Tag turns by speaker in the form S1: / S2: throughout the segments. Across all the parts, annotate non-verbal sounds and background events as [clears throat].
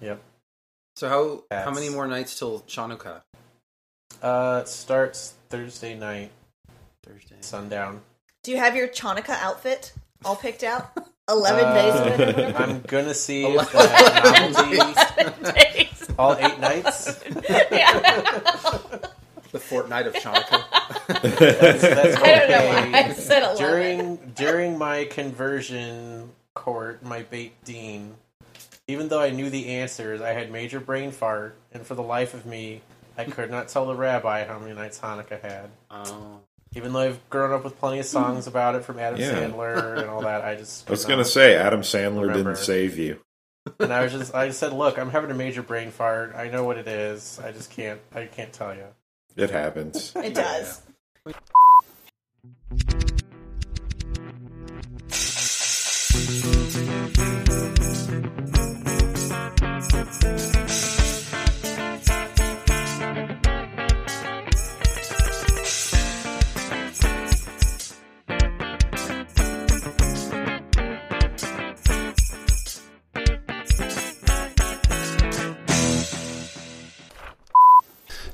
S1: Yep.
S2: So how how
S1: That's-
S2: many more nights till Chanukah?
S1: Uh, it starts Thursday night,
S2: Thursday.
S1: sundown.
S3: Do you have your Chanukah outfit all
S2: [laughs]
S3: picked out?
S2: Uh,
S3: 11 days of [laughs]
S1: [laughs]
S3: it?
S1: Um, I'm gonna see if that
S4: [laughs]
S1: novelty,
S3: 11 days.
S1: all eight nights.
S3: Yeah.
S2: The fortnight of
S1: [laughs]
S2: Chanukah.
S1: That's, that's
S3: [laughs] I don't know why I
S1: okay.
S3: said 11.
S1: During during my conversion court, my bait dean, even though I knew the answers, I had major brain fart, and for the life of me, I could not tell the rabbi how many nights Hanukkah had.
S2: oh.
S1: Even though I've grown up with plenty of songs about it from Adam
S4: Hmm. Yeah.
S1: Sandler and all that, I just
S4: I was
S1: could
S4: gonna
S1: not.
S4: say Adam Sandler
S1: Remember.
S4: didn't save you.
S1: and I was just I said, look, I'm having a major brain fart. I know what it is. I just can't I can't tell you. [laughs]
S4: It happens.
S3: It does.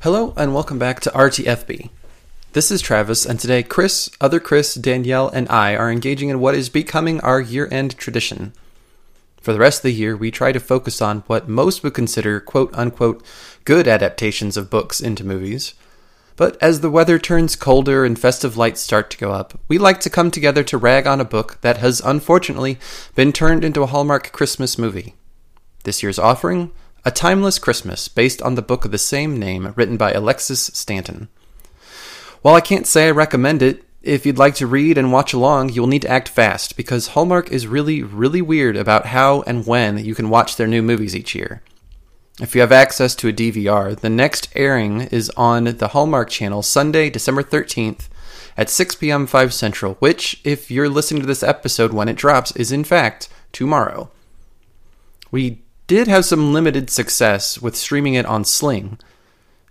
S5: Hello and welcome back to RTFB. This is Travis, and today Chris, other Chris, Danielle, and I are engaging in what is becoming our year end tradition. For the rest of the year, we try to focus on what most would consider quote unquote good adaptations of books into movies. But as the weather turns colder and festive lights start to go up, we like to come together to rag on a book that has unfortunately been turned into a Hallmark Christmas movie. This year's offering A Timeless Christmas, based on the book of the same name written by Alexis Stanton. While I can't say I recommend it, if you'd like to read and watch along, you'll need to act fast because Hallmark is really, really weird about how and when you can watch their new movies each year. If you have access to a DVR, the next airing is on the Hallmark Channel Sunday, December 13th at 6 p.m. 5 Central, which, if you're listening to this episode when it drops, is in fact tomorrow. We did have some limited success with streaming it on Sling,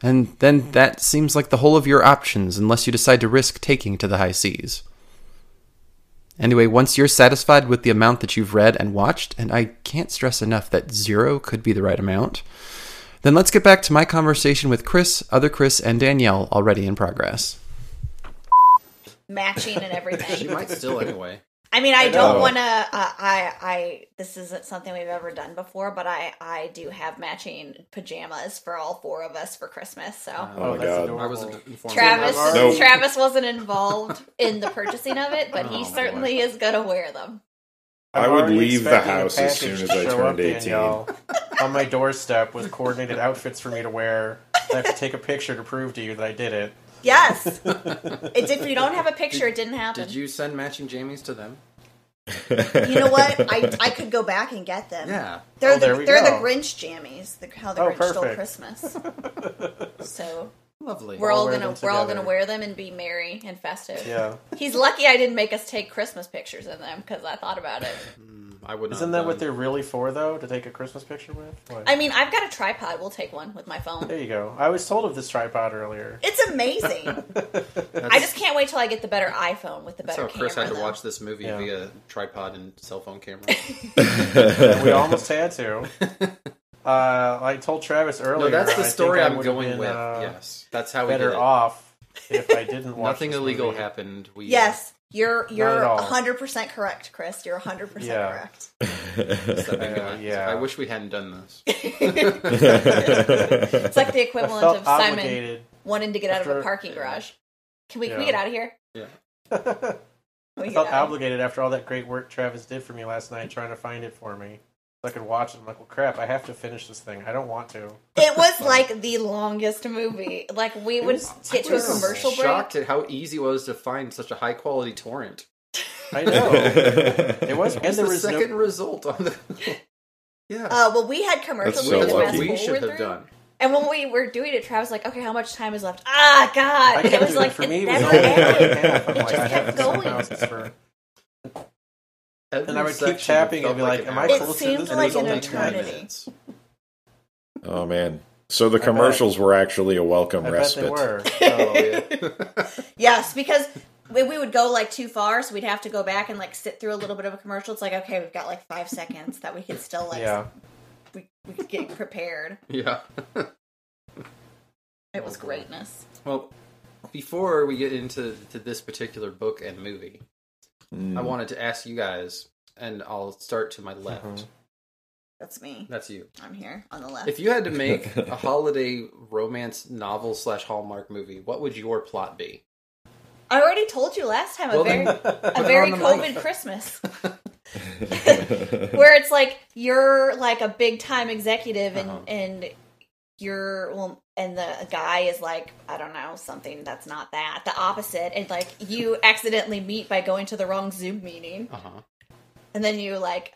S5: and then that seems like the whole of your options unless you decide to risk taking to the high seas. Anyway, once you're satisfied with the amount that you've read and watched, and I can't stress enough that zero could be the right amount, then let's get back to my conversation with Chris, other Chris, and Danielle already in progress.
S3: Matching and
S2: She
S3: everything.
S2: [laughs] might still anyway.
S3: I mean, I
S4: know.
S3: don't want to. Uh, I, I, this isn't something we've ever done before, but I, I do have matching pajamas for all four of us for Christmas. So
S4: Oh my God.
S2: Uh, I was informed.
S3: Travis,
S1: I've
S4: already-
S3: Travis wasn't involved in the purchasing of it, but
S2: Oh,
S3: he
S2: boy.
S3: certainly is going to wear them.
S4: I
S1: I'm
S4: would
S1: already
S4: leave the
S1: expecting a
S4: house as
S1: package
S4: soon as
S1: to
S4: I
S1: show up,
S4: turned 18. [laughs]
S1: Danielle, on my doorstep with coordinated outfits for me to wear. I have to take a picture to prove to you that I did it.
S3: Yes, it's if you don't have a picture, it didn't happen.
S2: Did you send matching Jamies to them?
S3: You
S1: [laughs]
S3: know what? I, I could go back and get them.
S2: Yeah.
S1: Oh,
S3: They're the,
S1: there we
S3: they're
S1: go.
S3: the Grinch jammies. The, how the
S1: Oh,
S3: Grinch stole
S1: perfect. [laughs]
S3: Christmas. so
S2: Lovely.
S3: we're all
S1: wear
S3: gonna
S1: them
S3: we're all
S1: together.
S3: gonna wear them and be merry and festive.
S1: Yeah.
S3: He's lucky I didn't make us take Christmas pictures in them because I thought about it.
S2: I would not
S1: Isn't that
S2: have
S1: what
S2: done.
S1: they're really for, though? To take a Christmas picture with? What?
S3: I mean, I've got a tripod. We'll take one with my phone.
S1: there you go. I was told of this tripod earlier.
S3: It's amazing. I just can't wait till I get the better iPhone with the
S2: That's
S3: better
S2: how
S3: camera.
S2: Chris had to
S3: though.
S2: watch uh, this movie
S1: Yeah.
S2: via tripod and cell phone camera.
S1: [laughs]
S4: [laughs]
S1: We almost had to. Uh, I told Travis
S2: no,
S1: earlier.
S2: that's
S1: I
S2: the
S1: think
S2: story
S1: I
S2: I'm
S1: would've
S2: going
S1: been,
S2: with.
S1: uh,
S2: yes, that's how we did
S1: Better
S2: it.
S1: off if
S2: [laughs]
S1: I didn't watch
S2: Nothing
S1: this
S2: illegal
S1: movie.
S2: happened. We uh,
S3: Yes, you're
S1: Not
S3: you're
S1: at all.
S3: 100% correct, Chris. You're 100%
S1: Yeah.
S3: correct.
S2: That big
S1: Uh,
S2: guy.
S1: [laughs] yeah.
S2: I wish we hadn't done
S3: [laughs]
S2: this.
S4: [laughs]
S3: It's like
S1: [laughs]
S3: the
S1: I
S3: equivalent
S1: felt
S3: of Simon [laughs]
S1: obligated.
S3: wanting to get out of
S1: After-
S3: a parking garage. Can we can we
S1: Yeah.
S3: get out of here?
S2: Yeah.
S3: Can we
S1: I
S3: get
S1: felt
S3: out of here?
S1: obligated after all that great work Travis did for me last night, trying to find it for me. So I could watch it. I'm like, well, crap, I have to finish this thing. I don't want to.
S3: It was like the longest movie. Like we would get to a
S1: was
S3: commercial break.
S2: Shocked at how easy it was to find such a high quality torrent. [laughs]
S1: I know. it was, and
S2: It's
S1: there
S2: the
S1: was
S2: second
S1: no.
S2: result on
S1: [laughs]
S2: the. yeah,
S3: Uh, well, we had commercial
S4: That's
S3: break
S4: so
S3: to
S4: lucky.
S3: fast
S2: we
S3: forward
S2: should have
S3: through.
S2: done.
S3: And when we were doing it, Travis was like, "Okay, how much time is left?" Ah, God!
S1: I
S3: And it
S1: kept
S3: was
S1: doing
S3: like
S1: it for
S3: it
S1: me. It was
S3: never
S1: only
S3: ended.
S1: half and half. I'm
S3: It
S1: like,
S3: just
S1: I have
S3: kept
S1: to somehow
S3: going.
S2: [laughs]
S1: else is for-
S2: Every
S1: And I would keep
S2: section
S1: tapping
S2: felt
S1: and be like, am I
S2: an hour.
S3: It
S1: close to
S3: seemed
S1: this?
S2: And
S3: like
S2: it was
S3: an
S2: only 10
S3: eternity.
S2: minutes.
S4: [laughs] oh man. So the commercials were actually a welcome
S1: I bet
S4: respite.
S1: they were.
S2: [laughs] Oh, [laughs] yeah.
S3: [laughs] Yes, because we, we would go like too far, so we'd have to go back and like sit through a little bit of a commercial. It's like, okay, we've got like five seconds that we could still like
S1: Yeah.
S3: we, we could get prepared.
S2: Yeah.
S3: It was greatness.
S2: well, before we get into to this particular book and movie,
S1: Hmm.
S2: I wanted to ask you guys, and I'll start to my left.
S1: Mhm.
S3: That's me.
S2: That's you.
S3: I'm here on the left.
S2: If you had to make
S1: [laughs]
S2: a holiday romance novel slash Hallmark movie, what would your plot be?
S3: I already told you last time
S2: Well,
S3: a very
S2: then-
S3: a
S2: it
S3: very
S2: on the
S3: COVID
S2: mic.
S3: Christmas. [laughs] Where it's like you're like a big time executive and
S2: Uh-huh.
S3: and you're well and the guy is like, I don't know, something that's not that. The opposite. And like you accidentally meet by going to the wrong Zoom meeting.
S2: Uh huh.
S3: and then you like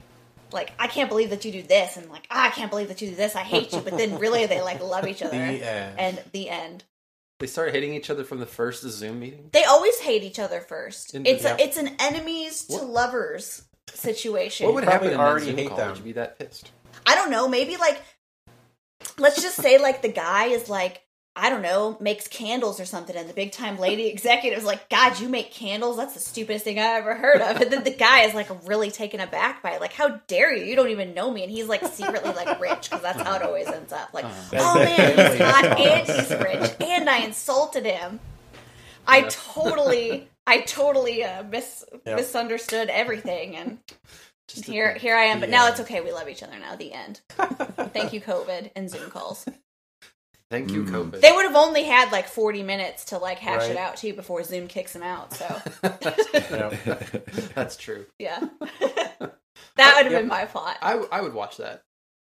S3: like I can't believe that you do this and like "Ah, I can't believe that you do this I hate you but then really they like love
S2: [laughs]
S3: each other
S1: The end.
S3: and the end
S2: They start hitting each other from the first Zoom meeting.
S3: they always hate each other first
S2: In-
S3: it's
S2: yeah.
S3: a, it's an enemies to
S2: What-
S3: lovers situation
S2: What would
S1: probably
S2: happen in that
S1: already
S2: Zoom
S1: hate
S2: call?
S1: them.
S2: Would you be that pissed?
S3: I don't know maybe like let's just say like the guy is like I don't know makes candles or something and the big time lady [laughs] executive is like God you make candles that's the stupidest thing I ever heard of and then the guy is like really taken aback by it like how dare you you don't even know me and he's like secretly like rich because that's how it always ends up like
S2: Uh-huh.
S3: Oh man, he's hot and he's rich, and I insulted him. I
S2: Yeah.
S3: totally, I totally uh, mis-
S1: Yeah.
S3: misunderstood everything, and
S2: Just a-
S3: here, here I am. But
S1: The
S3: now
S1: end.
S3: it's okay. We love each other now. The end. Thank you, COVID and Zoom calls.
S2: Thank you,
S4: Mm.
S2: COVID.
S3: They would have only had like forty minutes to like hash
S1: Right.
S3: it out too before Zoom kicks them out. So
S1: Yeah.
S2: [laughs] That's true.
S3: yeah, [laughs] that would have
S1: Yeah.
S3: been my plot.
S2: I, w- I would watch that,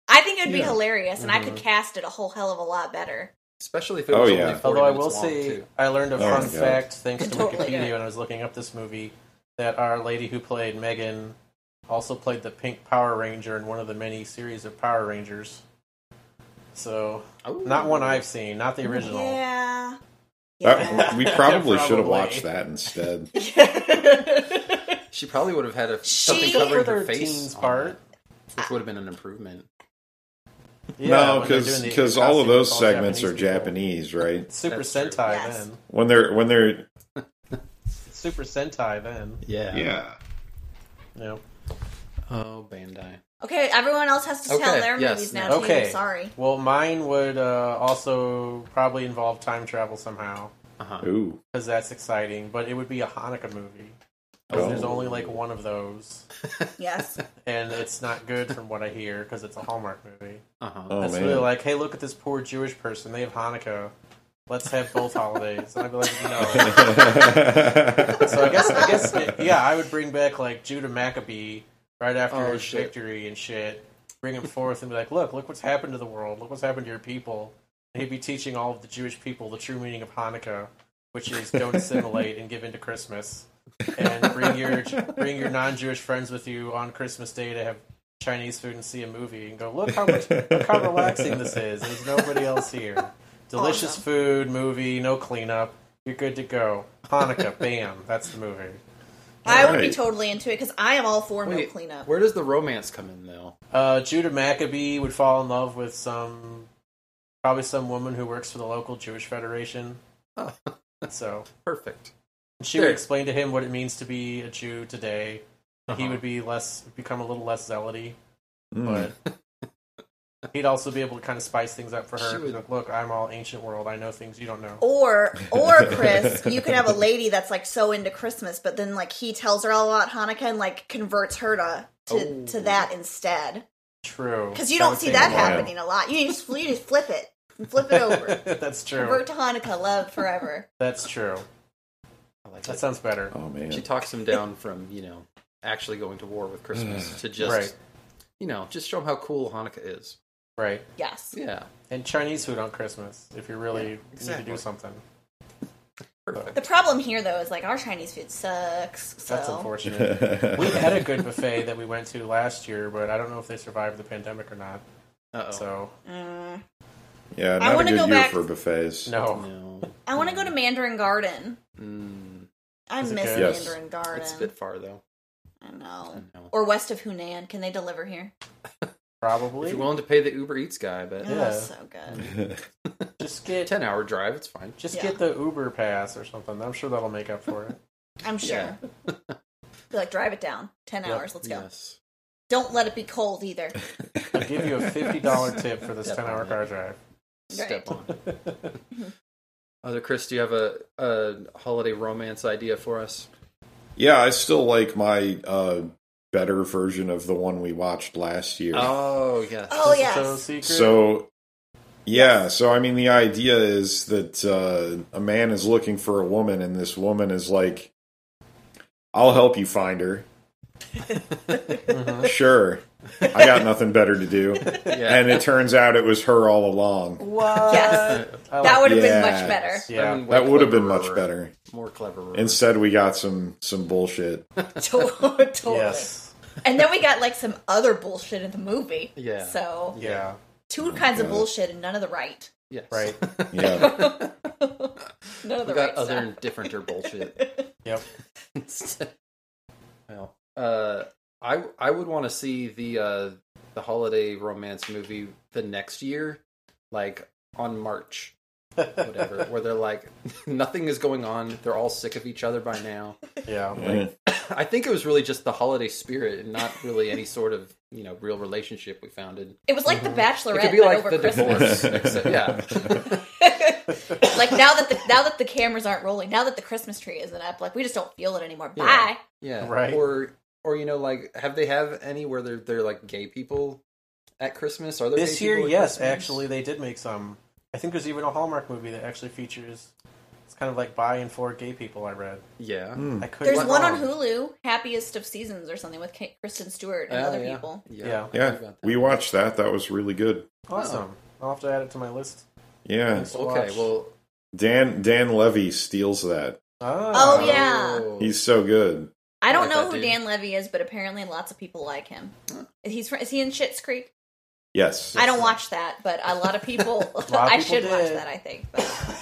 S3: I think it would be
S4: Yeah.
S3: hilarious, and I could
S2: Mhm.
S3: cast it a whole hell of a lot better.
S2: especially if it
S4: Oh,
S2: was
S4: yeah.
S2: only 40
S1: Although I
S2: minutes
S1: will
S2: long,
S1: say,
S2: too.
S1: I learned a
S4: Oh,
S1: fun
S4: my God.
S1: fact thanks to
S3: Totally
S1: Wikipedia
S3: good.
S1: when I was looking up this movie that our lady who played Megan also played the Pink Power Ranger in one of the many series of Power Rangers. So,
S2: Ooh.
S1: not one I've seen, not the original. [laughs]
S3: Yeah.
S4: That- we probably should have
S1: Probably.
S4: watched
S1: [laughs]
S4: that instead.
S3: Yeah.
S2: She probably would have had a,
S3: She-
S2: something
S1: For
S2: covering her
S1: their
S2: face,
S1: teens
S2: on
S1: part.
S2: it, which would have been an improvement.
S4: no,
S1: when they're
S4: because
S1: doing the
S4: all
S1: costumes,
S4: of those
S1: all
S4: segments are
S1: people.
S4: Japanese, right?
S1: Super
S2: That's true.
S1: Sentai
S3: Yes.
S1: then.
S4: When they're when they're
S1: Super Sentai then.
S2: Yeah.
S4: yeah.
S1: Yeah.
S2: Oh, Bandai.
S3: Okay, everyone else has to tell
S2: Okay,
S3: their
S2: yes,
S3: movies
S2: no.
S3: now
S1: Okay.
S3: too. Sorry.
S1: Well, mine would uh, also probably involve time travel somehow.
S2: Uh huh.
S4: Ooh.
S1: because that's exciting. But it would be a Hanukkah movie because there's
S4: Oh.
S1: only like one of those,
S3: Yes.
S1: and it's not good from what I hear because it's a Hallmark movie.
S2: Uh huh.
S4: Oh
S1: that's
S4: man. [laughs]
S1: really like, hey, look at this poor Jewish person. They have Hanukkah. Let's have both holidays. And I'd be like,
S4: [laughs]
S1: no. [laughs] So I guess, I guess,
S2: [laughs]
S1: yeah, I would bring back like Judah Maccabee right after
S2: Oh,
S1: his
S2: shit.
S1: victory and shit. Bring him forth and be like, look, look what's happened to the world. Look what's happened to your people. And he'd be teaching all of the Jewish people the true meaning of Hanukkah, which
S2: [laughs]
S1: is don't assimilate and give in to Christmas. And bring your bring your non Jewish friends with you on Christmas Day to have Chinese food and see a movie and go, look how much look how relaxing this is. There's nobody else here. Delicious
S3: Awesome.
S1: food, movie, no cleanup. You're good to go.
S3: [laughs]
S1: Hanukkah, bam, that's the movie.
S3: I would be
S4: Alright.
S3: totally into it because I am all for no
S2: Wait,
S3: cleanup.
S2: where does the romance come in though?
S1: Uh, Judah Maccabee would fall in love with some, probably some woman who works for the local Jewish
S3: [laughs]
S1: Federation.
S2: Oh.
S1: so
S2: Perfect.
S1: she
S2: Sure.
S1: would explain to him what it means to be a Jew today. and He
S2: Uh-huh.
S1: would be less, become a little less zealoty,
S4: Mm.
S1: but he'd also be able to kind of spice things up for
S2: She
S1: her.
S2: would-
S1: Like, Look, I'm all ancient world. I know things you don't know.
S3: Or, or
S1: [laughs]
S3: Chris, you could have a lady that's like so into Christmas, but then like he tells her all about Hanukkah and like converts her to to,
S2: Oh.
S3: to that instead. [laughs]
S1: True,
S3: Because you don't
S1: would
S3: see
S1: take
S3: that
S1: a while.
S3: happening a lot. You just you just flip it, flip it over,
S1: That's [laughs] true.
S3: convert to Hanukkah, love forever.
S1: That's true.
S2: I like
S1: That
S2: that.
S1: sounds better.
S4: Oh man.
S2: She talks him down from you know actually going to war with
S4: Mm.
S2: Christmas to just
S1: Right.
S2: you know just show him how cool Hanukkah is.
S1: Right.
S3: Yes.
S2: Yeah.
S1: And Chinese food on Christmas, if you really need to
S2: exactly.
S1: do something.
S2: Perfect.
S3: The problem here though is like our Chinese food sucks. So
S1: That's unfortunate.
S4: [laughs]
S1: we had a good buffet that we went to last year, but I don't know if they survived the pandemic or not.
S2: Uh oh.
S1: So
S3: Mm.
S4: yeah,
S3: I
S4: not a
S3: wanna
S4: good
S3: go
S4: year
S3: back-
S4: for buffets.
S1: no,
S2: No.
S3: I want to go to Mandarin Garden.
S2: Mm,
S3: I
S1: Mm. Is it
S3: miss
S1: good?
S4: Yes.
S3: Mandarin Garden.
S2: it's a bit far though.
S3: I
S2: I
S3: know.
S2: don't know.
S3: Or west of Hunan. Can they deliver here?
S2: If
S1: probably.
S2: you're willing to pay the Uber Eats guy, but
S1: Yeah.
S3: Oh, so good.
S1: Just get
S2: ten hour drive, it's fine.
S1: just
S3: Yeah.
S1: get the Uber pass or something. I'm sure that'll make up for it.
S3: I'm
S2: Yeah.
S3: sure. [laughs] Be like, drive it down. 10
S1: Yep.
S3: hours. Let's go.
S2: Yes.
S3: Don't let it be cold either.
S1: I'll give you a fifty dollar tip for this ten hour car drive.
S2: Step on. [laughs] Other Chris, do you have a, a holiday romance idea for us?
S4: [laughs] Yeah, I still like my uh, better version of the one we watched last year.
S2: Oh yes.
S3: Oh
S1: Is it so
S3: yes.
S1: secret?
S4: So, yeah. So, I mean, the idea is that uh, a man is looking for a woman, and this woman is like, "I'll help you find her." [laughs] sure, I got nothing better to do, and it turns out it was her all along.
S1: what?
S3: Yes.
S1: I
S3: That would have been much
S4: Yes.
S2: [laughs]
S3: better.
S1: Yeah.
S2: I mean,
S4: That
S2: way
S4: would have been
S2: cleverer.
S4: much better.
S2: More clever.
S4: Instead, we got some some bullshit.
S3: totally. [laughs] totally.
S1: Yes.
S3: And then we got like some other bullshit in the movie.
S2: Yeah. Oh
S3: So
S1: Yeah.
S3: two kinds of
S4: God.
S3: bullshit and none of the right.
S2: yes.
S1: Right.
S2: [laughs]
S4: Yeah.
S3: None of the
S2: We got
S3: right
S2: other
S3: stuff.
S2: and different
S3: [laughs]
S2: or bullshit. [laughs]
S1: Yep.
S2: well, uh, I I would want to see the uh, the holiday romance movie the next year, like on March,
S4: [laughs]
S2: whatever. where they're like, [laughs] nothing is going on. They're all sick of each other by now.
S1: Yeah.
S2: I think it was really just the holiday spirit and not really any sort of you know real relationship we founded.
S3: It was like The
S2: Mm-hmm.
S3: Bachelorette,
S2: It could be
S3: but
S2: like
S3: over
S2: the
S3: Christmas.
S4: [laughs]
S2: divorce, except yeah.
S3: like now that the now that the cameras aren't rolling, now that the Christmas tree isn't up, like we just don't feel it anymore.
S2: Yeah.
S3: Bye.
S2: [laughs] Yeah.
S1: Right.
S2: Or or you know, like have they have any where they're they're like gay people at Christmas? Are there
S1: This
S2: gay
S1: year,
S2: people at
S1: yes,
S2: Christmas?
S1: actually, they did make some. I think there's even a Hallmark movie that actually features. It's kind of like by and for gay people. I read.
S2: Yeah.
S1: I could.
S3: There's
S1: be
S3: one on
S2: Oh.
S1: wrong.
S3: Hulu, Happiest of Seasons or something with Kate, Kristen Stewart and
S2: Oh,
S3: other
S2: yeah.
S3: people.
S2: Yeah.
S1: Yeah.
S2: I forgot
S4: Yeah,
S2: about that.
S4: we watched that. That was really good.
S1: Awesome. I'll have to add it to my list.
S4: Yeah,
S1: Thanks to
S2: Okay,
S1: watch.
S2: well
S4: Dan Dan Levy steals that.
S1: Ah.
S3: Oh, yeah.
S2: oh.
S4: He's so good.
S3: I don't
S2: like
S3: know
S2: that
S3: who
S2: dude.
S3: Dan Levy is, but apparently lots of people like him. He's fr- is he in Shit's Creek?
S4: Yes.
S3: I don't watch that, but a lot of
S1: [laughs]
S3: people.
S1: of
S3: [laughs] I
S1: people
S3: should watch
S1: did.
S3: that. I think.
S1: [laughs]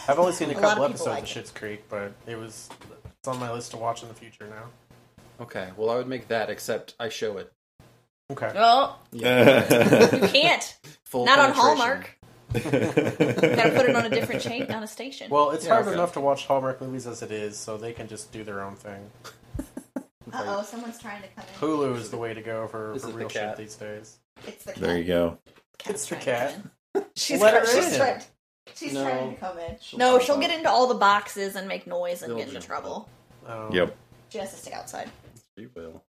S3: But
S1: I've only seen a
S3: A lot
S1: couple
S3: of
S1: episodes
S3: people like
S1: of
S3: it.
S1: Shit's Creek, but it was it's on my list to watch in the future now.
S2: Okay. Well I would make that except I show it.
S1: Okay.
S3: oh, you
S4: [laughs] yeah.
S3: can't.
S2: Full
S3: Not on
S2: penetration.
S3: Hallmark.
S4: [laughs]
S3: Got to put it on a different chain, on a station.
S1: Well, it's
S2: Yeah,
S1: hard
S2: okay.
S1: enough to watch Hallmark movies as it is, so they can just do their own thing.
S3: uh oh, someone's trying to come in.
S1: Hulu is the way to go for,
S2: This
S1: for
S2: is the
S1: real shit
S2: cat.
S1: these days.
S3: It's the cat.
S4: there you go.
S1: It's the
S3: trying to come
S1: cat.
S3: in.
S1: [laughs]
S3: She's,
S1: Let her
S3: she's
S1: in.
S3: trying. She's
S2: No.
S3: trying to come in.
S2: She'll
S3: no,
S2: jump
S3: she'll
S2: up.
S3: get into all the boxes and make noise and
S2: She'll
S3: get into
S2: jump
S3: trouble.
S2: Oh,
S1: Um,
S4: Yep.
S3: She has to stick outside.
S2: She will.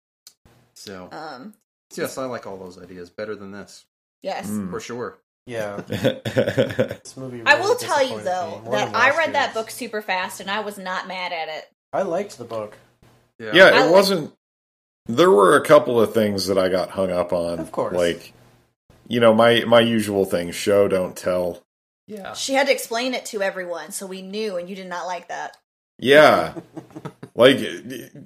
S2: So
S3: Um,
S2: yes, I like all those ideas better than this.
S3: yes.
S1: Mm.
S4: Hmm. [laughs]
S2: For sure.
S1: Yeah.
S4: Mm.
S1: This movie.
S3: I
S1: really
S3: will tell you
S1: disappointed
S3: though
S1: me, more
S3: that
S1: than
S3: I
S1: last
S3: read that
S1: year's.
S3: book super fast and I was not mad at it.
S1: I liked the book,
S3: I
S4: yeah, it
S3: like-
S4: wasn't. There were a couple of things that I got hung up on.
S1: Of course.
S4: Like, you know, my my usual thing: show, don't tell.
S2: Yeah.
S3: She had to explain it to everyone, so we knew, and you did not like that.
S4: Yeah. like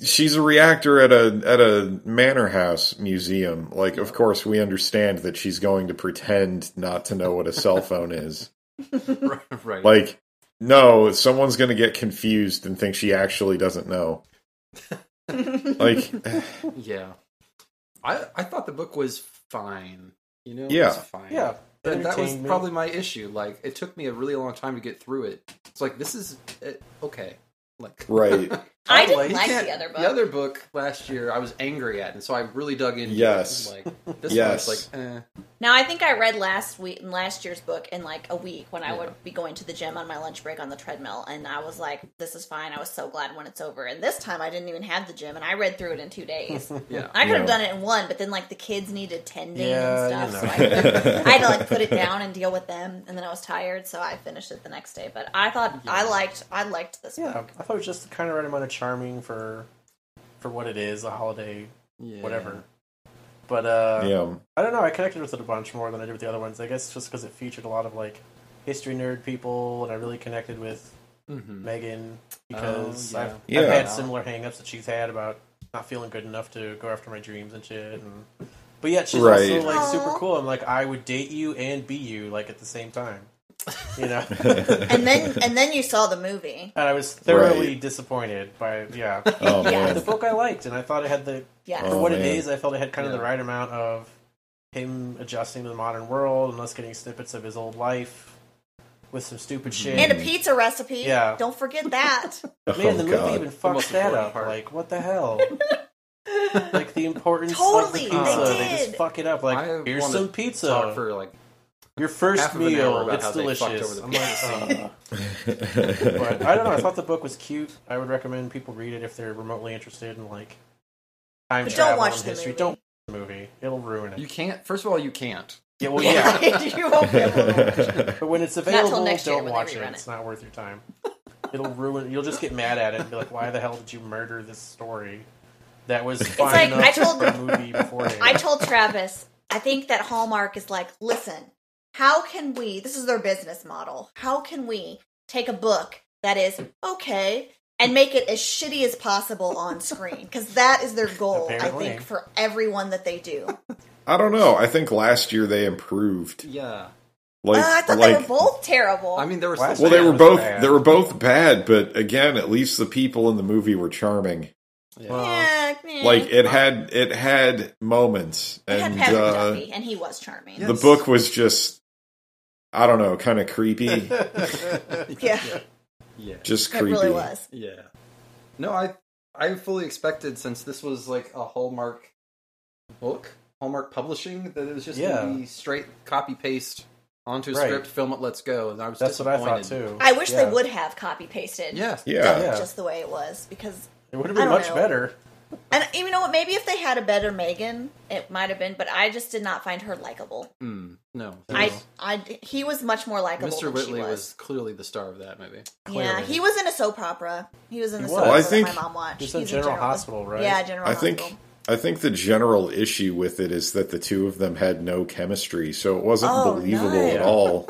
S4: she's a reactor at a at a manor house museum. Like of course we understand that she's going to pretend not to know what a cell
S1: [laughs]
S4: phone is.
S2: right.
S4: Like no, someone's going to get confused and think she actually doesn't know.
S3: [laughs]
S4: like
S2: Yeah. I I thought the book was fine. You know, it
S4: Yeah.
S2: was fine.
S1: Yeah.
S2: But that was
S1: Entertained me.
S2: probably my issue. Like, it took me a really long time to get through it. It's like this is it, okay. Like,
S4: right.
S3: I didn't
S1: like-
S3: like,
S1: You
S2: can't-
S3: the other book.
S2: The other book last year, I was angry at, and so I really dug into.
S4: Yes.
S2: It. And, Like this
S4: Yes.
S2: one's like, eh.
S3: now I think I read last week last year's book in like a week when I would be going to the gym on my lunch break on the treadmill, and I was like, "This is fine." I was so glad when it's over. And this time I didn't even have the gym, and I read through it in
S1: [laughs]
S3: two days.
S2: yeah.
S3: I could have
S4: Yeah.
S3: done it in one, but then like the kids needed tending
S1: Yeah,
S3: and
S1: you
S3: stuff,
S1: know.
S3: so I,
S1: [laughs]
S3: I had to like put it down and deal with them. And then I was tired, so I finished it the next day. But I thought I liked I liked this
S1: Yeah,
S3: book.
S1: I thought it was just the kind of right amount of charming for for what it is, a holiday,
S2: yeah.
S1: whatever. But uh,
S4: yeah.
S1: I don't know. I connected with it a bunch more than I did with the other ones. I guess just because it featured a lot of like history nerd people, and I really connected with
S2: hmm
S1: Megan because
S2: yeah.
S1: I've,
S4: Yeah.
S1: I've had similar hangups that she's had about not feeling good enough to go after my dreams and shit. And, but yet she's
S4: Right.
S1: also like
S3: Aw.
S1: super cool. I'm like, I would date you and be you like at the same time, you know.
S4: [laughs]
S3: And then and then you saw the movie.
S1: and I was thoroughly disappointed by yeah.
S4: Oh
S3: Yeah.
S1: the
S4: man.
S1: book I liked, and I thought it had the
S3: Yes.
S1: for
S4: Oh,
S1: what it
S4: man.
S1: is. I felt it had kind of
S2: Yeah.
S1: the right amount of him adjusting to the modern world and us getting snippets of his old life with some stupid shit.
S3: And a pizza recipe.
S1: Yeah.
S3: Don't forget that.
S1: [laughs] Man,
S4: Oh
S1: the movie
S4: god.
S1: even fucks
S2: most
S1: that
S2: important [laughs]
S1: up.
S2: part.
S1: Like, what the hell? like the importance
S3: Totally,
S1: of
S3: they
S1: the pizza. They
S3: did.
S1: just fuck it up. Like
S2: I
S1: here's
S2: wanna
S1: some
S2: Talk
S1: pizza.
S2: for like
S1: Your first
S2: half of an hour
S1: meal.
S2: about
S1: It's
S2: how they fucked over
S1: delicious.
S2: the
S1: I'm
S2: [laughs]
S1: like, uh,
S4: [laughs]
S1: but I don't know. I thought the book was cute. I would recommend people read it if they're remotely interested in like time
S3: But don't
S1: travel
S3: watch
S1: and
S3: the
S1: history.
S3: movie.
S1: Don't watch the movie. It'll ruin it.
S2: you can't. First of all, you can't.
S1: yeah,
S3: [laughs]
S1: well, yeah.
S4: [laughs]
S3: you won't be able to-
S1: [laughs]
S3: [laughs]
S1: But when it's
S3: till
S1: available,
S3: next year
S1: don't
S3: when they
S1: watch it.
S3: rerun it.
S1: It's not worth your time. It'll ruin. You'll just get mad at it and be like, "Why the hell did you murder this story?" That was fine
S3: like,
S1: enough
S3: I told-
S1: for
S3: [laughs]
S1: a movie beforehand.
S3: I told Travis, I think that Hallmark is like, listen, how can we, this is their business model, how can we take a book that is okay and make it as shitty as possible on screen? Because that is their goal,
S1: Apparently.
S3: I think, for everyone that they
S4: [laughs]
S3: do.
S4: I don't know. I think last year they improved.
S2: Yeah.
S4: Like,
S3: Uh, I thought
S4: like
S3: they were both terrible.
S2: I mean, there was.
S1: Well,
S2: still
S4: well, they
S1: That
S4: were
S1: was
S4: both
S1: bad.
S4: they were both bad, but again, at least the people in the movie were charming.
S1: Well,
S3: yeah,
S1: uh,
S3: yeah.
S4: Like it had it had moments,
S3: We Mm-hmm. had
S4: and
S3: Patrick
S4: uh,
S3: Duffy, and he was charming.
S4: the book was just I don't know, kind
S3: [laughs]
S4: of creepy,
S3: Yeah,
S2: yeah.
S4: just
S3: it
S4: creepy.
S3: really was.
S2: Yeah. No, I I fully expected since this was like a Hallmark book, Hallmark publishing, that it was just gonna
S1: Yeah.
S2: be straight copy paste onto a
S1: Right.
S2: script, film it, let's go. And I was
S1: That's what I
S2: disappointed.
S1: thought too.
S3: I wish
S1: Yeah.
S3: they would have copy pasted.
S2: Yeah.
S4: Yeah.
S1: Yeah.
S3: Just the way it was, because
S1: It would have
S3: I
S1: been
S3: don't
S1: much
S3: know.
S1: better.
S3: And you know what? Maybe if they had a better Megan, it might have been. But I just did not find her likable.
S2: Mm, no.
S3: I, I, he was much more likable.
S2: Mr.
S3: than
S2: Whitley
S3: she
S2: was.
S3: was.
S2: clearly the star of that movie.
S3: Yeah,
S1: clearly.
S3: he was in a soap opera. He was in the
S1: He was.
S3: soap opera
S1: I
S3: that
S4: think-
S3: my mom watched.
S1: He's in
S3: He's
S1: General Hospital, right?
S3: Yeah, General
S4: I think
S3: Hospital.
S4: I think the general issue with it is that the two of them had no chemistry, so it wasn't
S3: Oh,
S4: believable
S3: no.
S4: at all.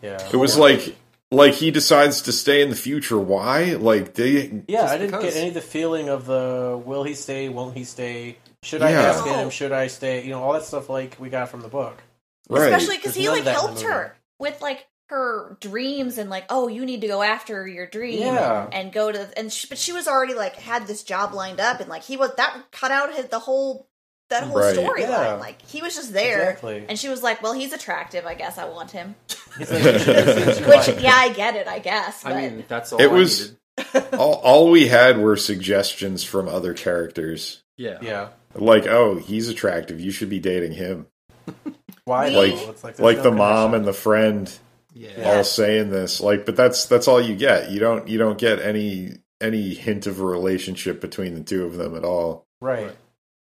S1: Yeah.
S3: [laughs]
S4: It was like like he decides to stay in the future. Why? Like they
S1: Yeah,
S2: Just
S1: I didn't
S2: because.
S1: get any of the feeling of the will he stay, won't he stay, should I
S4: Yeah.
S1: ask
S3: No.
S1: him, should I stay, you know, all that stuff like we got from
S2: [laughs]
S1: the book.
S4: right.
S3: Especially because
S1: There's
S3: he
S1: none
S3: like
S1: of that in the
S3: helped her with like her dreams and like, oh, you need to go after your dream
S1: Yeah.
S3: and go to and she, but she was already like had this job lined up and like he was that cut out his, the whole that whole
S4: Right.
S3: storyline.
S1: Yeah.
S3: Like he was just there.
S1: Exactly.
S3: And she was like, "Well, he's attractive. I guess I want
S4: [laughs]
S3: him."
S1: He's like, "You should have seen what you
S3: Which,
S1: like."
S3: yeah, I get it. I guess. But
S2: I mean, that's all I
S4: It was-
S2: needed.
S4: all, all we had were suggestions from other characters.
S2: Yeah.
S1: Yeah.
S4: Like, oh, he's attractive. You should be dating him.
S1: Why?
S3: Like-
S1: though? It's there's
S4: like
S1: no
S4: the mom
S1: connection.
S4: and the friend
S2: Yeah.
S1: Yeah.
S4: all saying this. Like, but that's that's all you get. You don't you don't get any any hint of a relationship between the two of them at all.
S1: Right.
S2: Right.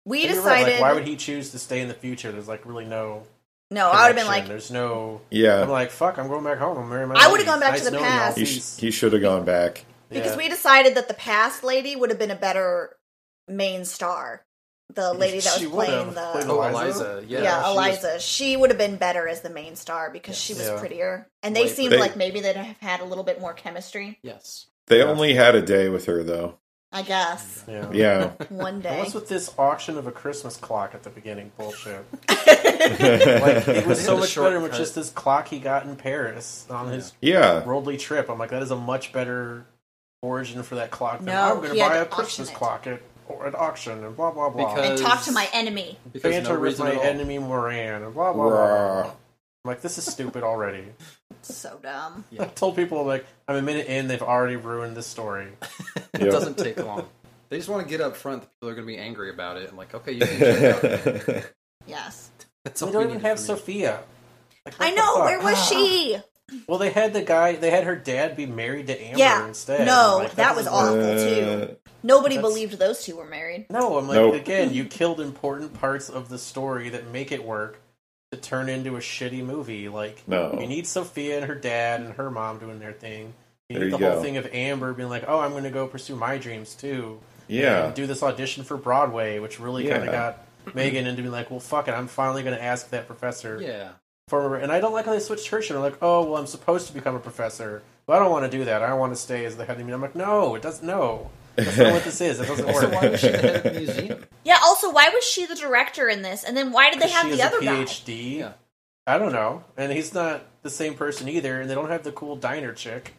S3: we
S1: And you're right,
S3: decided.
S1: Like, why would he choose to stay in the future? There's like really no.
S3: no, I would have been
S1: connection.
S3: like,
S1: There's no. I'm
S4: Yeah,
S1: like, fuck, I'm going back home. I'm marrying my.
S3: I
S1: lady.
S3: would've gone back to
S1: Nice
S3: the
S1: knowing y'all.
S3: past.
S4: he sh- he should have gone back.
S3: because
S1: Yeah.
S3: we decided that the past lady would have been a better main star. The lady
S1: [laughs]
S3: that
S1: She
S3: was
S1: would've
S3: playing the
S1: played
S2: Oh,
S1: Eliza?
S2: Eliza.
S3: yeah,
S2: Yeah. she was-
S3: Eliza, she would have been better as the main star because she was
S1: Yeah.
S3: prettier, and they
S2: Way
S3: seemed
S4: prettier.
S3: like maybe they'd have had a little bit more chemistry.
S2: yes.
S4: They
S1: Yeah.
S4: only had a day with her though.
S3: I guess
S1: Yeah.
S4: Yeah.
S3: one
S1: And
S3: day.
S1: What's with this auction of a Christmas clock at the beginning? Bullshit. [laughs]
S3: [laughs]
S1: Like
S4: [laughs]
S1: it was
S2: They
S1: so
S2: had a
S1: much better with
S2: shortcut.
S1: just this clock he got in Paris on his
S4: yeah.
S1: worldly trip. I'm like, that is a much better origin for that clock. Than,
S3: No,
S1: I'm going
S3: he
S1: to
S3: had
S1: buy a
S3: to
S1: Christmas
S3: auction it.
S1: clock at or at auction and blah blah blah.
S2: Because-
S3: and talk to my enemy.
S2: Because
S1: banter
S2: no
S1: with
S2: reason
S1: my
S2: at all.
S1: enemy Moran and blah blah blah. blah.
S4: Rah.
S1: I'm like, this is stupid already.
S3: So dumb.
S2: [laughs] Yeah.
S1: I've told people like I'm a minute in, they've already ruined the story.
S2: It
S4: Yep.
S2: doesn't take [laughs] long. They just want to get up front. that People are going to be angry about it. And like, [laughs] okay, you can check out.
S4: [laughs]
S3: Yes,
S2: That's all
S1: They
S2: we
S1: don't even
S2: needed
S1: have
S2: from you.
S1: Sophia. Like, what
S3: I
S1: the
S3: know.
S1: fuck?
S3: Where was she?
S1: Well, they had the guy. They had her dad be married to Amber
S3: Yeah.
S1: instead.
S3: No,
S1: I'm like,
S3: that
S1: this
S3: was
S1: is-
S3: awful too. Nobody
S1: That's-
S3: believed those two were married.
S1: No, I'm like
S4: Nope.
S1: again, you killed important parts of the story that make it work to turn into a shitty movie. Like
S4: No.
S1: you need Sophia and her dad and her mom doing their thing. You
S4: There
S1: need
S4: you
S1: the whole
S4: go.
S1: thing of Amber being like, "Oh, I'm going to go pursue my dreams too."
S4: Yeah.
S1: and do this audition for Broadway, which really kind
S4: Yeah.
S1: of got Megan into being like, "Well, fuck it, I'm finally going to ask that professor."
S2: Yeah.
S1: for and I don't like how they switch church and I'm like, oh well I'm supposed to become a professor. But I don't want to do that. I want to stay as the head of the museum. I'm like, no, it doesn't no. That's not what this is. It
S4: [laughs]
S1: doesn't
S2: [laughs] So why
S1: work.
S2: was [laughs] she the head of the museum?
S3: Yeah. Also, why was she the director in this? And then why did they have
S1: she
S3: the
S1: has
S3: other
S1: a
S3: guy?
S1: PhD.
S2: Yeah.
S1: I don't know. And he's not the same person either, and they don't have the cool diner chick.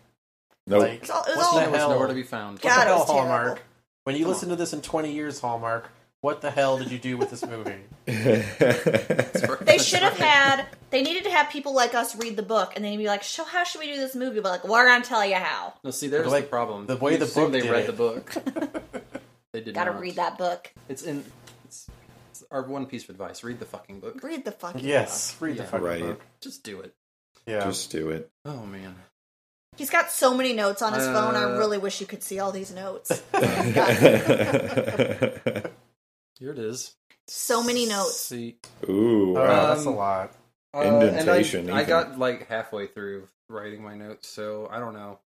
S4: Nope.
S1: Like
S3: It's all- it was
S1: what
S3: all-
S1: the
S2: There was
S1: hell?
S2: nowhere to be found.
S1: what the
S3: God, it
S1: hell,
S3: was terrible.
S1: Hallmark? When you
S2: Come
S1: listen to this in twenty years, Hallmark, what the hell did you do with this
S3: [laughs]
S1: movie?
S3: They should have had. They needed to have people like us read the book, and then you'd be like, "So how should we do this movie?" But like, we're gonna tell you how.
S2: No, see, there's
S1: The
S2: the,
S1: way-
S2: problem.
S1: the way
S2: You
S1: the
S2: assume
S1: book
S3: [laughs]
S2: they
S1: did
S2: read
S1: it.
S2: the book. they did.
S3: Gotta
S2: not.
S3: read that book.
S2: It's in our one piece of advice: read the fucking book.
S3: Read the fucking
S1: Yes, read the
S2: Yeah.
S1: fucking
S4: Right.
S1: book.
S2: Just do it.
S1: Yeah.
S3: [laughs]
S4: Just do [laughs] it.
S2: Oh man.
S3: book. He's got so many notes on his phone. I
S2: Uh,
S3: really wish you could see all these notes.
S2: Here it is.
S3: So
S4: [laughs]
S3: many notes.
S2: See,
S4: Ooh, [laughs]
S1: oh,
S4: wow.
S1: that's a [laughs] lot.
S2: uh, and I-
S4: Indentation,
S2: I,
S4: even.
S2: got like halfway through writing my notes, so I don't know.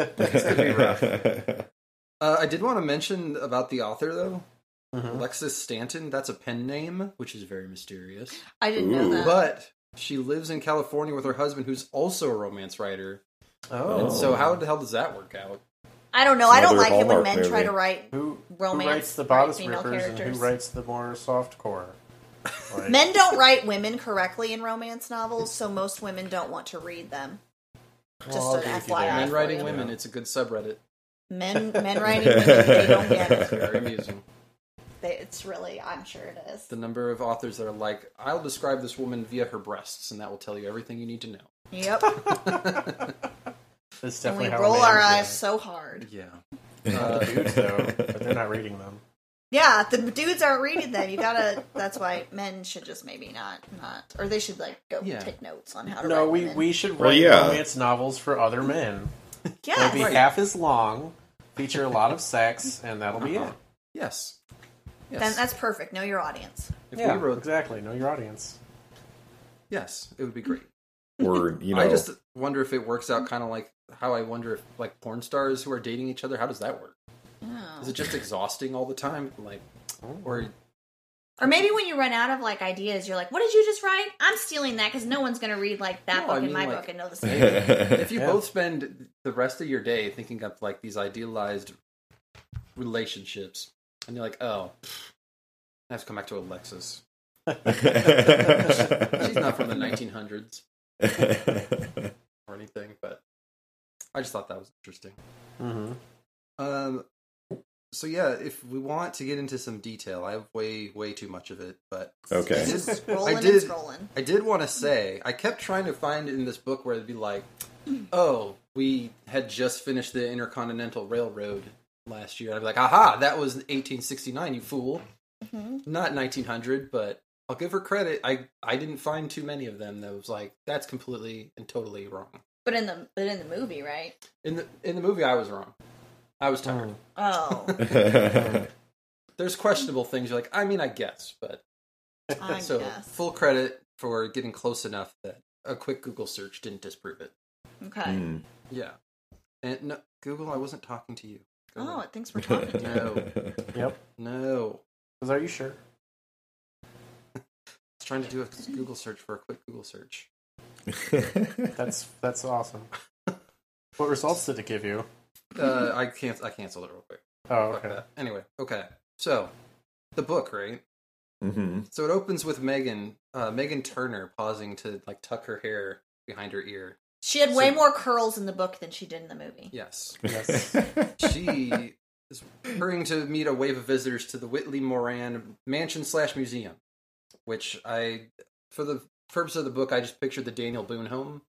S2: It's gonna be
S4: [laughs]
S2: rough. Uh, I did want to mention about the author though,
S1: Mhm.
S2: Alexis Stanton. That's a pen name, which is very mysterious.
S3: I didn't know
S4: Ooh.
S3: that.
S2: But she lives in California with her husband, who's also a romance writer.
S1: Oh,
S2: And so, how the hell does that work out?
S3: I don't know. I don't
S4: Another
S3: like it when
S4: Hallmark
S3: men try
S4: movie.
S3: to write.
S1: who,
S3: Romance,
S1: who writes the
S3: right,
S1: bodice
S3: female
S1: rippers and
S3: characters.
S1: who writes the more soft
S3: [laughs]
S1: core? Like,
S3: Men don't write women correctly in romance novels, so most women don't want to read them. Just
S1: Well, I'll
S3: an
S1: give you
S3: FYI.
S1: that.
S2: Men
S3: for
S2: writing
S3: you.
S2: women. It's a good subreddit.
S3: Men, men writing women, they don't get it.
S4: [laughs]
S2: Very amusing.
S3: They, it's really, I'm sure it is.
S2: The number of authors that are like, I'll describe this woman via her breasts, and that will tell you everything you need to know.
S3: Yep.
S1: That's
S3: and we
S1: definitely how
S3: roll
S1: a man
S3: our
S1: is [laughs]
S3: eyes
S1: written.
S3: so hard.
S2: Yeah.
S4: Uh,
S1: dudes though, but they're not reading them.
S3: Yeah, the dudes aren't reading them. You gotta. That's why men should just maybe not, not, or they should like go
S2: Yeah.
S3: take notes on how to.
S1: No,
S3: write
S1: we,
S3: women.
S1: we should write
S4: Well, yeah.
S1: romance novels for other men.
S3: yes.
S1: They'll be
S2: Right.
S1: half as long, feature a lot of sex, and that'll be it.
S2: Yes. Yes.
S3: Then that's perfect. Know your audience.
S2: if
S1: Yeah,
S2: we wrote,
S1: exactly. Know your audience.
S2: yes, it would be great.
S4: or you know,
S2: I just wonder if it works out kind of like how I wonder if like porn stars who are dating each other, how does that work?
S3: Yeah.
S2: Is it just exhausting all the time? [laughs] Like, or
S3: Or maybe when you run out of like ideas, you're like, "What did you just write? I'm stealing that because no one's gonna read like
S2: No,
S3: that book
S2: I
S3: in
S2: mean,
S3: my
S2: like-
S3: book
S2: [laughs]
S3: and know the same."
S2: if
S4: [laughs] if
S2: you
S1: Yeah.
S2: both spend the rest of your day thinking up like these idealized relationships, and you're like, oh, I have to come back to Alexis. She's not [laughs]
S4: [laughs]
S2: from the 1900s or anything, but I just thought that was interesting.
S1: Mm-hmm.
S2: Um, so yeah, if we want to get into some detail, I have way, way too much of it, but I
S4: okay.
S2: did,
S3: [laughs]
S4: [laughs]
S3: Scrolling
S2: I did,
S3: and scrolling.
S2: I did want to say, I kept trying to find in this book where it'd be like, oh, we had just finished the Intercontinental Railroad last year. I'd be like, aha, that was 1869, you fool.
S3: Mm-hmm.
S2: Not 1900, but I'll give her credit. I, I didn't find too many of them that was like, that's completely and totally wrong.
S3: But in the but in the movie, right?
S2: In the, in the movie, I was wrong. I was tired.
S3: Oh,
S2: [laughs] There's questionable things. You're like, I mean, I guess, but
S3: I
S2: so
S3: guess.
S2: full credit for getting close enough that a quick Google search didn't disprove it.
S3: Okay.
S4: Hmm.
S2: Yeah. And no, Google, I wasn't talking to you. Google.
S3: Oh, it
S2: [laughs]
S3: thinks we're talking. to
S2: No.
S1: Yep.
S2: No.
S1: 'Cause are you sure?
S2: It's trying to do a Google search for a quick Google search.
S1: That's that's awesome. [laughs] What results did it give you?
S2: Uh, I can't. I canceled it real quick.
S1: Oh,
S2: Fuck
S1: okay.
S2: that. Anyway, okay. So, the book, right?
S4: Mhm.
S2: So it opens with Megan, uh, Megan Turner pausing to like tuck her hair behind her ear.
S3: She had way
S2: So-
S3: more curls in the book than she did in the movie.
S2: Yes.
S4: [laughs]
S1: Yes.
S2: she is hurrying to meet a wave of visitors to the Whitley Moran Mansion slash Museum, which I, for the purpose of the book, I just pictured the Daniel Boone home.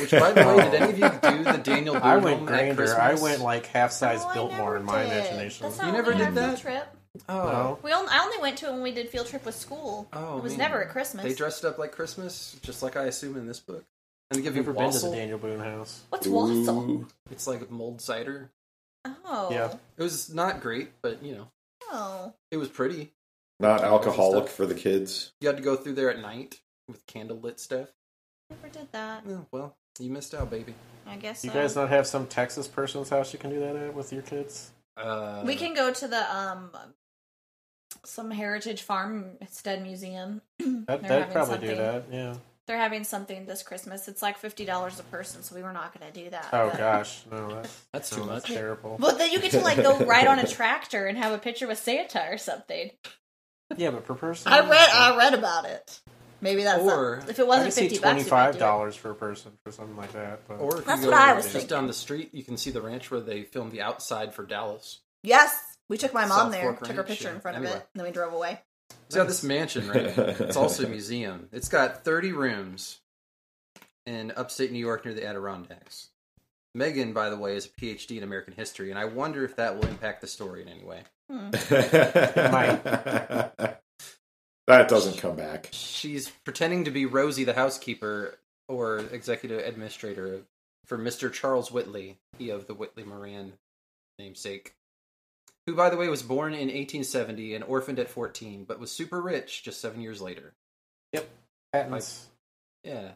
S2: Which, by the way, did any of you do the Daniel Boone
S1: [laughs] I
S2: home
S1: went
S2: at
S1: grander.
S2: Christmas?
S1: I went like half size
S3: No, Oh, I
S1: Biltmore
S3: never
S1: in my
S3: did.
S1: imagination.
S3: That's not
S2: You
S3: when
S2: never
S3: we
S2: did
S3: had a field
S2: that?
S3: Trip.
S2: oh,
S1: No.
S3: We only, I only went to it when we did field trip with school.
S2: oh,
S3: it was
S2: man.
S3: never at Christmas.
S2: They dressed up like Christmas, just like I assume in this book. And they give
S1: I've
S2: you
S1: never been to the
S2: wassail.
S1: Daniel Boone house.
S3: What's wassail?
S4: Ooh.
S2: It's like mold cider.
S3: Oh,
S1: Yeah.
S2: It was not great, but you know,
S3: oh,
S2: it was pretty.
S4: Not alcoholic for the kids.
S2: You had to go through there at night with candlelit stuff.
S3: never did that.
S2: Oh, well, you missed out, baby.
S3: I guess
S1: You
S3: so.
S1: guys not have some Texas person's house you can do that at with your kids?
S2: Uh,
S3: we can go to the um some heritage farmstead museum. [clears throat]
S1: That,
S3: They're
S1: that'd
S3: having
S1: probably do
S3: something-
S1: that. Yeah.
S3: They're having something this Christmas. It's like fifty dollars a person, so we were not going to do that.
S1: Oh
S3: but-
S1: gosh, no,
S3: [laughs]
S1: that's
S2: That's
S1: no,
S2: too
S1: Oh, that's
S2: much.
S1: terrible.
S3: Well, then you get to
S1: [laughs]
S3: like go ride on a tractor and have a picture with Santa or something.
S1: Yeah, but per person,
S3: I read, I read about it. Maybe that's
S2: Or-
S3: not, if it
S1: I
S3: wasn't
S1: could see
S3: fifty bucks,
S1: twenty
S3: you
S1: five
S3: might do it.
S1: dollars for a person for something like that. But
S2: Or if
S3: That's
S2: you go
S3: what I was
S2: just
S3: thinking.
S2: down the street, you can see the ranch where they filmed the outside for Dallas.
S3: Yes, we took my mom
S2: South
S3: there,
S2: Fork
S3: took her
S2: Ranch,
S3: picture
S2: yeah.
S3: in front of it,
S2: Anyway.
S3: and then we drove away.
S2: So yeah, this mansion, right? it's also a museum. It's got 30 rooms in upstate New York near the Adirondacks. Megan, by the way, is a PhD in American history,
S4: Mm.
S2: and I wonder if that will impact the story in any way.
S4: It
S1: might.
S4: [laughs] That doesn't come back.
S2: She's pretending to be Rosie, the housekeeper or executive administrator for Mr. Charles Whitley, he of the Whitley Moran namesake, who, by the way, was born in 1870 and orphaned at 14, but was super rich just seven years later.
S1: Patents
S2: Yeah.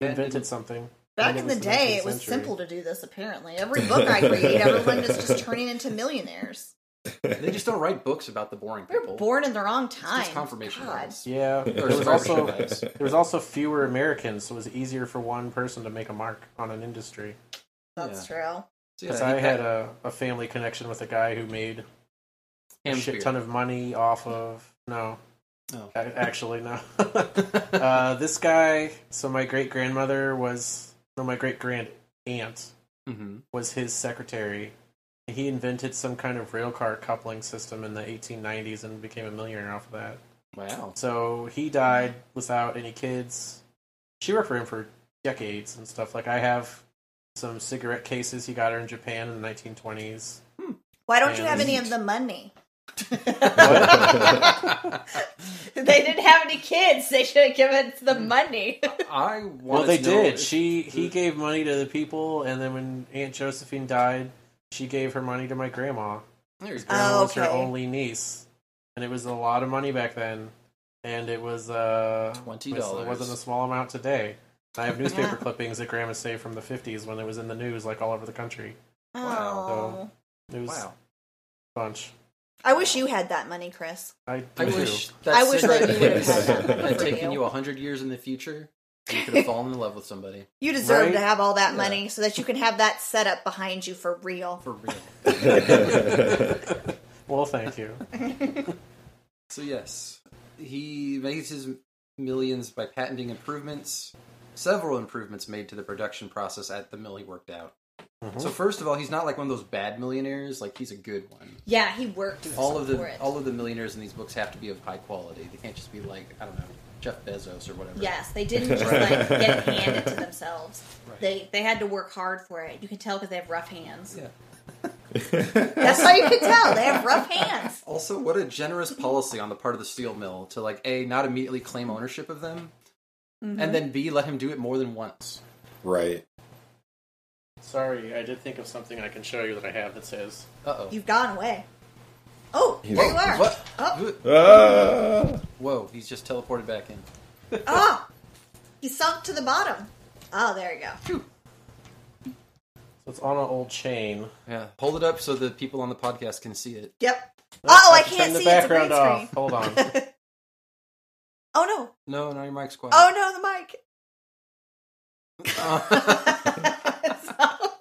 S1: invented something.
S3: Back
S1: And it
S3: in the
S1: was the
S3: day,
S1: 19th
S3: it was
S1: century.
S3: simple to do this,
S1: [laughs]
S3: apparently. Every book I read, everyone is just turning into millionaires.
S2: They just don't write books about the boring
S3: They're
S2: people.
S3: born in the wrong time.
S2: It's confirmation
S3: God.
S2: bias. [laughs]
S1: Yeah, there
S2: Or
S1: was
S2: subscription
S1: also there
S2: bias.
S1: was also fewer Americans, so it was easier for one person to make a mark on an industry.
S3: That's true.
S2: So, yeah,
S1: Because
S2: he-
S1: I had a, a family connection with a guy who made a
S2: Hamsbeer.
S1: shit ton of money off of no,
S2: Oh.
S1: A- actually no. [laughs] uh, this guy, so my great grandmother was no, my great grand aunt
S2: Mhm.
S1: was his secretary. He invented some kind of rail car coupling system in the 1890s and became a millionaire off of that.
S2: [laughs] Wow.
S1: So he died without any kids. She worked for him for decades and stuff. Like I have some cigarette cases he got her in Japan in the 1920s.
S3: Why don't you
S1: And-
S3: have any of the money? [laughs] they
S2: What?
S3: didn't have any kids. They should have given it
S2: Hmm.
S3: the money.
S2: I wanted
S1: Well, they
S2: to know-
S1: did. She he gave money to the people, and then when Aunt Josephine died, she gave her money to my grandma.
S2: There you go.
S1: Grandma was her
S3: Oh, okay.
S1: only niece, and it was a lot of money back then. And it was uh,
S2: $20.
S1: It wasn't a small amount today. I
S3: [laughs]
S1: have newspaper
S3: Yeah.
S1: clippings that Grandma saved from the 50s when it was in the news, like all over the country.
S3: Oh.
S1: It was
S2: Wow.
S1: a bunch.
S3: [laughs] I wish you had that money, Chris.
S1: I,
S2: I
S1: do.
S2: wish that
S3: I wish
S2: cigarette
S3: that you would have
S2: case
S4: had
S2: [laughs]
S4: that
S2: had
S4: for
S2: taken
S3: you.
S2: you a hundred years in the future. and You could have fallen in love with somebody
S3: You deserve
S1: Right?
S3: to have all that
S2: Yeah.
S3: money so that you can have that set up behind you for real.
S2: for real.
S1: Well,
S2: [laughs]
S1: thank you.
S2: So yes, he makes his millions by patenting improvements. Several improvements made to the production process at the mill he worked out. So first of all, he's not like one of those bad millionaires. Like he's a good one.
S3: Yeah, he worked
S2: All of
S3: for
S2: the
S3: it.
S2: all of the millionaires in these books have to be of high quality. They can't just be like I don't know Jeff Bezos or whatever.
S3: Yes, they didn't just
S1: [laughs]
S3: like get handed to themselves. They they had to work hard for it. You can tell because they have rough hands.
S2: Yeah.
S3: That's how you can tell they have rough hands.
S2: Also, what a generous policy on the part of the steel mill to like a not immediately claim ownership of them,
S3: Mm-hmm.
S2: and then b let him do it more than once.
S4: [laughs] right.
S1: Sorry, I did think of something I can show you that I have that says
S2: Uh oh.
S3: You've gone away. Oh, there you are.
S2: What?
S3: Oh,
S4: Ah!
S2: Whoa! He's just teleported back in.
S3: oh, he sunk to the bottom. Oh, there you go.
S1: so it's on an old chain.
S2: Yeah, hold it up so the people on the podcast can see it.
S3: Yep. Oh, I
S1: have to
S3: can't
S1: turn the
S3: see. It's a green
S1: background
S3: screen.
S1: off. Hold on.
S3: [laughs] Oh no!
S2: No, no, your mic's quiet.
S3: Oh no! The
S1: [laughs]
S3: mic. [laughs] It's [laughs] all- it's all-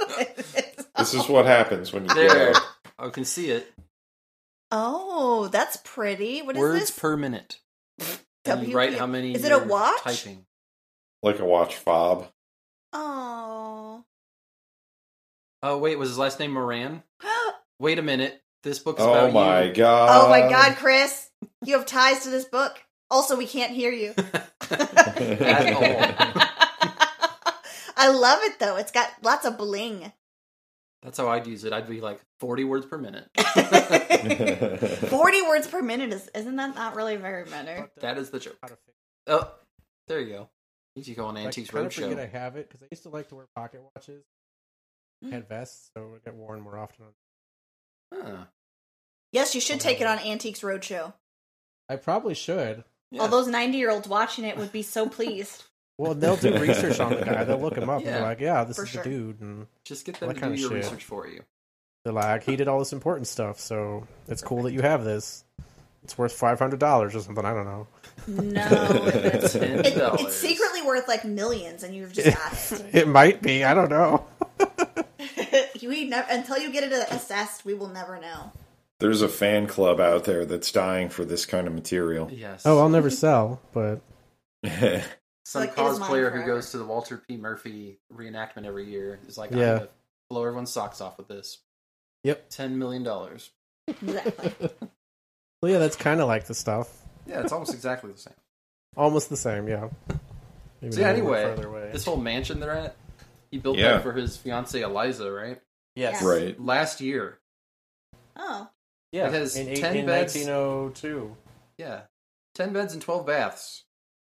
S4: This is what happens when you
S2: there,
S4: get out.
S2: I can see it.
S3: oh, that's pretty. What is
S2: Words
S3: this?
S2: per minute. And you write
S3: WP
S2: how many?
S3: Is it a
S2: you're
S3: watch?
S2: Typing.
S4: like a watch fob.
S3: Oh.
S2: Oh wait, was his last name Moran? Wait a minute. This book's
S4: Oh
S2: about
S4: my
S2: you.
S4: god!
S3: oh my god, Chris. You have ties to this book. Also, we can't hear you. Oh
S2: At all.
S3: [laughs] I love it though. It's got lots of bling.
S2: That's how I'd use it. I'd be like forty words per minute.
S3: 40 words per minute is isn't that not really very many?
S2: That is the joke.
S1: uh, How to fix-
S2: Oh, there you go. You should go on
S1: I
S2: Antiques
S1: kind of forget I
S2: Roadshow.
S1: have it because I used to like to wear pocket watches. I had vests, so it would get worn more often.
S2: Huh.
S3: Yes, you should take it on Antiques Roadshow.
S1: I probably should.
S2: Yeah.
S3: All those 90-year-olds watching it would be so pleased.
S1: Well, they'll do research on the guy. They'll look him up and
S2: Yeah,
S1: they're like, "Yeah, this
S3: for
S1: is
S3: sure.
S1: the dude." And
S2: just get them
S1: What
S2: to do
S1: kind of
S2: your
S1: shit?
S2: research for
S3: [laughs]
S2: you.
S1: they're like, "He did all this important stuff, so it's cool that you have this. It's worth five hundred dollars or something. I don't know.
S3: No. it's,
S2: Ten
S3: it-
S2: dollars.
S3: it's secretly worth like millions and
S1: [laughs]
S3: you've just got it.
S1: It might be. I don't [laughs] know.
S3: we never, until you get it assessed, we will never know.
S4: [laughs] There's a fan club out there that's dying for this kind of material.
S2: Yes.
S1: Oh, I'll never sell, but
S2: some
S3: Like, it is mine
S2: cosplayer who
S3: forever.
S2: goes to the Walter P. Murphy reenactment every year is like,
S1: Yeah.
S2: I'm gonna blow everyone's socks off with this.
S1: Yep.
S2: Ten million dollars.
S3: Exactly.
S1: well, yeah, that's kind of like the stuff.
S2: Yeah, it's almost exactly the same.
S1: Almost the same, yeah. Maybe
S2: So yeah,
S1: a little bit
S2: anyway,
S1: further away.
S2: this whole mansion they're at, he built
S4: Yeah.
S2: that for his fiancee Eliza, right?
S1: yes, [laughs]
S4: right.
S2: Last year.
S3: Oh.
S1: yeah,
S2: It has
S1: in, oh eight-
S2: 10
S1: in
S2: beds.
S1: 1902.
S2: Yeah. 10 beds and 12 baths.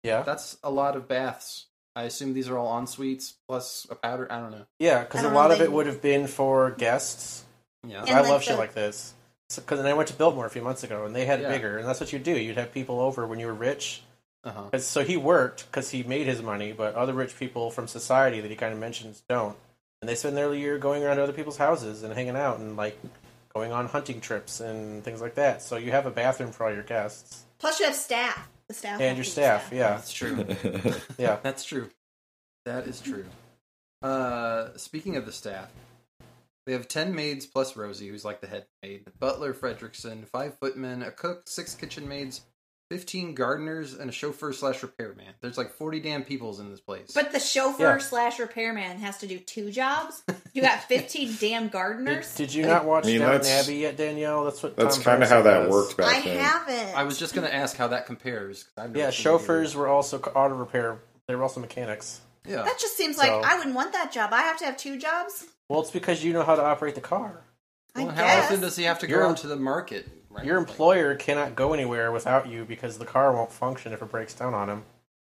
S1: Yeah,
S2: That's a lot of baths. I assume these are all en suites plus a powder. I don't know.
S1: yeah, because a
S3: I don't
S1: lot
S3: know,
S1: of
S3: they-
S1: it would have been for guests.
S2: Yeah.
S3: And
S1: I
S3: like
S1: love shit
S3: the-
S1: like this. Because then I went to Biltmore a few months ago, and they had
S2: Yeah.
S1: it bigger, and that's what you do. You'd have people over when you were rich.
S2: Uh-huh.
S1: 'Cause- so he worked because he made his money, but other rich people from society that he kind of mentions don't, and they spend their year going around to other people's houses and hanging out and like going on hunting trips and things like that. So you have a bathroom for all your guests
S3: Plus, you have staff. The staff
S1: and your
S3: has to be
S1: staff. Yeah,
S2: That's true.
S1: yeah.
S2: That's true. That is true. Uh, speaking of the staff, they have ten maids plus Rosie, who's like the head maid, butler Fredrickson, five footmen, a cook, six kitchen maids, fifteen gardeners, and a chauffeur slash repairman. There's like forty damn peoples in this place.
S3: But the
S1: Yeah.
S3: chauffeur slash repairman has to do two jobs.
S1: [laughs]
S3: You got fifteen damn [laughs]
S1: Did,
S3: gardeners.
S1: did you not watch
S4: I mean,
S1: Downton
S4: that's-
S1: Abbey yet, Danielle? That's what.
S4: That's
S1: Tom
S4: kind of
S1: Hanks
S4: how that
S1: does.
S4: worked back
S3: I
S4: then.
S3: haven't.
S2: I was just gonna ask how that compares. 'cause I've never
S1: Yeah,
S2: seen
S1: chauffeurs were also ca- auto repair. They were also mechanics.
S2: either. Yeah,
S3: That just seems like
S1: So-
S3: I wouldn't want that job. I have to have two jobs.
S1: Well, it's because you know how to operate the car.
S3: I
S2: Well, how
S3: guess.
S2: often does he have to go
S1: Your-
S2: out to the market? Right?
S1: Your
S2: Like,
S1: employer cannot go anywhere without you because the car won't function if it breaks down on him.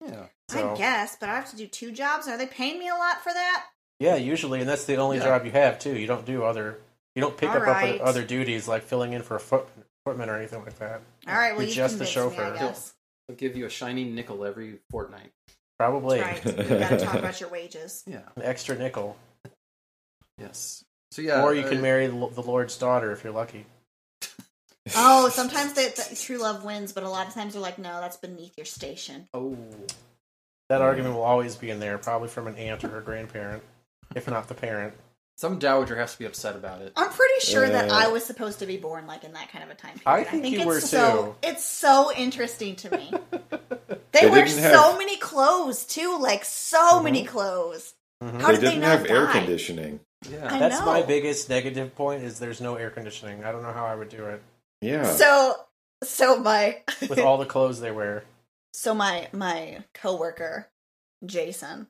S2: yeah.
S1: So,
S3: I guess, but I have to do two jobs. Are they paying me a lot for that?
S1: yeah, usually, and that's the only
S2: Yeah.
S1: job you have too. You don't do other, you don't pick up, up
S3: Alright.
S1: other duties like filling in for a foot, footman or anything like that.
S3: All right, well
S1: You're
S3: you
S1: just the
S3: convinced
S1: chauffeur.
S3: Me, I guess.
S2: They'll give you a shiny nickel every fortnight.
S1: Probably
S3: That's right. We've got to talk about
S1: [laughs]
S3: your wages.
S2: Yeah.
S1: an extra nickel,
S2: Yes. So yeah,
S1: or you can
S2: uh,
S1: marry the lo- the lord's daughter if you're lucky.
S3: Oh, sometimes the, the true love wins, but a lot of times they're like, no, that's beneath your station.
S2: Oh.
S1: That argument will always be in there, probably from an aunt or a grandparent, if not the parent.
S2: Some dowager has to be upset about it.
S3: I'm pretty sure that
S4: Uh,
S3: I was supposed to be born like in that kind of a time period.
S1: I think you
S3: it's
S1: were,
S3: so it's so interesting to
S4: [laughs]
S3: me. They,
S4: They
S3: wear so
S4: didn't have- Mm-hmm.
S3: many clothes too, like so many clothes.
S1: Mhm.
S3: How
S4: they
S3: did they
S4: didn't
S3: not
S4: have air
S3: die?
S4: conditioning.
S2: Yeah.
S3: I
S1: That's
S3: know.
S1: my biggest negative point is there's no air conditioning. I don't know how I would do
S3: [laughs]
S1: it
S4: Yeah.
S3: So so my
S1: with all the clothes they wear.
S3: so my my coworker Jason,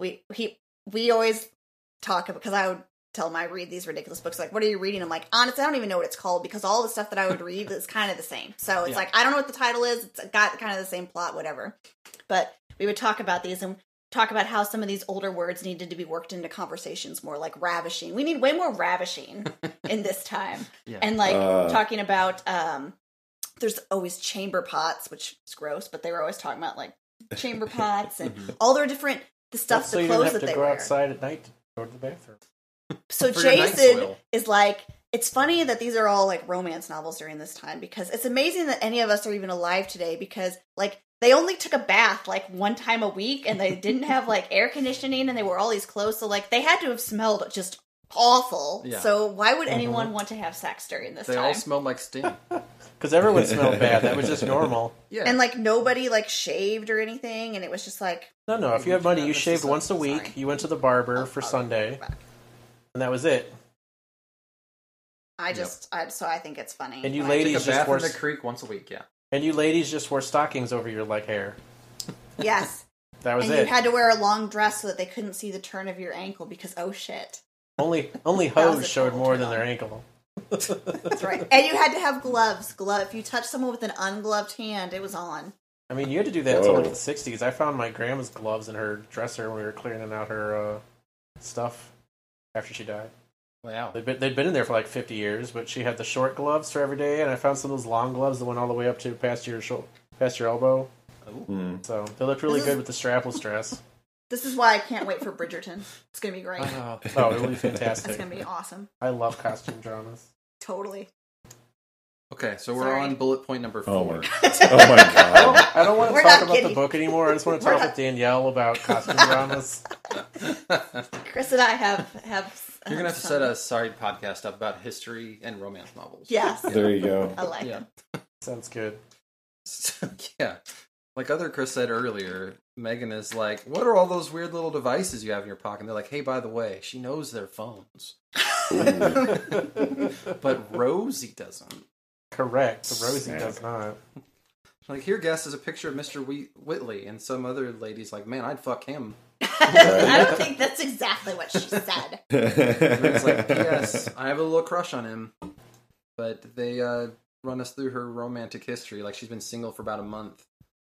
S3: we he we always talk about because I would tell him I read these ridiculous books. Like, what are you reading? I'm like, honestly, I don't even know what it's called because all the stuff that I would read is kind of the same. So it's
S2: Yeah.
S3: like I don't know what the title is. It's got kind of the same plot, whatever. But we would talk about these and talk about how some of these older words needed to be worked into conversations more, like ravishing. We need way more ravishing
S2: [laughs]
S3: in this time
S2: Yeah.
S3: and like
S4: Uh.
S3: talking about um there's always chamber pots which is gross but they were always talking about like
S1: [laughs]
S3: chamber pots and all their different the stuff
S1: Mm-hmm. so
S3: the
S1: you don't
S3: clothes
S1: have to
S3: that they
S1: go
S3: wear
S1: outside at night to go to the bathroom.
S3: so
S2: for your night
S3: jason
S2: soil.
S3: is like it's funny that these are all like romance novels during this time because it's amazing that any of us are even alive today because like they only took a bath like one time a week and they didn't have like air conditioning and they wore all these clothes so like they had to have smelled just awful
S2: Yeah.
S3: so why
S1: Mm-hmm.
S3: would anyone want to have sex during this
S2: They
S3: time
S2: all smelled like
S3: [laughs]
S2: stink.
S1: Because everyone smelled bad. That was just normal.
S2: Yeah.
S3: and like nobody like shaved or anything and it was just like oh,
S1: No, no. If you have money, you shaved once a week.
S3: Sorry.
S1: You went to the barber for Sunday, and that was it.
S3: i just I, so i think it's funny
S1: And you
S3: When I
S1: ladies
S2: Take a
S1: just
S2: bath
S1: worse.
S2: in the creek once a week. Yeah.
S1: And you ladies just wore stockings over your leg hair.
S3: just- yes
S1: That was
S3: and
S1: it.
S3: you had to wear a long dress so that they couldn't see the turn of your ankle because oh shit
S1: Only only
S3: was
S1: hoes
S3: a
S1: showed
S3: total
S1: more
S3: turn
S1: than their
S3: on.
S1: ankle.
S3: that's right [laughs] and you had to have gloves glove if you touched someone with an ungloved hand it was on
S1: I mean, you had to do that until like
S4: Whoa.
S1: the '60s. I found my grandma's gloves in her dresser when we were cleaning out her uh, stuff after she died.
S2: Wow.
S1: They'd been, they'd been in there for like 50 years, but she had the short gloves for every day, and I found some of those long gloves that went all the way up to past your shoulder, past your elbow.
S4: Hmm.
S1: So they looked really
S3: This is-
S1: good with the strapless
S3: [laughs]
S1: dress.
S3: this is why i can't wait for bridgerton it's gonna be great
S2: Oh,
S1: Oh, it would be
S3: it's
S1: fantastic.
S3: gonna
S1: [laughs]
S3: be awesome
S1: I love costume dramas.
S3: totally
S2: okay, so we're
S3: Sorry.
S2: on bullet point number
S4: Oh
S2: four.
S4: my- Oh my
S1: I
S4: god.
S1: don't, I don't want to
S3: [laughs] We're
S1: talk
S3: not
S1: about the
S3: kidding.
S1: book anymore. I just want to
S3: We're
S1: talk
S3: not-
S1: with Danielle about
S3: [laughs]
S1: costume dramas.
S3: chris and i have have uh,
S2: You're gonna have to
S3: some- [laughs]
S2: set a side podcast up about history and romance novels.
S3: yes
S4: There you go.
S3: i like
S2: Yeah.
S3: them
S1: Sounds good. [laughs]
S2: So, [laughs] yeah. Like other Chris said earlier, Megan is like, "What are all those weird little devices you have in your pocket?" And they're like, "Hey, by the way, she knows their phones, but Rosie doesn't."
S1: Correct. Rosie does
S4: Sick.
S1: not.
S2: Like here, guess is a picture of Mr. Wheat- Whitley, and some other ladies like, man, I'd fuck him.
S3: [laughs] i don't think that's exactly what
S1: [laughs]
S3: she said
S4: [laughs]
S2: And it's like, yes, I have a little crush on him, but they uh, run us through her romantic history. Like she's been single for about a month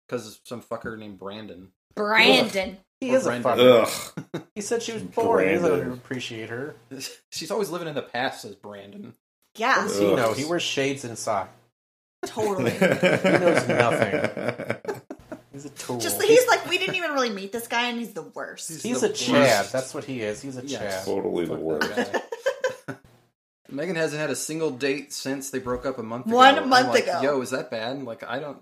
S2: because some fucker named Brandon. [laughs]
S3: Brandon.
S1: He
S2: Or
S1: is a
S2: Brenda.
S1: fucker.
S4: Ugh.
S1: He said she was boring. He doesn't
S4: Brandon.
S1: appreciate her.
S2: She's always living in the past, says Brandon.
S3: Yeah,
S1: Does he
S4: Ugh.
S1: know? He wears shades and socks. [laughs]
S3: totally.
S1: knows
S4: [laughs]
S1: nothing. He's a tool.
S3: Just he's like we didn't even really meet this guy, and he's the worst.
S1: He's
S2: the
S1: a Chad.
S2: worst.
S1: That's what he is. He's a
S2: Yes.
S1: Chad.
S4: totally the
S2: Fuck
S4: worst.
S2: that guy. [laughs] Megan hasn't had a single date since they broke up a month ago.
S3: One
S2: I'm
S3: month
S2: like,
S3: ago.
S2: Yo, is that bad? Like I don't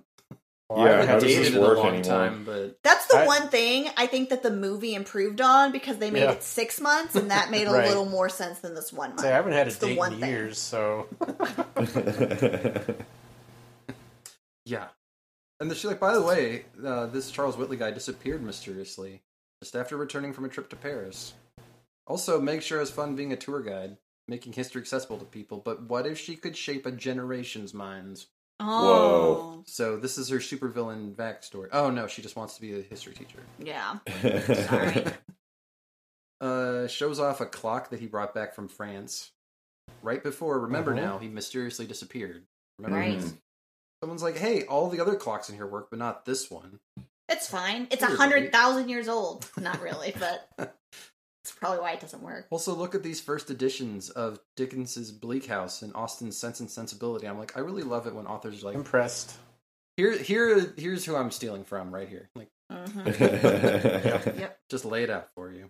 S1: Well, I
S4: Yeah,
S1: would
S4: how
S2: I
S1: have
S4: does
S1: to-
S4: this
S2: dated in a
S4: work
S2: long
S4: anymore?
S2: time, but
S3: That's the
S1: I-
S3: one thing I think that the movie improved on because they made
S1: Yeah.
S3: it six months, and
S1: [laughs]
S3: that made a
S1: Right.
S3: little more sense than this one month.
S1: say I haven't had a
S3: It's the
S1: date
S3: one
S1: in
S3: thing.
S1: years, so
S2: yeah. And then she like, by the way, uh, this Charles Whitley guy disappeared mysteriously just after returning from a trip to Paris. Also, make sure it's fun being a tour guide, making history accessible to people. But what if she could shape a generation's minds?
S3: Oh,
S2: So this is her supervillain backstory. Oh no, she just wants to be a history teacher.
S3: yeah.
S4: [laughs]
S3: Sorry.
S4: Sorry.
S2: uh, shows off a clock that he brought back from France right before. Remember
S1: Uh-huh.
S2: now, he mysteriously disappeared. Remember,
S3: Right.
S4: Mhm.
S2: someone's like, "Hey, all the other clocks in here work, but not this one."
S3: It's fine. It's
S2: You're
S3: a hundred thousand years old. Not really,
S1: [laughs]
S3: but it's probably why it doesn't work.
S2: Also, look at these first editions of Dickens's Bleak House and Austen's Sense and Sensibility. I'm like, I really love it when authors are like,
S1: impressed.
S2: "Here, here, here's who I'm stealing from, right here." Like,
S3: hmm
S4: yeah.
S2: just lay it out for you.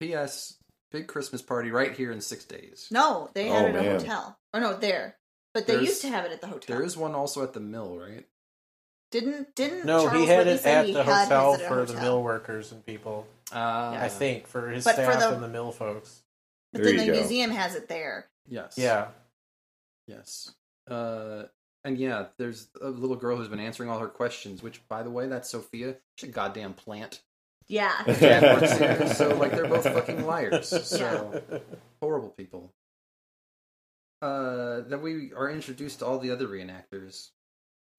S2: P.S. Big Christmas party right here in six days.
S3: No, they had
S4: Oh,
S3: it at a
S4: man.
S3: hotel. Oh no, there. But they
S2: There's-
S3: used to have it at the hotel.
S2: There is one also at the mill, right?
S3: Didn't didn't
S1: No,
S3: Charles
S1: he had
S3: Whitney
S1: it
S3: say
S1: at
S3: he
S1: the
S3: had
S1: hotel
S3: his at a
S1: for the
S3: hotel?
S1: mill workers and people.
S2: Uh,
S1: I think for his
S3: But for
S1: staff
S3: the-
S1: and the mill folks.
S3: But
S4: There
S3: then the
S4: you go.
S3: museum has it there.
S2: Yes.
S1: Yeah,
S2: Yes. Uh, and yeah, there's a little girl who's been answering all her questions, which, by the way, that's Sophia. She's a goddamn plant.
S3: Yeah.
S2: Jack works here, so, like, they're both fucking liars. So, horrible people. Uh, then we are introduced to all the other reenactors.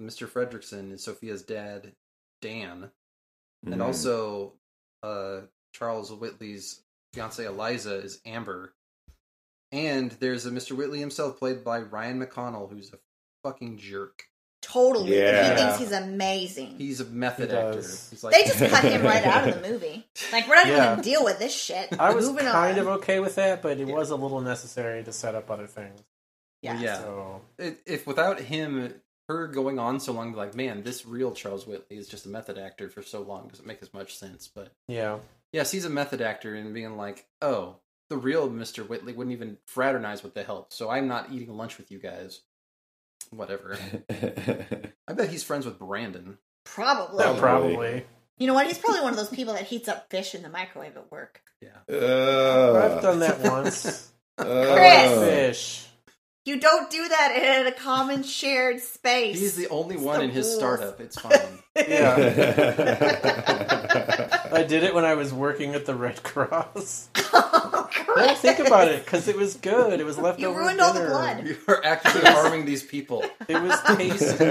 S2: Mr. Fredrickson is Sophia's dad, Dan,
S4: Mm-hmm. Mm.
S2: and also uh, Charles Whitley's fiance Eliza is Amber. And there's a Mr. Whitley himself, played by Ryan McConnell, who's a fucking jerk.
S3: Totally.
S4: Yeah.
S3: He thinks he's amazing.
S2: He's a method
S1: He
S2: actor.
S1: does.
S2: He's like,
S3: they just
S2: [laughs]
S3: cut him right out of the movie. Like we're not even
S1: Yeah.
S3: gonna deal with this shit.
S1: I was
S3: Moving
S1: kind of
S3: on.
S1: okay with that, but it
S2: Yeah.
S1: was a little necessary to set up other things.
S3: yeah.
S2: yeah.
S1: So
S2: If- if without him, her going on so long, like, man, this real Charles Whitley is just a method actor for so long doesn't make as much sense. But
S1: yeah,
S2: yes, he's a method actor, and being like, oh, the real Mister Whitley wouldn't even fraternize with the help, so I'm not eating lunch with you guys. Whatever. I bet he's friends with Brandon.
S3: Probably.
S1: no,
S4: Probably.
S1: probably.
S3: You know what? He's probably one of those people that heats up fish in the microwave at work.
S1: I've done
S2: [laughs]
S1: that once.
S4: [laughs] uh,
S1: Fish.
S3: You don't do that in a common shared space.
S2: He's the only
S3: It's
S2: one
S3: the
S2: in his
S3: rules.
S2: startup. It's [laughs] fine.
S1: Yeah, I did it when I was working at the Red Cross.
S3: [laughs] oh,
S1: I
S3: God.
S1: don't think about it because it was good. It was left
S3: You
S1: over
S3: ruined all the
S1: dinner.
S3: blood.
S2: you are actually harming these people. [laughs]
S1: It was tasty.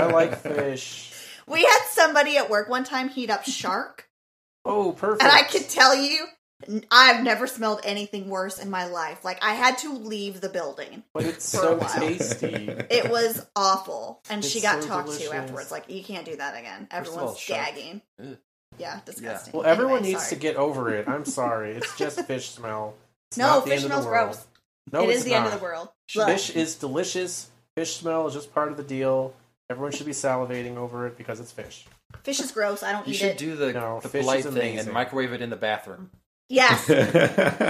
S1: I like fish.
S3: We had somebody at work one time heat
S1: [laughs]
S3: up shark,
S1: Oh, perfect.
S3: and I can tell you, n- I've never smelled anything worse in my life. Like, I had to leave the building.
S1: But it's
S3: for a
S1: so
S3: while.
S1: tasty.
S3: It was awful. And she
S1: It's
S3: got
S1: so
S3: talked
S1: delicious.
S3: to afterwards. Like, you can't do that again.
S2: First of all,
S3: Everyone's
S2: shark.
S3: gagging.
S2: Ugh.
S3: Yeah, disgusting.
S1: Well, everyone
S3: Anyway,
S1: needs
S3: sorry.
S1: to get over it.
S3: [laughs]
S1: I'm sorry. It's just fish smell. It's
S3: No,
S1: not the
S3: fish
S1: end of the
S3: smells
S1: world.
S3: gross.
S1: No,
S3: it
S1: it's
S3: is the
S1: not.
S3: end of the world. Look.
S1: Fish is delicious. Fish smell is just part of the deal. Everyone should be salivating over it because it's fish.
S3: Fish is gross. I don't
S2: You
S3: eat
S2: should
S1: [laughs]
S3: it.
S2: do the,
S1: No,
S2: the
S1: fish is
S2: polite thing and
S1: amazing.
S2: microwave it in the bathroom.
S3: yes.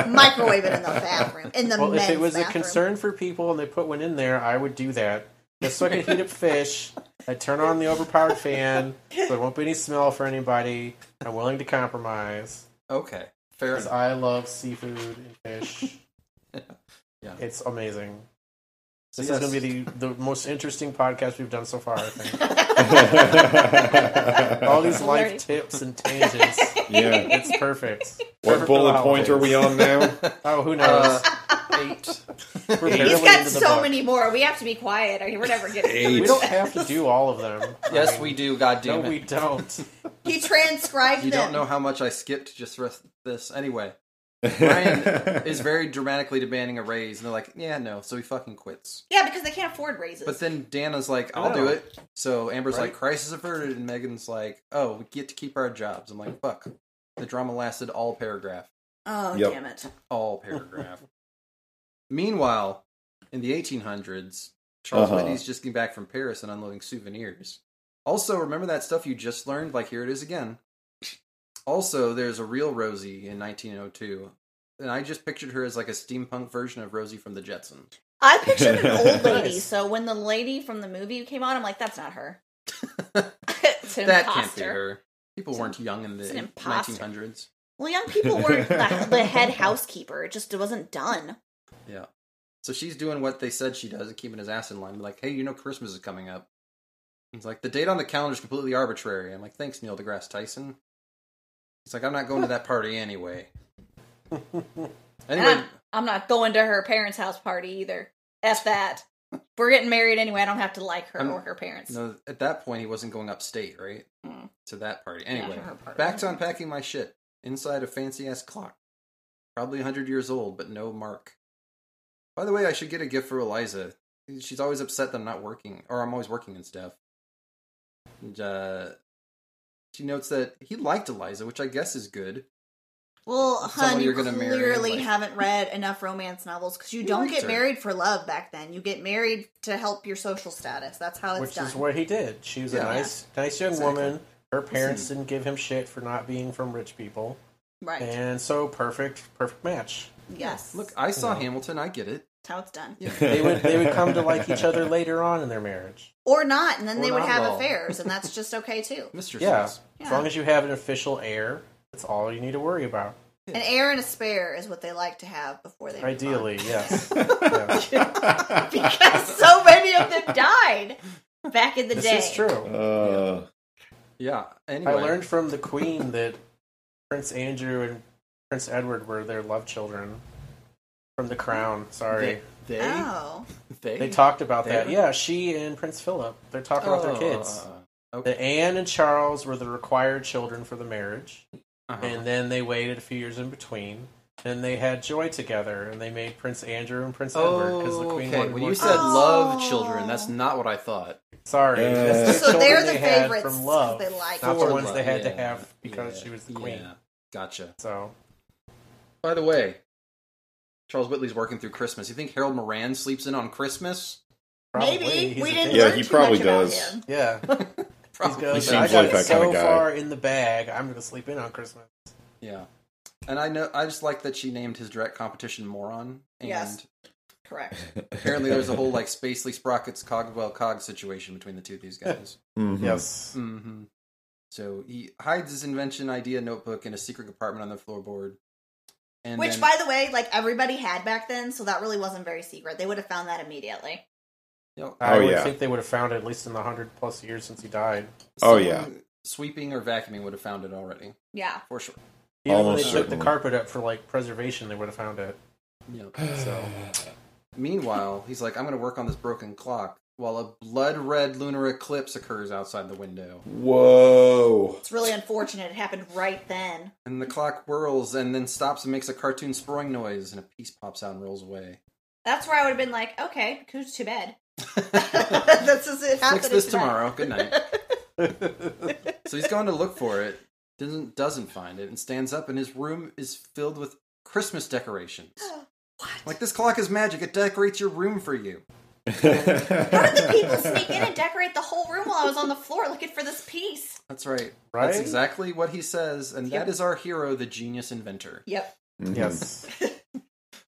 S3: Microwave it in the bathroom. In the
S1: Well,
S3: men's
S1: if it was
S3: bathroom.
S1: a concern for people and they put one in there, I would do that. Just so I could heat up fish. I turn on the overpowered fan, so there won't be any smell for anybody. I'm willing to compromise
S2: Okay, fair
S1: because
S2: enough.
S1: I love seafood and fish.
S2: [laughs] Yeah.
S1: It's amazing. This
S2: Yes.
S1: is going to be the, the most interesting podcast we've done so far, I
S2: [laughs]
S3: [laughs]
S1: think. All these life
S3: Alright.
S1: tips and tangents.
S4: yeah.
S1: It's perfect.
S4: What bullet point are we on now?
S1: Oh, who knows?
S2: Uh, eight.
S1: We're
S3: He's
S1: barely
S3: got
S1: into the
S3: so
S1: book.
S3: many more. We have to be quiet, or we're never getting.
S4: Eight.
S1: We don't have to do all of them.
S2: [laughs]
S1: I
S2: Yes,
S1: mean,
S2: we do. God
S1: No,
S2: damn it!
S1: we don't.
S3: He transcribed
S2: You
S3: them.
S2: don't know how much I skipped just for this. Anyway, Ryan is
S4: [laughs]
S2: very dramatically demanding a raise, and they're like, "Yeah, no." So he fucking quits.
S3: Yeah, because they can't afford raises.
S2: But then Dana's like, "I'll
S1: Oh.
S2: do it." So Amber's like, "Crisis averted," and Megan's like, "Oh, we get to keep our jobs." I'm like, "Fuck." The drama lasted all paragraph.
S3: oh
S4: Yep.
S3: damn it!
S2: all paragraph. Meanwhile, in the 1800s, Charles
S4: Uh-huh.
S2: Whitney's just getting back from Paris and unloading souvenirs. Also, remember that stuff you just learned? Like, here it is again. Also, there's a real Rosie in 1902, and I just pictured her as like a steampunk version of Rosie from the Jetsons.
S3: I pictured an
S1: [laughs]
S3: old lady.
S4: Nice.
S3: So when the lady from the movie came on, I'm like, that's
S1: [laughs]
S3: not her. [laughs] it's an
S2: that can't be
S3: imposter.
S2: her. People weren't young in the
S3: It's an imposter.
S2: 1900s.
S3: Well, young people
S2: [laughs]
S3: weren't the, the head housekeeper. It just wasn't done.
S2: Yeah. So she's doing what they said she does and keeping his ass in line. Like, hey, you know Christmas is coming up. It's like the date on the calendar is completely arbitrary. I'm like, thanks, Neil deGrasse Tyson. It's like I'm not going to that party anyway.
S3: And
S2: Anyway,
S3: I'm, I'm not going to her parents' house party either. F that. We're getting married anyway. I don't have to like her
S2: I'm-
S3: or her parents.
S2: no, at that point he wasn't going upstate, right?
S3: Mm.
S2: To that party. Anyway,
S3: to her party.
S2: back to unpacking my shit inside a fancy ass clock, probably 100 years old, but no mark. By the way, I should get a gift for Eliza. She's always upset that I'm not working, or I'm always working and stuff. And, uh, she notes that he liked Eliza, which I guess is good.
S3: Well,
S2: someone
S3: hun, you
S2: you're gonna marry,
S3: clearly
S2: like-
S3: haven't read enough romance novels because you
S2: He
S3: don't
S2: liked
S3: get
S2: her.
S3: married for love back then. You get married to help your social status. That's how it's
S1: Which
S3: done.
S1: is what he did. She was
S2: Yeah.
S1: a nice, nice young
S2: Exactly.
S1: woman. Her parents didn't give him shit for not being from rich people,
S3: right.
S1: and so perfect, perfect match.
S3: yes.
S2: Look, I saw
S1: Yeah.
S2: Hamilton, I get it.
S3: that's how it's done.
S1: They would, they would come to like each
S4: [laughs]
S1: other later on in their marriage.
S3: Or not, and then
S2: Or
S3: they would
S2: not
S3: have
S2: at all.
S3: affairs, and that's just okay
S2: [laughs]
S3: too.
S2: Mr.
S1: Yeah,
S2: Smith.
S1: as long
S3: Yeah.
S1: as you have an official heir, that's all you need to worry about.
S3: An heir and a spare is what they like to have before they move on.
S1: Ideally,
S3: [laughs]
S1: yes.
S2: [laughs]
S3: because so many of them died back in the
S1: this
S3: day.
S1: is true.
S4: Uh,
S2: Yeah, anyway.
S1: I learned from the Queen that Prince Andrew and Prince Edward were their love children from the Crown. Sorry,
S2: they, they,
S3: Oh,
S2: they,
S1: they talked about
S2: They
S1: that.
S2: were- Oh.
S1: Yeah, she and Prince Philip. They're talking about their kids.
S2: Okay.
S1: The Anne and Charles were the required children for the marriage,
S2: Uh-huh.
S1: and then they waited a few years in between. Then they had joy together, and they made Prince Andrew and Prince Edward because the
S2: Oh,
S1: Queen
S2: okay.
S1: wanted
S2: When
S1: more Oh.
S2: you said
S1: kids.
S2: love children, that's not what I thought.
S1: Sorry.
S4: Uh,
S1: That's
S4: So
S1: children
S3: they're the
S1: they had
S3: favorites
S1: from love,
S3: 'cause they like
S1: not
S2: For
S1: the ones
S2: love.
S1: they had to
S2: Yeah,
S1: have because
S2: yeah,
S1: she was the queen.
S2: yeah. Gotcha.
S1: So
S2: By the way, Charles Whitley's working through Christmas. You think Harold Moran sleeps in on Christmas?
S1: probably
S3: maybe
S1: he's
S3: we
S1: a
S3: didn't.
S1: dick.
S4: Yeah,
S3: learn
S4: he
S3: too
S4: probably
S3: much about
S4: does.
S3: him.
S1: [laughs] Yeah, he's going.
S4: He
S1: "I
S4: seems
S1: got
S4: like that
S1: so
S4: kinda guy."
S1: far in the bag. I'm going to sleep in on Christmas.
S2: Yeah. And I know I just like that she named his direct competition moron. And
S3: Yes. Correct.
S2: apparently there's
S4: [laughs]
S2: a whole like Spacely Sprockets Cogwell Cog situation between the two of these guys.
S4: mhm.
S1: Yes.
S2: hmm So he hides his invention idea notebook in a secret compartment on the floorboard. And
S3: Which,
S2: then-
S3: by the way, like everybody had back then, so that really wasn't very secret. They would have found that immediately.
S2: you know,
S1: I
S4: Oh,
S1: would
S4: yeah.
S1: think they would have found it at least in the hundred plus years since he died.
S4: Oh,
S2: someone
S4: yeah.
S2: sweeping or vacuuming would have found it already
S3: Yeah.
S2: for sure.
S1: Even when they
S4: Almost
S1: took the
S4: certainly.
S1: carpet up for like preservation, they would have found it.
S2: Yep. So, meanwhile, he's like, "I'm going to work on this broken clock." While a blood red lunar eclipse occurs outside the window,
S4: Whoa.
S3: It's really unfortunate. It happened right then.
S2: and the clock whirls and then stops and makes a cartoon sprawling noise, and a piece pops out and rolls away.
S3: That's where I would have been like, okay, who's
S2: [laughs]
S3: to [laughs] bed? That's just it happened.
S2: Fix this tomorrow. Good night.
S3: [laughs]
S2: so he's going to look for it. Doesn't doesn't find it and stands up, and his room is filled with Christmas decorations.
S3: [gasps]
S2: Like this clock is magic; it decorates your room for you.
S3: How did
S2: [laughs]
S3: the people sneak in and decorate the whole room while I was on the floor looking for this piece?
S2: That's right.
S1: Right?
S2: That's exactly what he says, and
S3: Yep.
S2: that is our hero, the genius inventor,
S3: Yep.
S1: [laughs]
S4: Mhm.
S1: Yes.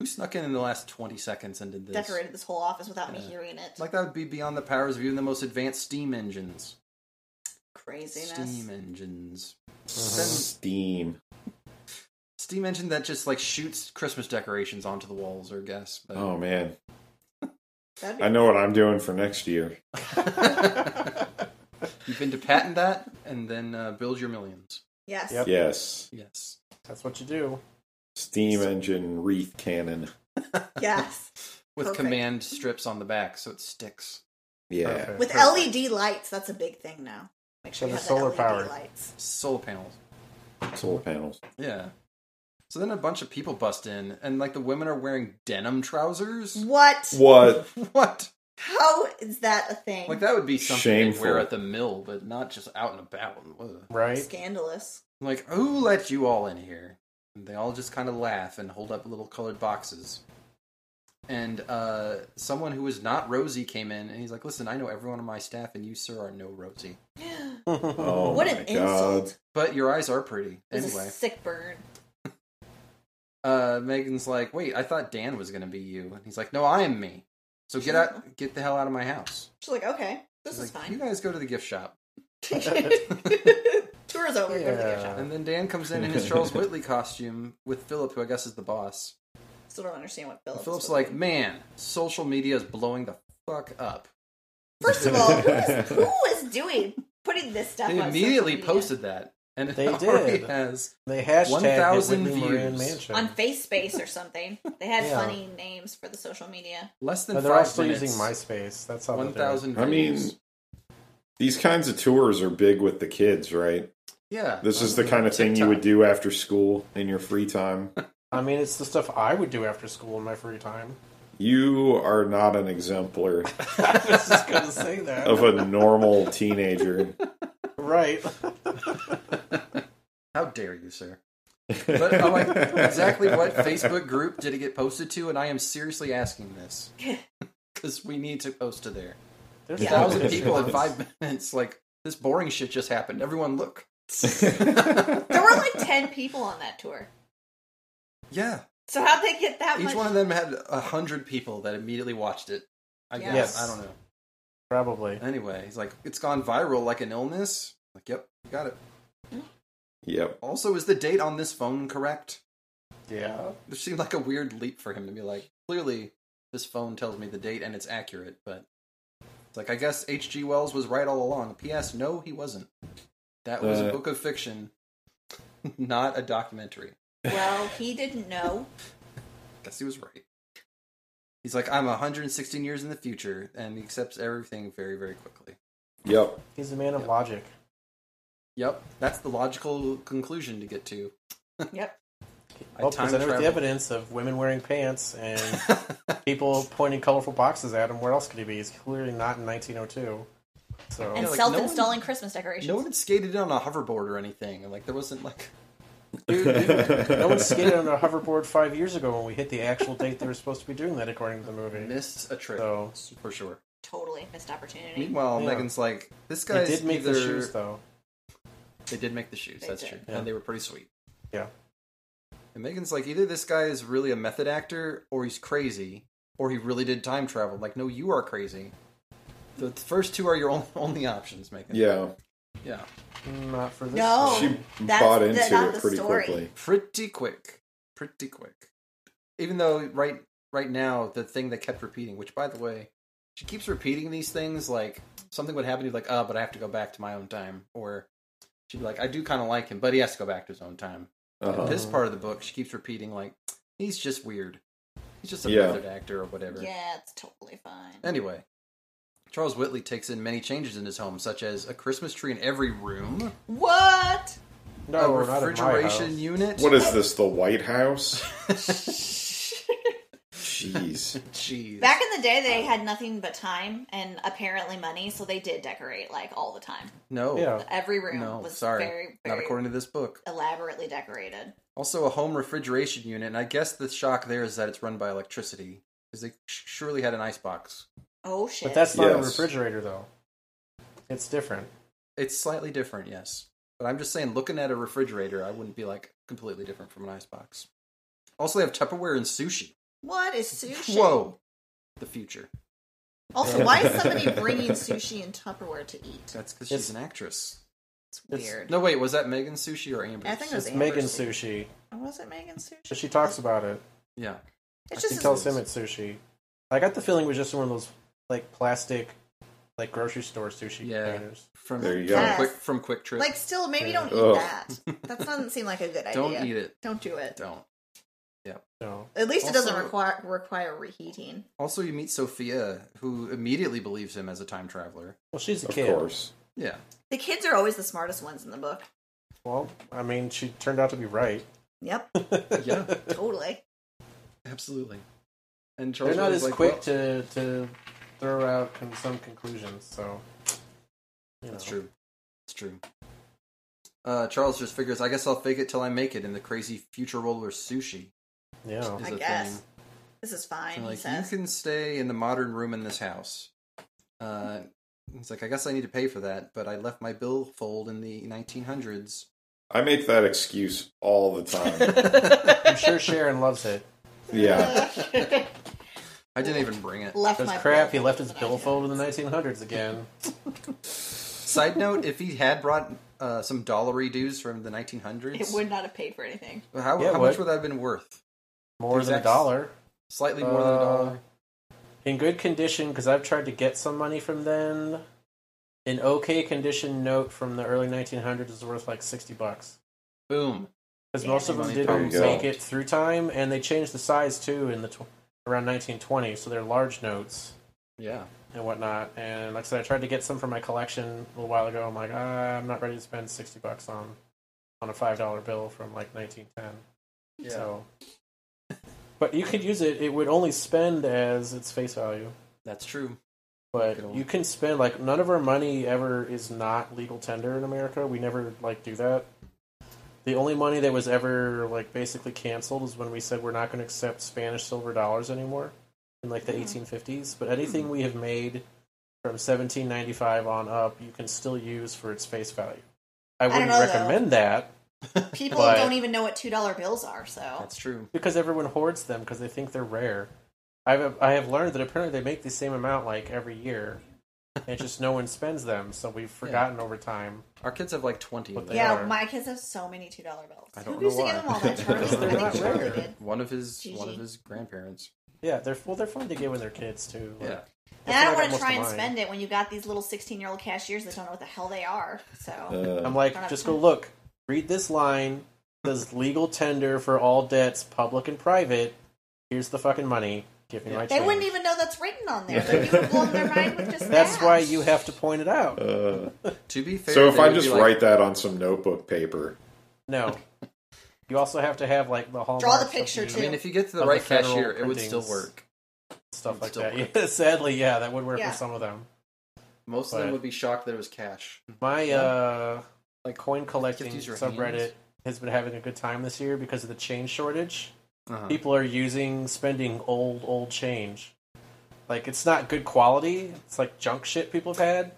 S2: who snuck in in the last twenty seconds and did this.
S3: Decorated this whole office without me
S2: Yeah.
S3: hearing it.
S2: Like that would be beyond the powers of even the most advanced steam engines.
S3: Craziness.
S2: Steam engines. Then
S4: Steam.
S2: steam engine that just like shoots Christmas decorations onto the walls or guess. But...
S4: Oh man,
S3: That'd be
S4: I know what I'm doing for next year.
S2: You've been to patent that and then uh, build your millions.
S3: Yes.
S1: Yep.
S4: Yes,
S2: Yes.
S1: That's what you do.
S4: steam engine wreath cannon.
S3: Yes.
S2: [laughs] With
S3: Perfect.
S2: command strips on the back so it sticks.
S4: Yeah.
S1: Perfect.
S3: With LED lights, that's a big thing now. Make sure
S1: So
S3: you
S1: the
S3: have E the
S1: solar
S3: LED
S1: powered.
S3: lights.
S2: Solar panels.
S4: Solar panels.
S2: Yeah. So then a bunch of people bust in, and like the women are wearing denim
S3: Mm.
S2: trousers.
S3: What?
S4: What?
S2: What?
S3: How is that a thing?
S2: Like that would be something they
S4: Shameful.
S2: wear at the mill, but not just out and about. Ugh.
S1: right?
S3: Scandalous.
S2: Like, who let you all in here? And they all just kind of laugh and hold up little colored boxes. And uh, someone who was not Rosie came in, and he's like, "Listen, I know everyone on my staff, and you, sir, are no Rosie,
S3: [gasps]
S4: Oh
S3: what
S4: my
S3: an
S4: God.
S3: insult.
S2: but your eyes are pretty."
S3: It was
S2: Anyway,
S3: a sick burn.
S2: uh, Megan's like, "Wait, I thought Dan was gonna be you," and he's like, "No, I am me. So get out, get the hell out of my house."
S3: She's like, okay, this
S2: He's
S3: is
S2: like, You guys go to the gift shop.
S3: [laughs] fine. [laughs] Tour's over. Go to the gift
S1: Yeah.
S3: shop.
S2: And then Dan comes in in
S1: [laughs]
S2: his Charles Whitley costume with Philip, who I guess is the boss.
S3: Still don't understand what
S2: And
S3: Phillips.
S2: Philip's
S3: was
S2: like, man, social media is blowing the fuck up.
S3: First of all, who is, who is doing putting this stuff?
S2: They
S3: on
S2: immediately
S3: social media?
S2: posted that. And it [laughs]
S1: They
S2: already
S1: did.
S2: has.
S1: They hashtag
S2: 1,000
S1: 1,000 Moran
S2: views.
S1: Mansion.
S3: on FaceSpace or something. They had
S1: Yeah.
S3: funny names for the social media.
S2: Less than
S1: But
S2: five
S1: they're also
S2: minutes.
S1: using MySpace. That's how
S2: One
S1: they're doing it.
S2: thousand.
S4: I mean,
S2: views.
S4: These kinds of tours are big with the kids, right?
S2: yeah.
S4: This is
S2: on
S4: the kind of thing you
S2: Uh-huh. TikTok.
S4: would do after school in your free time.
S1: I mean, it's the stuff I would do after school in my
S2: [laughs]
S1: free time. [laughs]
S4: You are not an exemplar
S1: I was just gonna say that.
S4: of
S2: [laughs]
S4: a normal teenager.
S1: Right.
S2: How dare you, sir? But I'm
S4: [laughs]
S2: like, exactly what Facebook [laughs] group did it get posted to? And I am seriously asking this because we need to post to there.
S1: There's
S3: Yeah.
S2: thousand
S1: pictures
S2: people
S1: of
S2: in
S1: this.
S2: five minutes. Like this boring shit just happened. Everyone, look.
S3: There were like ten people on that tour.
S2: Yeah,
S3: So how'd they get that
S2: each
S3: much?
S2: one of them had a hundred people that immediately watched it. I
S3: Yeah.
S2: guess
S1: Yes.
S2: I don't know.
S1: Probably.
S2: Anyway, he's like, it's gone viral like an illness. Like, yep, got it.
S4: Yep.
S2: Also, is the date on this phone correct?
S1: Yeah.
S2: There seemed like a weird leap for him to be like, clearly this phone tells me the date and it's accurate, but it's like I guess H.G. Wells was right all along. P.S. No, he wasn't. That was a
S4: Uh,
S2: book of fiction, [laughs] not a documentary.
S3: Well, he
S2: [laughs]
S3: didn't know.
S2: guess he was right. He's like, I'm 116 years in the future, and he accepts everything very, very quickly.
S4: Yep.
S1: He's a man of logic.
S2: Yep, that's the logical conclusion to get to.
S3: Yep.
S2: I
S1: Well,
S2: time
S1: presented with the
S2: traveled.
S1: evidence of women wearing
S2: [laughs]
S1: pants and people pointing colorful boxes at him. Where else could he be? He's clearly not in 1902. So
S3: And
S2: like, no one-
S3: self-installing Christmas decorations.
S2: No one had skated in on a hoverboard or anything. and, Like there wasn't
S1: [laughs]
S2: like [laughs]
S1: no one skated on a hoverboard five years ago when we hit the actual date they were supposed to be doing that, according to the movie.
S2: missed a trick
S1: So
S2: for sure.
S3: Totally missed opportunity.
S2: Meanwhile,
S1: Yeah.
S2: Megan's like, this
S1: they
S2: guy's
S1: did make
S2: either...
S1: the shoes, though.
S2: They did make the shoes.
S3: They
S2: that's
S3: did.
S2: true,
S1: Yeah.
S2: and they were pretty sweet.
S1: Yeah.
S2: And Megan's like, either this guy is really a method actor, or he's crazy, or he really did time travel. Like, no, you are crazy. The first two are your [laughs] only, only options, Megan.
S4: Yeah.
S2: Yeah.
S1: Not for this.
S3: No.
S1: one.
S4: She
S3: Oh, that's
S4: bought
S3: the-
S4: into
S3: not
S4: it
S3: the
S4: pretty
S3: story.
S4: quickly.
S2: Pretty quick. Pretty quick. Even though right right now the thing that kept repeating, which by the way, she keeps repeating these things like something would happen, you'd be like, oh, but I have to go back to my own time. Or she'd be like, I do kinda like him, but he has to go back to his own time.
S4: Uh-huh.
S2: In this
S1: Oh.
S2: part of the book, she keeps repeating like, he's just weird. He's just a
S4: Yeah.
S2: method actor or whatever.
S3: Yeah, it's totally fine.
S2: Anyway, Charles Whitley takes in many changes in his home, such as a Christmas tree in every room,
S3: what?
S1: No,
S2: a
S1: not at my
S2: refrigeration
S1: house.
S2: unit.
S4: What is this? The White House? Jeez.
S2: Jeez.
S3: Back in the day, they had nothing but time and apparently money, so they did decorate like all the time.
S2: no.
S1: Yeah.
S3: Every room
S2: No,
S3: was
S2: sorry.
S3: very,
S2: Not
S3: very
S2: according to this book.
S3: elaborately decorated.
S2: Also, a home refrigeration unit, and I guess the shock there is that it's run by electricity. Because they sh- surely had an icebox.
S3: Oh shit!
S1: But that's not a
S4: Yes.
S1: refrigerator, though. It's different.
S2: It's slightly different, yes. But I'm just saying, looking at a refrigerator, I wouldn't be like completely different from an icebox. Also, they have Tupperware and sushi.
S3: what is sushi?
S2: [laughs] Whoa! The future.
S3: Also, why
S2: [laughs]
S3: is somebody bringing sushi and Tupperware to eat?
S2: That's because
S1: It's-
S2: she's an actress.
S3: It's weird.
S2: No, wait, was that Megan sushi or Amber?
S3: I think it was
S1: It's
S3: Amber's
S1: Megan
S3: sushi.
S1: sushi.
S3: Was it Megan sushi?
S1: So she talks about it.
S2: Yeah.
S3: It's
S2: I
S1: She
S3: just
S2: think is-
S1: tells him it's sushi. I got the feeling it was just one of those like plastic, like grocery store sushi
S2: Yeah.
S1: containers.
S2: From,
S4: There you
S2: from
S3: go.
S2: Quick, from Quick Trip.
S3: like still maybe don't eat
S4: Ugh.
S3: that. That doesn't seem like a good idea.
S2: [laughs] Don't eat it.
S3: Don't do it.
S2: Don't.
S1: No,
S3: At least it doesn't
S2: Also-
S3: require require reheating.
S2: Also, you meet Sophia, who immediately believes him as a time traveler.
S1: well, she's a
S4: Of
S1: kid.
S4: course.
S2: Yeah.
S3: The kids are always the smartest ones in the book.
S1: Well, I mean, she turned out to be right.
S3: Yep,
S2: yeah,
S3: totally.
S2: absolutely. And Charles
S1: They're not
S2: Woods
S1: as
S2: like,
S1: quick
S2: well,
S1: to, to throw out con- some conclusions, so. You
S2: That's
S1: know.
S2: true. It's true. Uh, Charles just figures, I guess I'll fake it till I make it in the crazy future roller sushi.
S1: Yeah.
S2: [laughs] Is
S3: I
S2: a
S3: guess.
S2: thing.
S3: This is fine,
S2: And,
S3: he
S2: like, you
S3: says.
S2: can stay in the modern room in this house. Uh, it's like, I guess I need to pay for that, but I left my billfold in the 1900s.
S4: I make that excuse all the
S2: [laughs]
S4: time.
S1: I'm sure Sharon loves it.
S4: yeah.
S2: I didn't even bring it.
S3: Left
S1: That's
S3: my
S1: crap. He
S3: bill.
S1: left his billfold in the 1900s again.
S2: Side note, if he had brought uh, some dollary dues from the 1900s,
S3: It would not have paid for anything.
S2: how,
S1: Yeah, it
S2: how much
S1: would.
S2: would that have been worth?
S1: More than a
S2: Exact-
S1: dollar.
S2: Slightly more than a
S1: Uh,
S2: dollar.
S1: In good condition, because I've tried to get some money from them. An okay condition note from the early 1900s is worth like 60 bucks.
S2: Boom.
S1: Because most of them
S2: Money probably
S1: didn't
S4: go.
S1: make it through time, and they changed the size too in the tw- around 1920, so they're large notes
S2: Yeah.
S1: and whatnot. And like I said, I tried to get some for my collection a little while ago. I'm like, ah, I'm not ready to spend 60 bucks on on a five dollar bill from like 1910.
S2: Yeah.
S1: So, [laughs] but you could use it. It would only spend as its face value.
S2: That's true. Good
S1: But
S2: old-
S1: you can spend like none of our money ever is not legal tender in America. We never like do that. The only money that was ever like basically canceled is when we said we're not going to accept Spanish silver dollars anymore in like
S3: Hmm.
S1: the 1850s. But anything we have made from 1795 on up, you can still use for its face value. I
S3: don't
S1: wouldn't
S3: know, though.
S1: recommend that
S3: People
S1: But-
S3: don't even know what two dollar bills are, so
S2: That's true.
S1: because everyone hoards them because they think they're rare. I've I have learned that apparently they make the same amount like every year, and just no one spends them, so we've forgotten over time.
S2: Our kids have like 20 of
S1: But
S2: them.
S1: they
S3: yeah,
S1: are.
S3: my kids have so many two dollar bills.
S2: I don't
S3: Who
S2: know
S3: used to
S2: why.
S3: give them all that, Charlie?
S1: They're
S3: I
S1: not
S3: think Charlie
S1: rare.
S3: did.
S2: One of his
S3: Gigi.
S2: one of his grandparents.
S1: Yeah, they're well, they're fun to give when they're kids too. Like,
S2: Yeah.
S1: when
S3: And I don't
S1: got
S3: want to
S1: most
S3: try
S1: of
S3: and
S1: mine.
S3: spend it when you got these little sixteen year old cashiers that don't know what the hell they are. So
S1: I'm
S4: Uh,
S1: like,
S3: Don't have
S1: just
S3: time.
S1: go look, read this line. Says legal tender for all debts, public and private. Here's the fucking money. Give me my
S3: they
S1: change.
S3: wouldn't even know that's written on there. They would have blown their mind with
S1: [laughs]
S3: just
S1: That's
S3: that.
S1: why you have to point it out.
S4: uh,
S2: To be fair,
S4: so if
S2: they
S4: I
S2: would
S4: just
S2: be like-
S4: write that on some notebook paper,
S1: No, you also have to have like the hallmarks. of
S3: picture,
S1: the-
S2: I mean,
S3: too.
S2: if you get to the
S1: Of
S2: right
S1: the federal
S2: cashier, it would still
S1: printings.
S2: work.
S1: stuff
S2: Would
S1: like
S2: still
S1: that.
S2: work.
S1: Yeah, [laughs] sadly, yeah, that would work
S3: Yeah.
S1: for some of them.
S2: Most of them
S1: But-
S2: would be shocked that it was cash.
S1: My
S2: Mm. Yeah.
S1: uh,
S2: Like,
S1: like coin collecting
S2: use your
S1: subreddit
S2: hands.
S1: has been having a good time this year because of the chain shortage.
S2: Uh-huh.
S1: People are using spending old old change. Like it's not good quality. It's like junk shit people have had.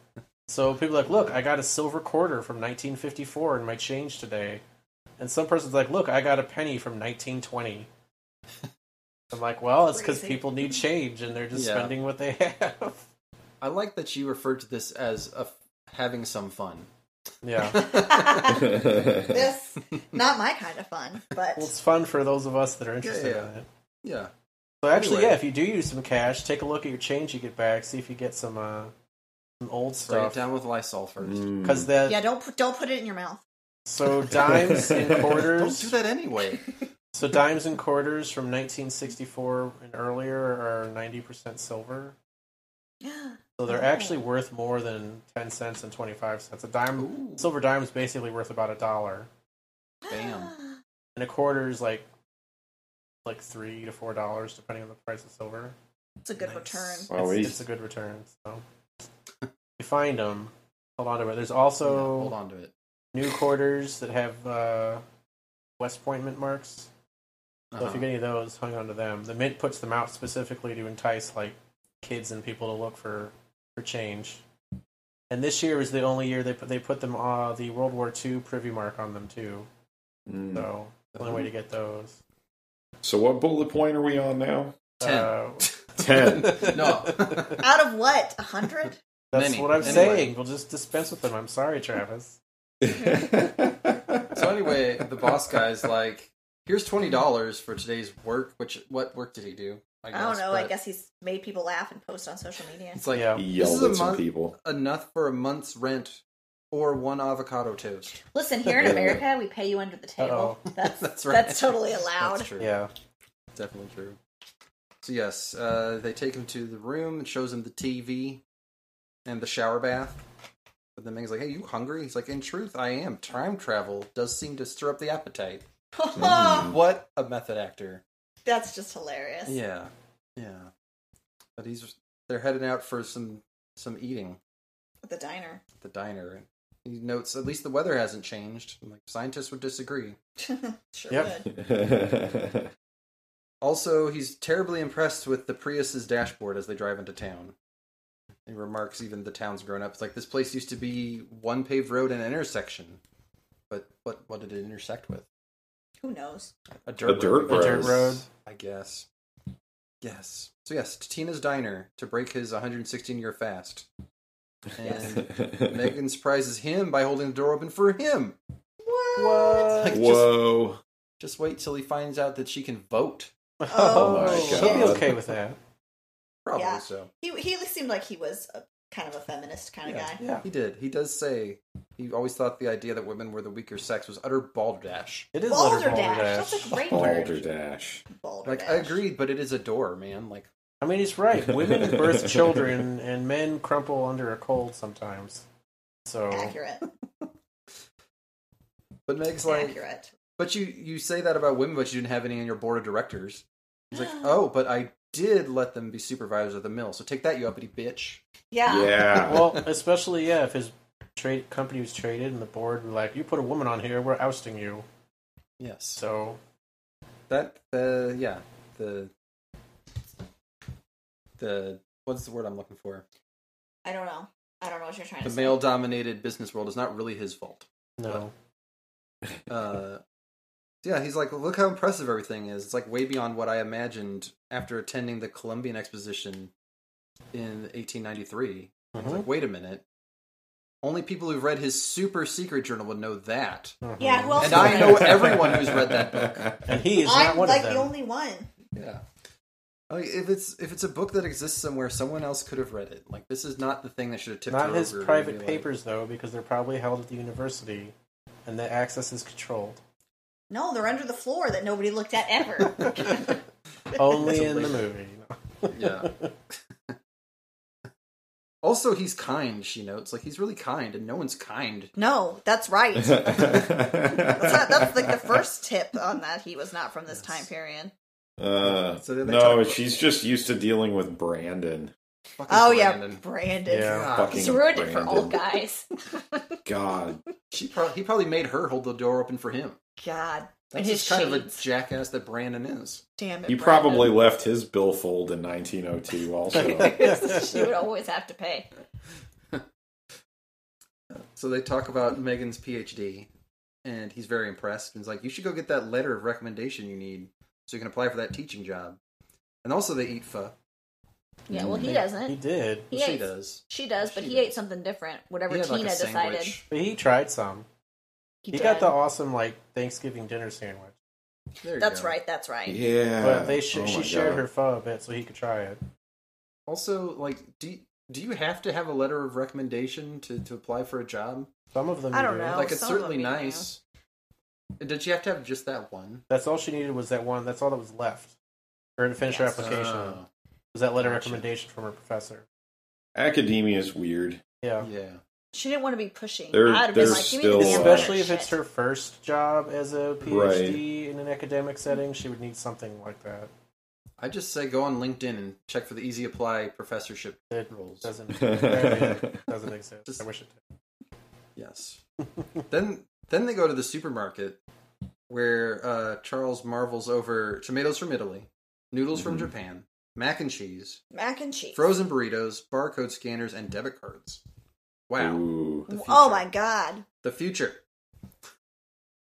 S1: So people are like, look, I got a silver quarter from 1954 in my change today, and some person's like, look, I got a penny
S2: [laughs]
S1: from 1920. I'm like, well, it's because
S3: Crazy.
S1: people need change and they're just
S2: Yeah.
S1: spending what they [laughs] have.
S2: I like that you referred to this as a, having some
S3: [laughs]
S2: fun. [laughs]
S1: yeah.
S3: [laughs] this not my kind of fun, but
S1: Well, it's fun for those of us that are interested
S2: yeah.
S1: in it.
S2: Yeah.
S1: So actually,
S2: Anyway.
S1: yeah, if you do use some cash, take a look at your change you get back, see if you get some uh, some old
S2: Spray it
S1: stuff.
S2: down with Lysol first.
S4: mm,
S1: Because that
S3: yeah, don't put, don't put it in your mouth. [gasps]
S1: so
S2: [laughs]
S1: dimes and
S2: Don't do
S1: quarters.
S2: that
S3: [laughs]
S2: anyway.
S1: So dimes and quarters from 1964 and earlier are 90 percent silver. So they're
S3: Oh.
S1: actually worth more than 10 cents and 25 cents. A dime,
S2: Ooh.
S1: silver dime is basically worth about a dollar,
S2: Bam.
S1: and a quarter is like like three to four dollars, depending on the price of silver.
S3: It's a good
S2: Nice.
S3: return.
S4: wow,
S1: it's,
S4: we-
S1: it's a good return. So you find them, hold on to it. There's also
S2: Yeah, hold on to it.
S1: new quarters that have uh, West Pointment marks. So if
S2: Uh-huh.
S1: you get any of those, hung on to them. The mint puts them out specifically to entice like kids and people to look for for change. And this year was the only year they put they put them uh, the World War II privy mark on them too.
S4: mm.
S1: So the only way to get those.
S4: So what bullet point are we on now?
S2: [laughs] Ten. [laughs]
S1: Uh,
S4: Ten.
S2: no.
S3: Out of what? A hundred?
S1: that's
S2: Many.
S1: what I'm
S2: Anyway.
S1: saying. We'll just dispense with them. I'm sorry, Travis.
S2: So anyway, the boss guy's like, "Here's twenty dollars for today's work." Which what work did he do?
S3: I don't know. I
S2: but
S3: guess he's made people laugh and post on social media.
S2: it's like
S1: yeah.
S4: [laughs] He
S2: This
S4: yelled
S2: is a
S4: at some
S2: month-
S4: people.
S2: enough for a month's rent or one avocado toast. [laughs]
S3: Listen, here in America, we pay you under the table. [laughs] That's
S2: That's
S3: that's,
S2: right.
S3: totally allowed. [laughs]
S2: That's true.
S1: Yeah.
S2: definitely true. So yes, uh, they take him to the room and shows him the TV and the shower bath. But then Ming's like, "Hey, you hungry?" He's like, "In truth, I am. Time travel does seem to stir up the appetite." What a method actor.
S3: That's just hilarious.
S2: Mm-hmm. Yeah. Yeah. But he's they're heading out for some some eating
S3: At The diner. [laughs]
S2: at the diner. And he notes at least the weather hasn't changed. I'm like scientists would disagree.
S3: Sure
S1: Yep.
S3: would.
S2: Also, he's terribly impressed with the Prius's dashboard as they drive into town. He remarks even the town's grown up. It's like this place used to be one paved road and an intersection. But what what did it intersect with?
S3: Who knows?
S2: A dirt
S4: the dirt
S1: road.
S4: road.
S1: A dirt road.
S2: I guess. Yes. So yes, to Tina's diner to break his 116 year fast. [laughs] And Megan surprises him by holding the door open for him.
S3: What?
S2: Like, just,
S4: Whoa.
S2: just wait till he finds out that she can vote.
S3: Oh,
S4: my
S1: She'll be
S4: God.
S1: okay with that.
S2: Probably
S3: Yeah.
S2: so.
S3: He he seemed like he was a, kind of a feminist kind of
S2: Yeah,
S3: guy.
S2: yeah, he did. He does say he always thought the idea that women were the weaker sex was utter balderdash.
S1: It is letter
S3: Balderdash.
S1: balderdash.
S3: That's a great word.
S4: Balderdash.
S3: Balderdash.
S2: Like I agreed, but it is a door, man. Like
S1: I mean, he's [laughs] right. Women birth children, and men crumple under a cold sometimes. So
S3: Accurate.
S2: but Meg's like
S3: Accurate.
S2: But you you say that about women, but you didn't have any on your board of directors. He's
S3: [gasps]
S2: like, oh, but I did let them be supervisors of the mill, so take that, you uppity bitch.
S3: Yeah.
S4: Yeah.
S1: well, especially yeah, if his trade company was traded and the board were like, "You put a woman on here, we're ousting you."
S2: Yes,
S1: So
S2: that uh, yeah the the what's the word I'm looking for?
S3: I don't know. I don't know what you're trying
S2: The
S3: to say.
S2: male dominated business world is not really his fault.
S1: no,
S2: Uh, yeah, he's like, look how impressive everything is. It's like way beyond what I imagined after attending the Columbian Exposition in 1893. I was
S1: Mhm.
S2: like, wait a minute. Only people who've read his super secret journal would know that.
S3: Yeah, who else
S2: And [laughs]
S3: would
S2: I know everyone who's read that
S4: book.
S1: and he is not
S3: I'm
S1: one
S3: like
S1: of them.
S3: the only one.
S2: Yeah. Like, if it's if it's a book that exists somewhere, someone else could have read it. Like this is not the thing that should have tipped her
S1: Not his
S2: over and be
S1: private
S2: like-
S1: papers though, because they're probably held at the university, and the access is [laughs] controlled
S3: No, they're under the floor that nobody looked at ever.
S2: [laughs]
S1: only in the
S2: later.
S1: movie.
S2: yeah. [laughs] also, he's kind. She notes, like he's really kind, and no one's kind.
S3: no,
S2: [laughs]
S3: that's right. That's, not, that's like the first tip on that. He was not from this time period.
S4: Uh,
S2: So then they talk
S4: no,
S2: about-
S4: she's just used to dealing with Brandon.
S2: Fucking
S3: Oh yeah,
S2: Brandon.
S3: Brandon.
S1: Yeah.
S2: God.
S4: Fucking
S3: He's ruined it for
S4: Brandon.
S3: old guys. [laughs]
S4: God.
S2: She probably he probably made her hold the door open for him.
S3: God,
S2: That's
S3: his
S2: just kind of a
S3: shades.
S2: jackass that Brandon is.
S3: damn it.
S4: He probably left his billfold in 1902 also.
S3: Brandon. she would always have to pay.
S2: So they talk about Megan's PhD, and he's very impressed. And he's like, "You should go get that letter of recommendation you need, so you can apply for that teaching job." And also, they eat pho.
S3: Yeah, well, he
S1: he
S3: doesn't.
S1: did,
S3: He
S2: she
S3: ate-
S2: does.
S3: She does, but
S2: She
S3: he
S2: does.
S3: ate something different.
S2: He
S3: Whatever
S2: had,
S3: Tina
S2: like, a
S3: decided.
S2: sandwich.
S1: but he tried some. He, got
S3: did.
S1: the awesome like Thanksgiving dinner sandwich,
S2: There you
S3: That's
S2: go.
S3: right. That's right.
S4: yeah.
S1: but they sh-
S4: Oh
S1: she
S4: my
S1: shared
S4: God.
S1: her pho a bit so he could try it.
S2: Also, like, do you, do you have to have a letter of recommendation to, to apply for a job?
S1: Some of them
S3: I don't
S1: do.
S3: know. Oh,
S2: like, it's
S3: some of them
S2: certainly
S3: you do.
S2: nice. And Did you have to have just that one?
S1: That's all she needed was that one. That's all that was left. For her to finish
S3: Yes.
S1: her application
S2: Oh,
S1: was that letter
S2: Gotcha.
S1: recommendation from her professor.
S4: Academia is weird.
S1: Yeah,
S2: yeah.
S3: She didn't want to be pushing.
S4: They're-
S3: I'd have been
S4: they're
S3: like, give me the
S4: still, uh,
S3: damn letter,
S1: especially if it's
S3: shit.
S1: her first job as a PhD in an academic setting. She would need something like that.
S2: I just say go on LinkedIn and check for the easy apply professorship
S1: It
S2: roles.
S4: [laughs]
S1: doesn't doesn't exist.
S2: Just-
S1: I wish it did.
S2: Yes. then then they go to the supermarket where uh, Charles marvels over tomatoes from Italy, noodles from
S4: Mhm.
S2: Japan, mac and cheese,
S3: mac and cheese.
S2: frozen burritos, barcode scanners, and debit cards. Wow.
S4: Ooh.
S2: The
S3: Oh
S2: future.
S3: my god.
S2: The future.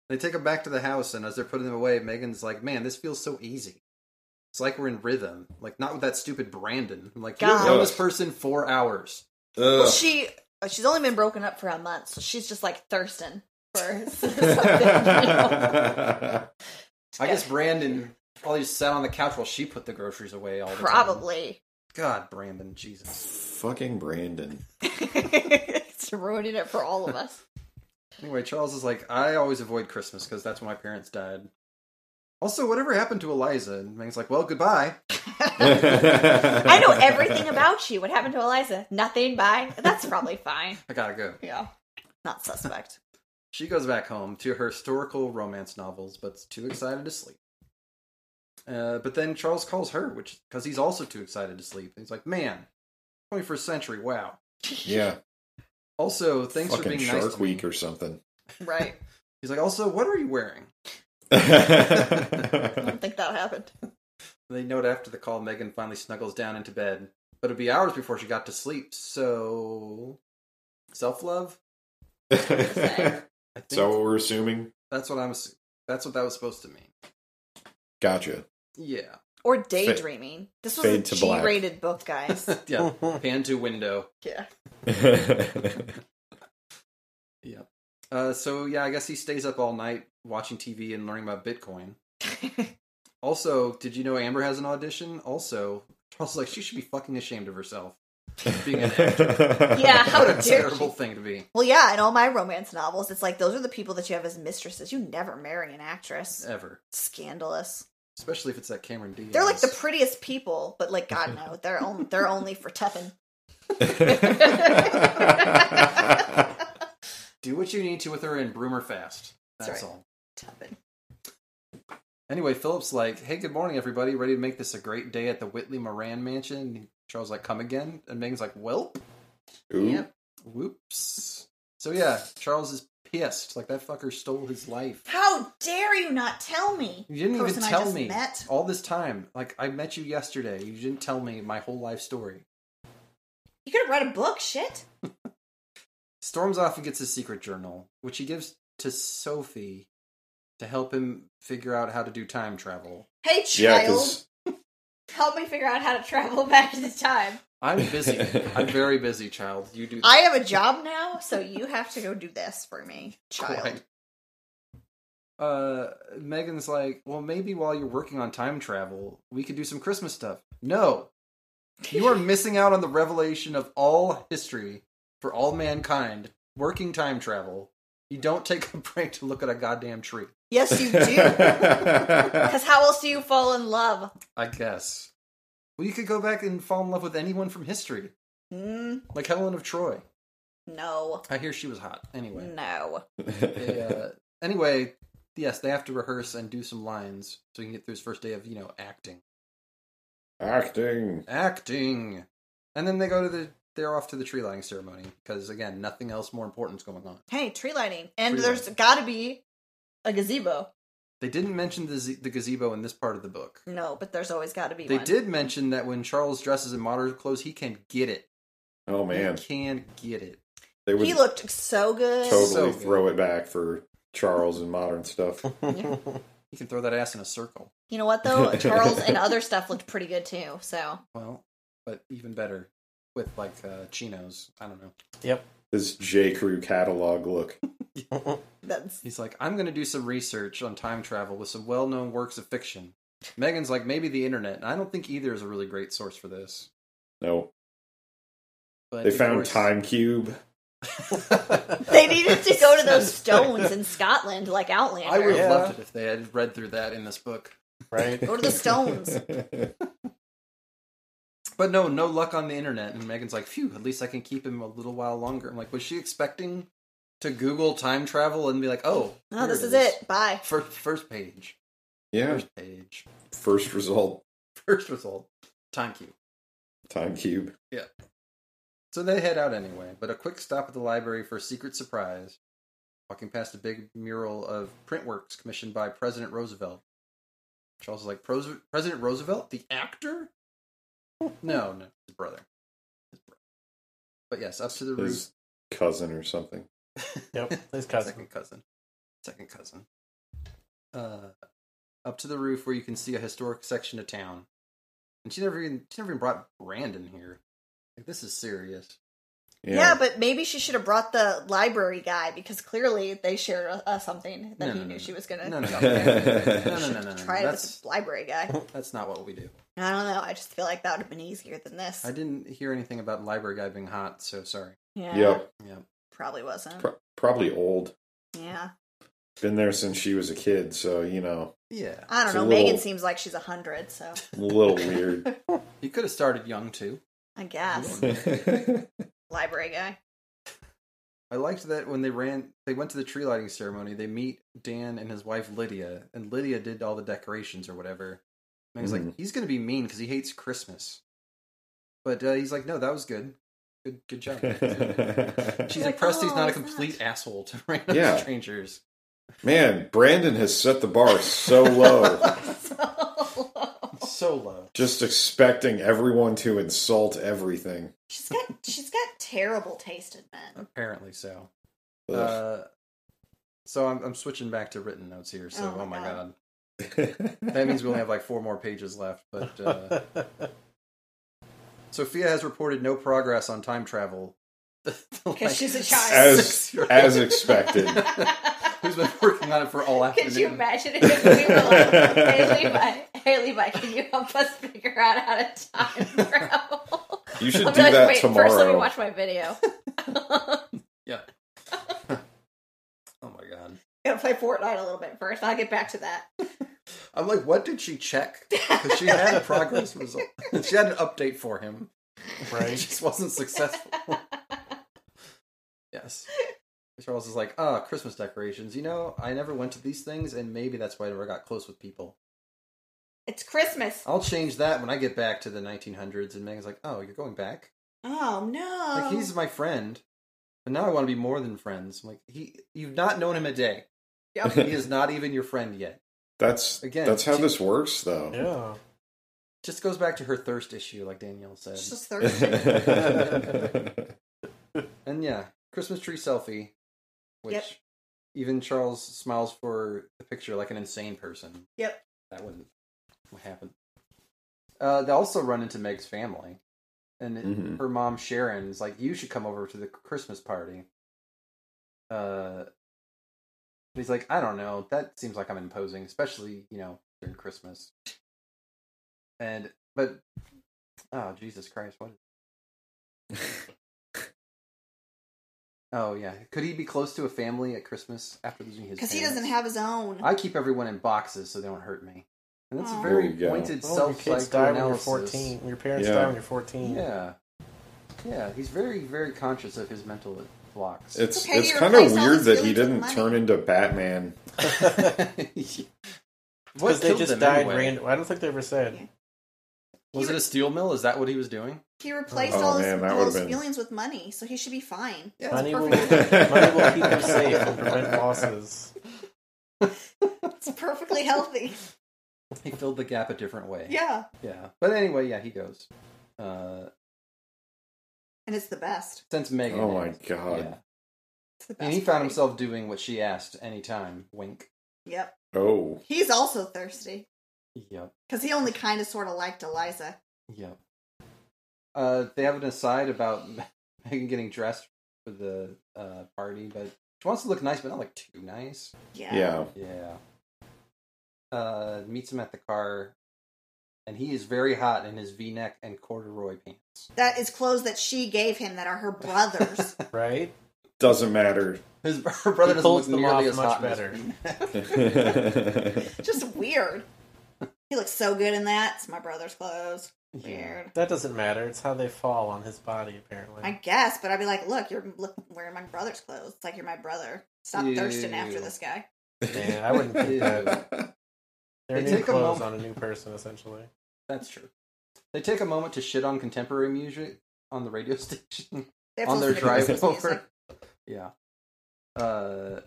S2: They take them back to the house, and as they're putting them away, Megan's like, "Man, this feels so easy. It's like we're in rhythm. Like not with that stupid Brandon. I'm like, you
S3: God.
S2: didn't know this person four hours.
S3: Well,
S4: Ugh. [laughs]
S3: she uh, she's only been broken up for a month, so she's just like thirsting
S2: [laughs]
S3: for [laughs] something. you know?
S2: I guess Brandon probably just sat on the couch while she put the groceries away all the time.
S3: Probably. [laughs]
S2: God, Brandon, Jesus.
S4: Fucking Brandon.
S3: it's ruining it for all of us.
S2: Anyway, Charles is like, I always avoid Christmas because that's when my parents died. Also, whatever happened to Eliza? And Megan's like, well, goodbye.
S3: I
S4: I
S3: know everything about you. What happened to Eliza? Nothing. Bye. That's probably fine.
S2: I gotta go.
S3: Yeah. Not suspect.
S2: She goes back home to her historical romance novels, but's too excited to sleep. Uh, but then Charles calls her, which because he's also too excited to sleep. He's like, "Man, 21st century, wow!"
S4: Yeah,
S2: Also, thanks for
S4: fucking
S2: being
S4: Shark
S2: nice to
S4: Week
S2: me.
S4: or something.
S2: [laughs]
S3: Right.
S2: He's like, "Also, what are you wearing?"
S3: I don't think that happened.
S2: They note after the call, Megan finally snuggles down into bed, but it'd be hours before she got to sleep. So, self love. I think
S4: so we're assuming.
S2: that's what I'm. assu- That's what that was supposed to mean.
S4: Gotcha.
S2: Yeah,
S3: Or daydreaming. This was
S4: Fade
S3: a
S4: to black.
S3: G-rated
S2: [laughs]
S3: book, guys.
S2: yeah. Pan to window.
S3: yeah.
S2: Yep. Uh, so yeah, I guess he stays up all night watching TV and learning about
S3: [laughs]
S2: Bitcoin. Also, did you know Amber has an audition? Also, [laughs] Charles is like she should be fucking ashamed of herself. Being an
S3: Yeah, [laughs] how
S2: What a
S3: dare she?
S2: terrible thing to be.
S3: Well, yeah, in all my romance novels, it's like those are the people that you have as mistresses. You never marry an actress.
S2: ever,
S3: Scandalous.
S2: especially if it's that Cameron Diaz.
S3: They're like the prettiest people, but like
S2: [laughs]
S3: God no, they're only they're only for toughing.
S2: do what you need to with her and broom her fast. That's,
S3: That's right.
S2: all.
S3: Toughing.
S2: Anyway, Philip's like, "Hey, good morning, everybody. Ready to make this a great day at the Whitley Moran Mansion?" And Charles is like, "Come again?" And Megan's like, "Welp,
S4: Ooh.
S3: Yep.
S2: whoops." So yeah, Charles is pissed. Like that fucker stole his life.
S3: How dare you not tell me?
S2: You didn't even
S3: person I
S2: tell
S3: just
S2: me
S3: Met.
S2: all this time. Like I met you yesterday. You didn't tell me my whole life story.
S3: You could have read a book, shit.
S2: Storms off and gets his secret journal, which he gives to Sophie to help him figure out how to do time travel.
S3: Hey
S4: Yeah,
S3: child,
S4: because
S3: help me figure out how to travel [laughs] back into time.
S2: I'm busy. I'm very busy, child. You do
S3: I have a job now, so you have to go do this for me, child.
S2: Quite. Uh, Megan's like, well, maybe while you're working on time travel, we could do some Christmas stuff. No, [laughs] you are missing out on the revelation of all history for all mankind. Working time travel, you don't take a [laughs] break to look at a goddamn tree.
S3: Yes,
S2: [laughs]
S3: you do. Because how else do you fall in love?
S2: I guess. Well, you could go back and fall in love with anyone from history,
S3: Mm,
S2: like Helen of Troy.
S3: no,
S2: I hear she was hot. Anyway.
S3: no.
S2: They, [laughs] uh, anyway, yes, they have to rehearse and do some lines so he can get through his first day of, you know, acting.
S4: [laughs] acting.
S2: Acting! And then they go to the, they're off to the tree lighting ceremony because, again, nothing else more important is going on.
S3: Hey, tree lighting, and
S2: Tree
S3: there's
S2: lighting.
S3: got to be a gazebo.
S2: They didn't mention the, z- the gazebo in this part of the book.
S3: No, but there's always got to be.
S2: They
S3: one.
S2: did mention that when Charles dresses in modern clothes, he can get it.
S4: Oh man,
S2: He can get it.
S4: they would
S3: He looked so good.
S4: totally
S2: so good.
S4: throw it back for Charles and modern stuff.
S2: He can throw that ass in a circle.
S3: You know what
S2: [laughs]
S3: though? Charles and other stuff looked pretty good too. So
S2: Well, but even better with like uh, chinos. I don't know.
S4: This J Crew catalog look.
S3: that's
S2: He's like, I'm going to do some research on time travel with some well known works of fiction. Megan's like, maybe the internet. And I don't think either is a really great source for this.
S4: No,
S2: But
S4: they
S2: of
S4: found
S2: course-
S4: Time Cube.
S3: they needed to go to
S2: [laughs]
S3: those stones in Scotland, like Outlander.
S2: I would have
S1: Yeah.
S2: loved it if they had read through that in this book. [laughs]
S1: right?
S3: Go to the
S4: [laughs]
S3: stones.
S2: But no, no luck on the internet. And Megan's like, phew, at least I can keep him a little while longer. I'm like, was she expecting to Google time travel and be like, oh,
S3: No,
S2: here
S3: this is it. Bye.
S2: First, first page.
S4: yeah,
S2: First page. [laughs]
S4: first result
S2: First result. Time cube.
S4: Time Cube.
S2: So they head out anyway, but a quick stop at the library for a secret surprise. Walking past a big mural of printworks commissioned by President Roosevelt. Charles is like, "Pros- President Roosevelt? The
S3: [laughs]
S2: actor? no, no, his brother. His brother. But yes, up to the
S4: His
S2: roof.
S4: cousin or something.
S1: Yep, his cousin.
S2: Second cousin. Second cousin. Uh, up to the roof where you can see a historic section of town. And she never even, she never even brought Brandon here. Like, this is serious.
S4: Yeah,
S3: Yeah. but maybe she should have brought the library guy because clearly they shared a, a something that
S2: No,
S3: he
S2: no,
S3: knew
S2: no,
S3: she
S2: no.
S3: was gonna.
S2: No, no,
S3: [laughs]
S2: no.
S3: jump there.
S2: no, no, no, no, no.
S3: Try it with
S2: That's
S3: the library guy.
S2: that's not what we do.
S3: I don't know. I just feel like that would have been easier than this.
S2: I didn't hear anything about library guy being hot, so sorry.
S3: Yeah,
S4: Yep,
S2: Yeah,
S3: probably wasn't.
S4: pro- probably old.
S3: yeah,
S4: Been there since she was a kid, so you know,
S2: yeah.
S3: I don't
S4: It's a
S3: know.
S4: little-
S3: Megan seems like she's a hundred, so
S4: a
S2: [laughs]
S4: little weird. [laughs]
S2: He could have [laughs] started young too.
S3: I guess
S4: yeah,
S3: library guy.
S2: I liked that when they ran, they went to the tree lighting ceremony. They meet Dan and his wife Lydia, and Lydia did all the decorations or whatever. And he's
S4: Mhm.
S2: like, he's going to be mean because he hates Christmas. But uh, he's like, no, that was good. Good, good
S4: [laughs]
S2: job. She's
S3: Like,
S2: impressed he's
S3: "Oh,
S2: not a
S3: it's not."
S2: complete asshole to [laughs] random
S4: Yeah.
S2: strangers.
S4: Man, Brandon has set the bar so low.
S2: So low.
S4: Just expecting everyone to insult everything.
S3: [laughs] she's got she's got terrible taste in men.
S2: Apparently so.
S4: Ugh.
S2: Uh, so I'm, I'm switching back to written notes here. So,
S3: Oh my
S2: oh my
S3: God.
S2: god. Uh, That means we only have like four more pages left. But uh, Sophia has reported no progress on time travel. [laughs]
S3: Because she's a child.
S4: [laughs] as as expected.
S2: [laughs] who's
S3: [laughs]
S2: been working on it for all afternoon.
S3: Could you imagine if we were
S2: [laughs]
S3: like, hey Levi, hey Levi, can you help us figure out how
S2: [laughs]
S3: to time [laughs] travel?
S4: You should
S3: I'll
S4: do
S3: be like,
S4: that
S3: wait,
S4: tomorrow.
S3: first let me watch my video. [laughs]
S2: Yeah. oh my god.
S3: Gotta play Fortnite a little bit first. I'll get back to that.
S2: I'm like, what did she check? 'Cause she
S3: [laughs]
S2: had a progress result. [laughs] she had an update for him. [laughs]
S4: [laughs]
S2: It
S1: right?
S2: just wasn't successful. yes. Charles is like, ah, Christmas decorations. You know, I never went to these things, and maybe that's why I never got close with people.
S3: It's Christmas.
S2: I'll change that when I get back to the 1900s. And Megan's like, oh, you're going back?
S3: Oh no.
S2: Like, he's my friend. But now I want to be more than friends. I'm like, he, you've not known him a day. He [laughs] is not even your friend yet.
S4: That's
S2: Again,
S4: that's how
S2: she-
S4: this works, though. [laughs]
S1: Yeah.
S2: Just goes back to her thirst issue, like Danielle said.
S3: It's just
S4: [laughs]
S3: Thursday.
S2: And yeah, Christmas tree selfie, which
S3: Yep.
S2: even Charles smiles for the picture like an insane person.
S3: Yep.
S2: That wouldn't what happened. Uh, they also run into Meg's family, and it-
S4: Mhm.
S2: her mom Sharon is like, "You should come over to the Christmas party." Uh, but he's like, "I don't know. That seems like I'm imposing, especially you know during Christmas." And but oh Jesus Christ, what Oh yeah, could he be close to a family at Christmas after losing his?
S3: Because he
S2: parents?
S3: doesn't have his own.
S2: I keep everyone in boxes so they don't hurt me, and that's
S3: Aw.
S2: a
S3: There
S2: very
S4: you go.
S2: pointed
S1: Well, Oh, your kids
S2: self
S1: die when you're 14. Your parents
S4: Yeah.
S1: die when you're 14.
S2: Yeah, yeah, he's very very conscious of his mental
S1: [laughs]
S2: blocks. [laughs]
S4: It's
S3: okay,
S4: it's
S3: you
S4: kind of
S3: replaced all
S4: weird
S3: his
S4: that he
S3: feelings with
S4: didn't
S3: money.
S4: turn into Batman.
S2: what
S1: Because they
S2: killed
S1: just
S2: them
S1: died
S2: anyway?
S1: random. I don't think they ever said.
S2: Was it a steel mill? Is that what he was doing?
S3: He replaced
S4: Oh,
S3: all his,
S4: man, that
S3: all
S4: would've
S3: his
S4: been-
S3: feelings with money, so he should be fine.
S2: Yeah,
S1: Money will, money
S3: perfect.
S1: will
S2: [laughs]
S1: keep him safe and prevent losses.
S3: It's
S2: [laughs]
S3: perfectly healthy. [laughs]
S2: He filled the gap a different way.
S3: Yeah.
S2: yeah. But anyway, yeah, he goes. Uh,
S3: And it's the best.
S2: since Megan,
S4: Oh my
S2: yeah.
S4: god!
S3: It's the best.
S2: and he found
S3: party.
S2: himself doing what she asked anytime. Wink.
S3: Yep.
S4: Oh,
S3: He's also thirsty.
S2: Yep.
S3: Because he only kind of sort of liked Eliza.
S2: Yep. Uh, they have an aside about [laughs] Megan getting dressed for the uh, party, but she wants to look nice, but not like too nice.
S3: Yeah.
S4: yeah.
S2: Yeah. Uh, meets him at the car, and he is very hot in his V-neck and corduroy pants.
S3: That is clothes that she gave him that are
S2: [laughs]
S3: her brother's.
S1: Right?
S4: Doesn't matter.
S2: His [laughs] her brother
S1: He
S2: doesn't
S1: pulls
S2: look
S1: them
S2: nearly
S1: off
S2: as
S1: much
S2: hot in his
S1: better.
S2: V-neck.
S3: Just weird. He looks so good in that. It's my brother's clothes.
S2: yeah.
S3: Weird.
S1: That doesn't matter. It's how they fall on his body, apparently.
S3: I guess, but I'd be like, look, you're look, wearing my brother's clothes. It's like you're my brother. Stop thirsting after
S2: Ew.
S3: this guy.
S1: Yeah, I wouldn't think that. They're
S2: They
S1: new
S2: take a
S1: clothes
S2: moment-
S1: on a new person,
S2: [laughs]
S1: essentially.
S2: That's true. They take a moment to shit on contemporary music on the radio [laughs] station.
S3: They have to
S2: on their
S3: listen to
S2: drive
S3: Christmas
S2: over. [laughs]
S3: music.
S2: Yeah. Uh,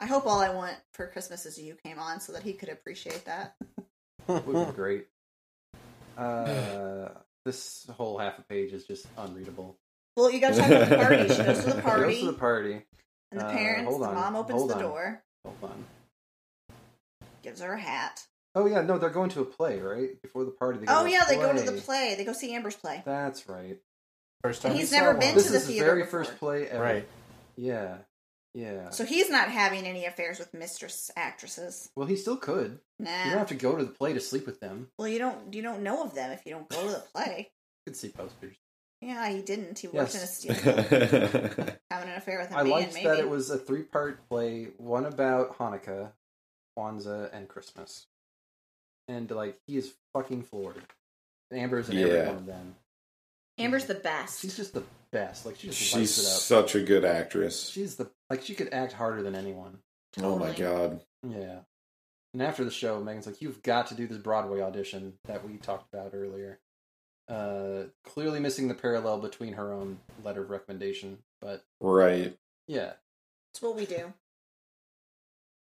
S3: I hope all I want for Christmas is you came on so that he could appreciate that.
S2: would
S3: Hmm.
S2: be
S3: [sighs]
S2: great. Uh, this whole half a page is just unreadable.
S3: Well, you gotta talk about the party.
S2: [laughs]
S3: She goes to the
S4: She
S2: It
S3: party,
S2: Goes to the party.
S3: and the
S2: Uh,
S3: parents,
S2: hold
S3: the
S2: on,
S3: mom opens
S2: hold
S3: the
S2: on.
S3: door,
S2: Hold on.
S3: gives her a hat.
S2: Oh yeah, no, they're going to a play, right? Before the party. They go
S3: Oh
S2: to a
S3: yeah, they go to the play. They go see Amber's play.
S2: That's right.
S1: First time
S3: He's
S1: he saw
S3: never
S1: one.
S3: been
S2: this
S3: to the
S2: is his
S3: theater
S2: very
S3: before.
S2: first play ever.
S1: Right.
S2: Yeah. Yeah.
S3: So he's not having any affairs with mistress actresses.
S2: well, he still could.
S3: Nah.
S2: You don't have to go to the play to sleep with them.
S3: Well, you don't you don't know of them if you don't go to the play.
S2: You could see posters.
S3: Yeah, he didn't. He worked in a
S2: Yes.
S3: steel mill, having an affair with
S2: [laughs]
S3: a
S2: I
S3: man.
S2: liked
S3: maybe
S2: that it was a three-part play, one about Hanukkah, Kwanzaa, and Christmas. And like he is fucking floored. Amber's in every
S4: Yeah.
S2: one of them.
S3: Amber's the
S2: She's
S3: best.
S2: just the best. Like she just
S4: She's
S2: lights it up.
S4: such a good actress.
S2: She's the like she could act harder than anyone.
S4: Oh my
S3: Totally.
S4: god.
S2: Yeah. And after the show, Megan's like, "You've got to do this Broadway audition that we talked about earlier." Uh, clearly missing the parallel between her own letter of recommendation, but
S4: Right.
S2: yeah.
S3: It's what we do.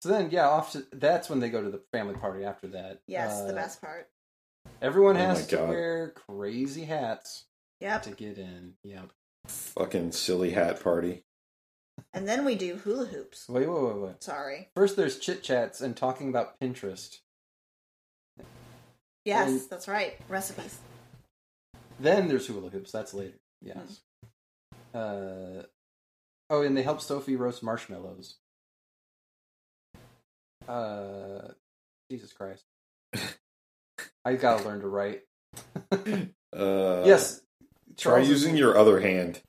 S2: So then, yeah, off to, that's when they go to the family party. After that,
S3: Yes,
S2: Uh,
S3: the best part.
S2: Everyone
S4: Oh
S2: has
S4: my
S2: to
S4: God.
S2: wear crazy hats
S3: Yep.
S2: to get in. Yep.
S4: Fucking silly hat party.
S3: And then we do hula hoops.
S2: Wait, wait, wait, wait.
S3: Sorry.
S2: First, there's chit chats and talking about Pinterest.
S3: Yes,
S2: And-
S3: that's right. Recipes. [laughs]
S2: Then there's hula hoops. That's later. Yes. Uh, oh, and they help Sophie roast marshmallows. Uh, Jesus Christ! I gotta learn to write.
S4: [laughs] Uh,
S2: yes.
S4: Try
S2: Charles is-
S4: using your other hand.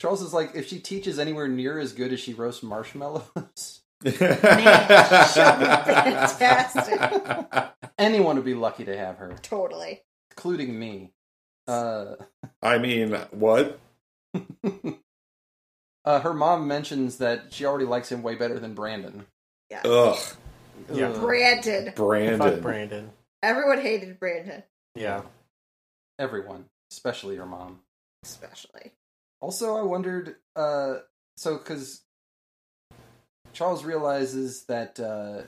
S2: Charles is like, if she teaches anywhere near as good as she roasts marshmallows, [laughs]
S4: [laughs]
S3: fantastic.
S2: anyone would be lucky to have her,
S3: totally.
S2: including me. Uh.
S4: I mean, what?
S2: Uh, her mom mentions that she already likes him way better than Brandon. Uh,
S3: Yes.
S4: Ugh,
S1: Yeah.
S2: Ugh.
S3: Brandon.
S1: Fuck
S4: Brandon.
S1: Brandon.
S3: Everyone hated Brandon,
S1: Yeah.
S2: Everyone, especially her mom.
S3: especially.
S2: Also, I wondered, uh, so because Charles realizes that uh,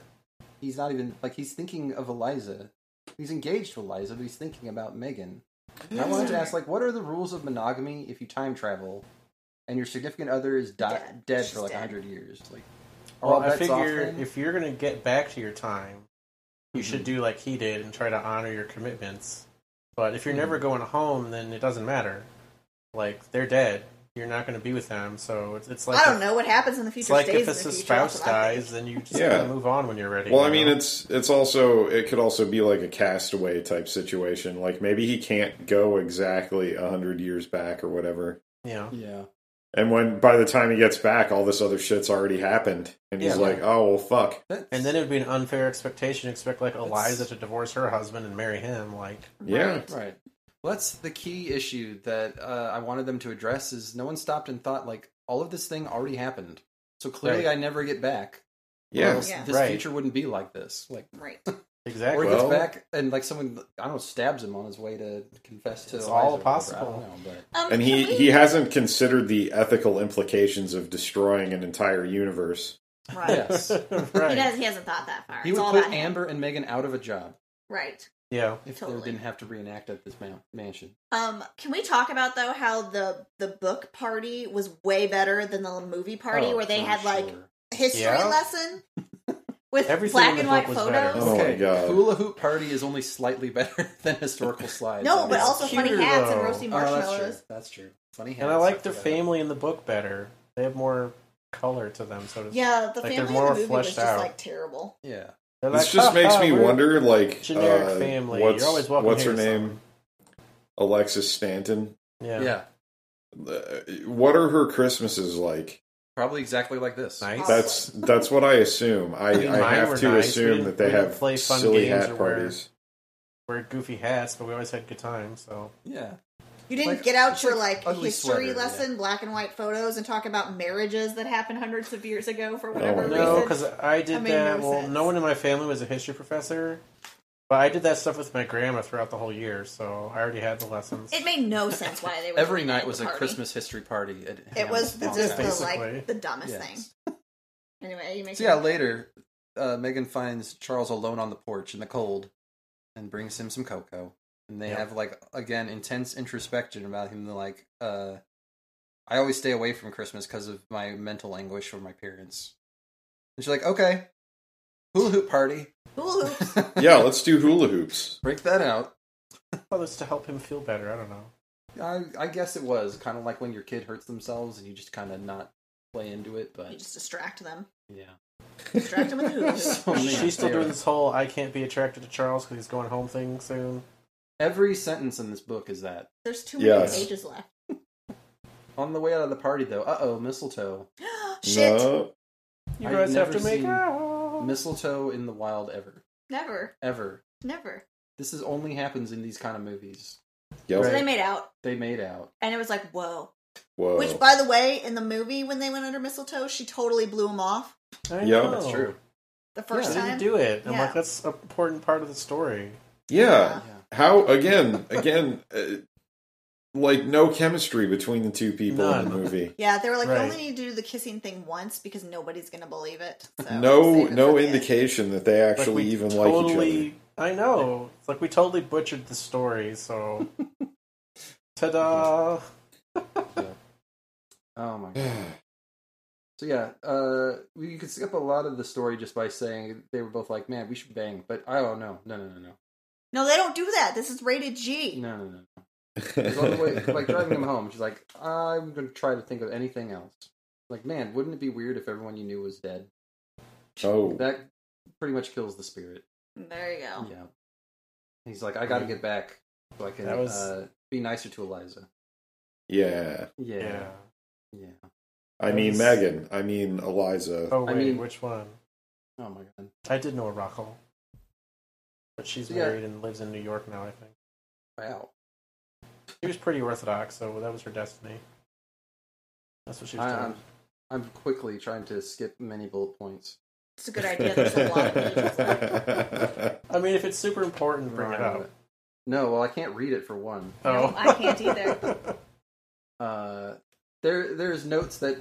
S2: he's not even like he's thinking of Eliza. He's engaged to Eliza, but he's thinking about Megan. And I wanted to ask, like, what are the rules of monogamy if you time travel and your significant other is di- dead.
S3: Dead.
S2: for
S3: She's
S2: like
S3: dead.
S2: hundred years? Like, are
S1: Well,
S2: all
S1: I
S2: bets off
S1: figure
S2: then? Mm-hmm.
S1: if you're gonna get back to your time, you should do like he did and try to honor your commitments. But if you're never
S2: Mm-hmm.
S1: going home, then it doesn't matter. Like they're dead. You're not going to be with them, so it's, it's like
S3: I don't
S1: if-
S3: know what happens in the
S1: It's
S3: future.
S1: like
S3: stays
S1: if
S3: in
S1: it's
S3: the
S1: a
S3: future,
S1: spouse
S3: that's what I
S1: dies,
S3: think.
S1: then you just
S4: Yeah.
S1: gotta move on when you're ready.
S4: Well,
S1: you
S4: I mean,
S1: know?
S4: it's it's also it could also be like a castaway type situation. Like maybe he can't go exactly a hundred years back or whatever.
S1: yeah,
S2: yeah.
S4: And when by the time he gets back, all this other shit's already happened, and he's
S1: Yeah.
S4: like, "Oh well, fuck."
S1: and then it'd be an unfair expectation to expect like Eliza
S2: That's-
S1: to divorce her husband and marry him. Like,
S4: Yeah,
S3: Right.
S2: Right. Well, that's the key issue that uh, I wanted them to address is no one stopped and thought like all of this thing already happened. So clearly,
S1: Right.
S2: I never get back. or
S4: yeah.
S2: else
S3: Yeah.
S2: This
S1: Right.
S2: future wouldn't be like this. Like,
S3: Right.
S2: or
S1: exactly.
S2: he
S4: Well-
S2: gets back and like someone I don't know stabs him on his way to confess to.
S1: It's
S2: Eliza
S1: all
S2: or whatever,
S1: possible.
S2: I don't know, but-
S3: Um, can
S4: And he
S3: we-
S4: he hasn't considered the ethical implications of destroying an entire universe.
S3: [laughs] Right.
S2: Yes.
S3: He,
S1: [laughs] right.
S3: does, he hasn't thought that far.
S2: He
S3: it's
S2: would
S3: all
S2: put
S3: about him.
S2: Amber and Megan out of a job
S3: Right.
S1: Yeah.
S2: if
S3: Totally.
S2: they didn't have to reenact at this ma- mansion.
S3: Um, can we talk about though how the the book party was way better than the little movie party
S2: Oh,
S3: where they
S2: for
S3: had like
S2: sure.
S3: history
S1: Yeah. [laughs]
S3: lesson with
S1: Everything in
S3: black
S1: the book
S3: and white
S1: was better.
S3: photos?
S4: Oh my God.
S2: Hula hoop party is only slightly [laughs] better than historical slides.
S3: No, but
S2: obviously.
S3: also funny
S1: cuter,
S3: hats
S1: though.
S3: and roasting
S2: Oh, that's
S3: marshmallows.
S2: true. That's true. Funny.
S1: And I
S2: hats,
S1: like their
S2: forgot.
S1: family in the book better. They have more color to them, so to speak.
S3: Yeah, the
S1: Like, they're
S3: family in
S1: more
S3: the movie was
S1: fleshed
S3: just
S1: out.
S3: like terrible.
S2: Yeah.
S1: They're
S4: This
S1: like,
S4: just
S1: "Ha,
S4: makes
S1: ha,
S4: me
S1: we're
S4: wonder, like,
S1: Generic
S4: uh,
S1: family.
S4: What's,
S1: You're always welcome.
S4: what's
S1: here
S4: her
S1: to
S4: name? Alexis Stanton.
S1: something." Yeah.
S2: yeah.
S4: Uh, What are her Christmases like?
S2: Probably exactly like this.
S1: Nice.
S4: That's that's what I assume. I,
S1: mean,
S4: I
S1: mine
S4: have
S1: were
S4: to
S1: nice. We
S4: assume
S1: didn't-
S4: that they
S1: we didn't
S4: have
S1: play fun
S4: silly
S1: games
S4: hat
S1: or wear-
S4: parties.
S1: Wear goofy hats, but we always had good time. So
S2: Yeah.
S3: You didn't
S2: Like,
S3: get out
S2: it's
S3: your
S2: like
S3: like,
S2: ugly
S3: history
S2: sweater,
S3: lesson, black and white photos, and talk about marriages that happened hundreds of years ago for whatever
S4: my
S3: reason.
S1: no, because I did
S3: That made
S1: that.
S3: no
S1: well,
S3: sense.
S1: no one in my family was a history professor, but I did that stuff with my grandma throughout the whole year, so I already had the lessons.
S3: it made no sense why they were
S2: Every
S3: doing
S2: night
S3: that
S2: was a
S3: party.
S2: Christmas history party. At
S3: It was the,
S2: Ham's
S3: just the
S2: mom's house.
S1: Basically.
S3: like the dumbest thing.
S2: Yes.
S3: Anyway, you make
S2: So yeah, later, uh, Megan finds Charles alone on the porch in the cold, and brings him some cocoa. And they
S1: Yeah.
S2: have like again intense introspection about him. They're like, uh, I always stay away from Christmas because of my mental anguish from my parents. And she's like, okay, hula hoop party.
S3: hula hoops.
S4: Yeah, let's do hula hoops.
S2: break that out.
S1: Well, it's to help him feel better. I don't know.
S2: I, I guess it was kind of like when your kid hurts themselves and you just kind of not play into it,
S3: You
S2: but
S3: just distract them.
S2: yeah.
S3: Distract them with hula hoops.
S2: So many
S1: She's still
S2: theories.
S1: doing this whole "I can't be attracted to Charles because he's going home" thing soon.
S2: Every sentence in this book is that.
S3: There's too
S4: Yes.
S3: many pages left. [gasps]
S2: On the way out of the party, though, uh oh, mistletoe.
S3: Shit,
S4: No,
S1: You
S2: I've
S1: guys have
S2: never
S1: to make
S2: seen
S1: out.
S2: Mistletoe in the wild ever.
S3: never,
S2: Ever.
S3: never.
S2: This is only happens in these kind of movies.
S4: Yep.
S3: So they
S1: Right.
S3: made out,
S2: They made out.
S3: and it was like, whoa.
S4: Whoa.
S3: Which, by the way, in the movie when they went under mistletoe, she totally blew him off
S1: I
S4: Yeah,
S1: know.
S2: That's true.
S3: the
S1: She
S3: first
S1: didn't
S3: time.
S1: do it. I'm
S3: Yeah.
S1: like, that's an important part of the story.
S4: yeah.
S2: Yeah.
S4: How again? Again, uh, like no chemistry between the two people in the
S1: None.
S4: movie.
S3: [laughs] yeah, they were like,
S1: Right.
S3: you only need to do the kissing thing once because nobody's gonna believe it. So
S4: no,
S3: save it for
S4: no
S3: the end.
S4: indication that they
S1: Like,
S4: actually
S1: we
S4: even like [sighs] each other.
S1: totally, I know. It's like we totally butchered the story.
S4: [laughs]
S1: So, ta-da!
S2: Oh my god. So yeah, uh, you could skip a lot of the story just by saying they were both like, "Man, we should bang," but I don't know. No, no, no, no,
S3: No, they don't do that. This is rated G.
S2: no, no, no. It's all the way, like driving
S4: [laughs]
S2: him home. She's like, "I'm gonna try to think of anything else." Like, man, wouldn't it be weird if everyone you knew was dead?
S4: Oh,
S2: That pretty much kills the spirit.
S3: There you go.
S2: Yeah. He's like, "I gotta get back, so I can
S1: That was-
S2: uh, be nicer to Eliza."
S4: yeah.
S2: Yeah.
S1: Yeah.
S2: Yeah.
S4: I mean
S1: Yes.
S4: Megan. I mean Eliza.
S1: Oh
S2: I
S1: wait,
S2: mean-
S1: which one?
S2: Oh my god.
S1: I did know a Rockall, but she's
S2: Yeah.
S1: married and lives in New York now. I think
S2: Wow.
S1: she was pretty orthodox, so that was her destiny. That's what she was
S2: I,
S1: doing.
S3: um,
S2: I'm, I'm quickly trying to skip many bullet points.
S3: It's a good idea. There's a
S4: [laughs]
S3: lot of pages.
S1: I mean, if it's super important, bring it up.
S2: No, well, I can't read it for one.
S1: Oh,
S3: No, I
S1: [laughs]
S3: can't either.
S2: Uh, there, there's notes that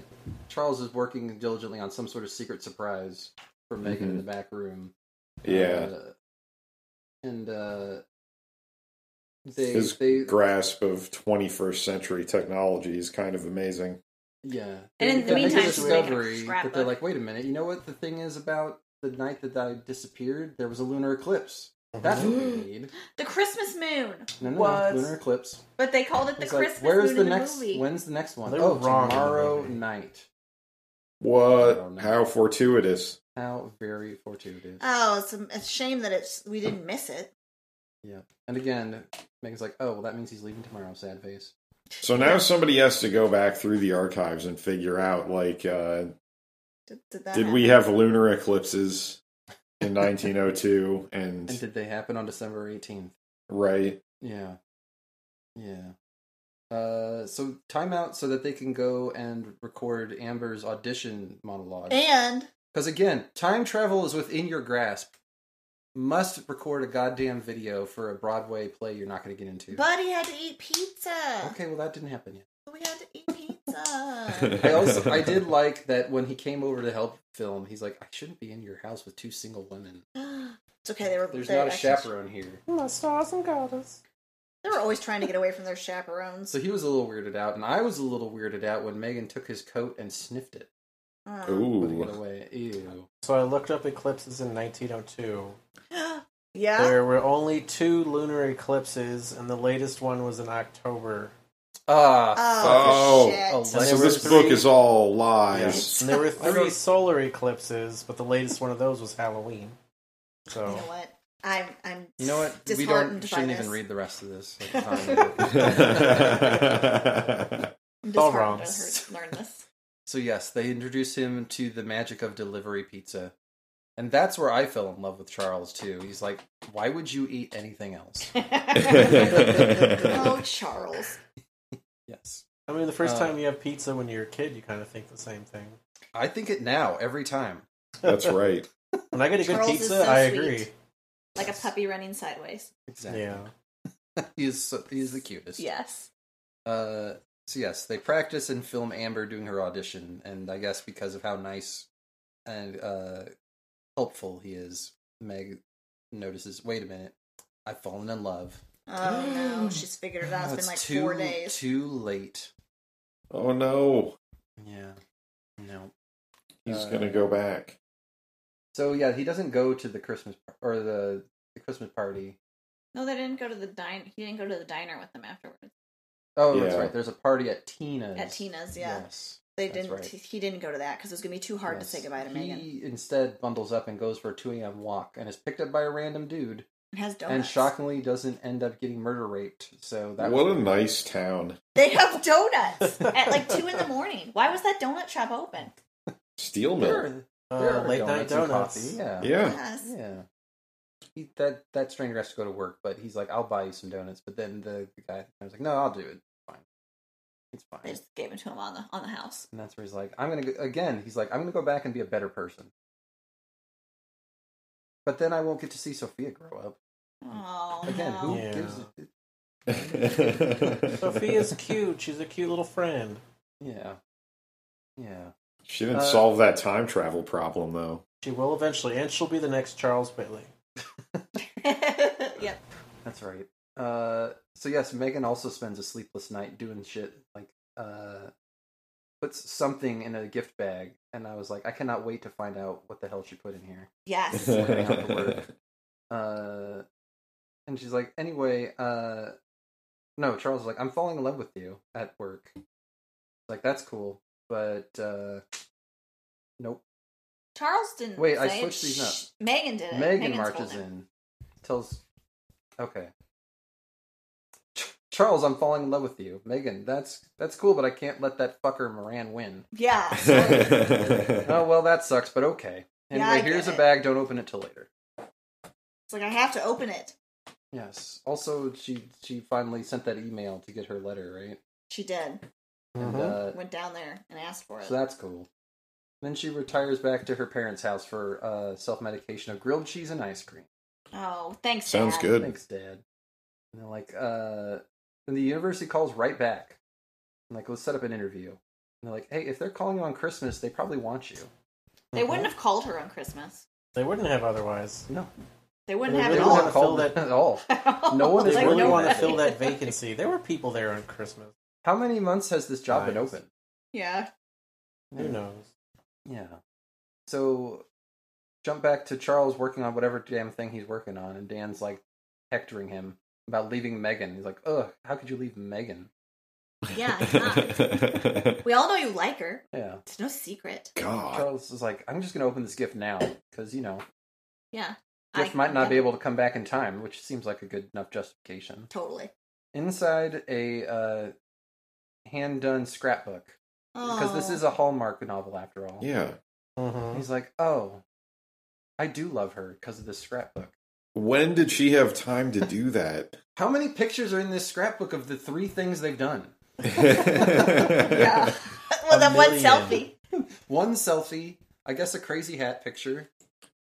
S2: Charles is working diligently on some sort of secret surprise for Megan in the back room.
S4: yeah.
S2: Uh, and uh, they,
S4: His
S2: they,
S4: Grasp of 21st century technology is kind of amazing.
S2: yeah.
S3: And in
S2: They
S3: the
S2: make a
S3: meantime, she's making a
S2: discovery that they're
S3: scrapbook.
S2: like, wait a minute, you know what the thing is about the night that I disappeared? There was a lunar eclipse. That's what we need.
S3: the Christmas moon.
S2: No, no,
S1: What?
S2: no. Lunar eclipse.
S3: But they called it the
S2: It's like,
S3: Christmas
S2: where's
S3: moon
S2: the
S3: in the
S2: next?
S3: movie.
S2: When's the next one?
S1: They were
S2: oh,
S1: wrong in the
S2: tomorrow
S1: movie.
S2: night. I
S4: What?
S2: don't know.
S4: How fortuitous.
S2: How very fortuitous!
S3: Oh, it's a, it's a shame that it's we didn't miss it.
S2: and again, Megan's like, "Oh, well, that means he's leaving tomorrow." Sad face.
S4: So now somebody has to go back through the archives and figure out, like, uh,
S3: Did, did that
S4: did we have lunar eclipses
S2: [laughs]
S4: in 1902? And,
S2: And did they happen on December eighteenth?
S4: right.
S2: Yeah, yeah. Uh, so timeout so that they can go and record Amber's audition monologue.
S3: happen? And
S2: Because again, time travel is within your grasp. Must record a goddamn video for a Broadway play you're not going to get into.
S3: Buddy had to eat pizza.
S2: okay, well that didn't happen yet.
S3: We had to eat
S4: [laughs]
S3: pizza.
S2: I also I did like that when he came over to help film, he's like, I shouldn't be in your house with two single women.
S3: it's okay. They were
S2: There's
S3: they
S2: not a
S3: actually-
S2: chaperone here.
S1: My stars and goddess.
S3: They were always trying to get away from their chaperones.
S2: [laughs] So he was a little weirded out, and I was a little weirded out when Megan took his coat and sniffed it,
S3: Uh.
S2: putting it
S4: Ooh.
S2: away. Ew.
S1: So I looked up eclipses in 1902.
S3: yeah.
S1: There were only two lunar eclipses, and the latest one was in October.
S2: Ah.
S4: Oh,
S3: oh
S2: a
S3: shit.
S2: le-
S4: So this
S1: Three.
S4: book is all lies.
S1: And there
S3: [laughs]
S1: were
S2: I
S1: three
S2: wrote-
S1: solar eclipses, but the latest one of those was Halloween.
S3: You
S1: So
S3: know what? I'm I'm
S2: You know what? We
S3: Disheartened
S2: don't
S3: by
S2: shouldn't
S3: this.
S2: even read the rest of this. Like, [laughs]
S3: [laughs]
S2: it's not-
S3: I'm
S1: all
S3: disheartened
S1: wrong.
S3: to hear- learn this.
S2: so yes, they introduce him to the magic of delivery pizza. And that's where I fell in love with Charles too. He's like, why would you eat anything
S3: [laughs]
S2: else?
S4: [laughs]
S3: oh Charles.
S2: Yes.
S1: I mean, the first
S2: Uh,
S1: time you have pizza when you're a kid, you kind of think the same thing.
S2: I think it now every time.
S4: [laughs]
S2: [laughs]
S4: That's right.
S1: When I get a good
S3: Charles is
S1: pizza,
S3: so
S1: I
S3: sweet.
S1: agree.
S3: Like a puppy running sideways.
S2: Exactly.
S1: Yeah,
S2: He's so, he's the cutest.
S3: Yes.
S2: Uh, so yes, they practice and film Amber doing her audition, and I guess because of how nice and uh helpful he is, Meg notices. Wait a minute, I've fallen in love.
S3: Oh
S2: [gasps]
S3: no, she's figured it out. It's been like
S2: too,
S3: four days.
S2: Too late.
S4: Oh no.
S2: Yeah. No.
S4: He's
S2: Uh,
S4: gonna go back.
S2: So yeah, he doesn't go to the Christmas par- or the the Christmas party.
S3: No, they didn't go to the dine. He didn't go to the diner with them afterwards.
S2: Oh, that's
S4: Yeah.
S2: right. There's a party at Tina's.
S3: At Tina's, yeah.
S2: Yes.
S3: They
S2: that's
S3: didn't.
S2: right.
S3: He didn't go to that because it was gonna be too hard
S2: Yes.
S3: to say goodbye to
S2: he
S3: Megan.
S2: instead bundles up and goes for a 2 a.m. walk and is picked up by a random dude
S3: And has donuts.
S2: and shockingly doesn't end up getting murder raped. So that
S4: What
S2: was
S4: a nice town.
S3: They have
S2: [laughs]
S3: donuts at like two in the morning. Why was that donut shop open?
S4: Steel mill.
S2: There,
S1: uh,
S2: there are
S1: late night
S2: and
S1: donuts.
S3: [laughs]
S2: coffee, [laughs] Yeah.
S4: Yeah.
S3: Yes.
S2: Yeah. he, that that stranger has to go to work, but he's like, I'll buy you some donuts. But then the, the guy I was like, No, I'll do it. Fine, it's
S3: They
S2: fine.
S3: just gave it to him on the on the house.
S2: And that's where he's like, I'm gonna go, again. He's like, I'm gonna go back and be a better person. But then I won't get to see Sophia grow up
S3: Oh,
S2: again. Who
S1: Yeah.
S2: gives? A,
S1: Sophia's cute. She's a cute little friend.
S2: yeah, yeah.
S4: She didn't
S2: Uh,
S4: solve that time travel problem though.
S1: She will eventually, and she'll be the next Charles Bailey.
S3: [laughs] yep.
S2: That's right. Uh, so yes, Megan also spends a sleepless night doing shit like uh, puts something in a gift bag, and I was like, I cannot wait to find out what the hell she put in here.
S3: Yes.
S2: [laughs] out to
S4: [laughs]
S2: work. Uh, and she's like, anyway, uh, no, Charles is like, I'm falling in love with you at work. Like that's cool, but uh, nope.
S3: Charles didn't.
S2: Wait, I
S3: say it.
S2: switched these up.
S3: Shh. Megan did it.
S2: Megan
S3: Uh, Megan
S2: marches in, tells, "Okay, Ch- Charles, I'm falling in love with you, Megan. That's that's cool, but I can't let that fucker Moran
S3: [laughs]
S2: win. [laughs]
S3: Yeah.
S2: oh well, that sucks, but okay.
S3: Yeah,
S2: Anyway,
S3: I get
S2: here's a
S3: it.
S2: bag. Don't open it till later.
S3: It's like I have to open it.
S2: Yes. Also, she she finally sent that email to get her letter, right?
S3: She did.
S2: And,
S1: Mhm.
S2: uh,
S3: Went down there and asked for it.
S2: so that's cool. Then she retires back to her parents' house for uh, self medication of grilled cheese and ice cream.
S3: oh, thanks.
S4: Sounds
S3: Dad.
S4: good.
S2: Thanks, Dad. And they're like, uh, and the university calls right back. And like, let's set up an interview. And they're like, hey, if they're calling you on Christmas, they probably want you.
S3: They wouldn't have called her on Christmas.
S1: mm-hmm. They wouldn't have otherwise.
S2: No,
S3: They wouldn't
S1: They
S3: have
S1: really
S3: it
S2: wouldn't
S1: wanna
S2: have
S3: all.
S2: called
S1: fill that-
S2: [laughs] at all.
S3: [laughs]
S2: No one
S1: They
S2: Like,
S1: really
S2: no
S1: want to
S2: way.
S1: fill that vacancy. There were people there on Christmas.
S2: How many months has this job been
S1: Nice.
S2: open?
S3: Yeah.
S1: Who knows?
S2: Yeah. So, jump back to Charles working on whatever damn thing he's working on, and Dan's like hectoring him about leaving Megan. He's like, ugh, how could you leave Megan?
S3: Yeah. it's not- we all know you like her.
S2: Yeah.
S3: It's no secret.
S4: [laughs] God.
S2: Charles is like, I'm just going to open this gift now, because, you know,
S3: Yeah.
S2: Gift might not be able to come back in time, which seems like a good enough justification.
S3: Totally.
S2: Inside a uh, hand done scrapbook, because this
S3: Oh.
S2: is a Hallmark novel after all.
S4: Yeah.
S1: Mm-hmm.
S2: He's like, oh, I do love her because of this scrapbook.
S4: When did she have time to do that?
S2: How many pictures are in this scrapbook of the three things they've done?
S3: [laughs]
S2: [laughs]
S3: yeah. well, that one
S1: million.
S3: selfie.
S2: One selfie, I guess a crazy hat picture,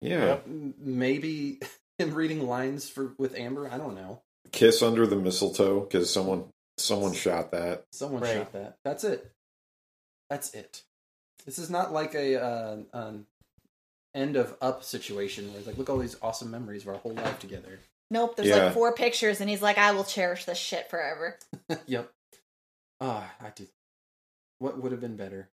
S4: Yeah.
S2: m- maybe [laughs] him reading lines for with Amber. I don't know.
S4: Kiss under the mistletoe because someone someone shot that.
S2: Someone
S1: Right.
S2: shot that. That's it. That's it. This is not like a uh, um, end of up situation where it's like, look at all these awesome memories of our whole life together.
S3: Nope. There's
S4: Yeah.
S3: like four pictures, and he's like, "I will cherish this shit forever."
S2: yep. Ah, I do. What would have been better?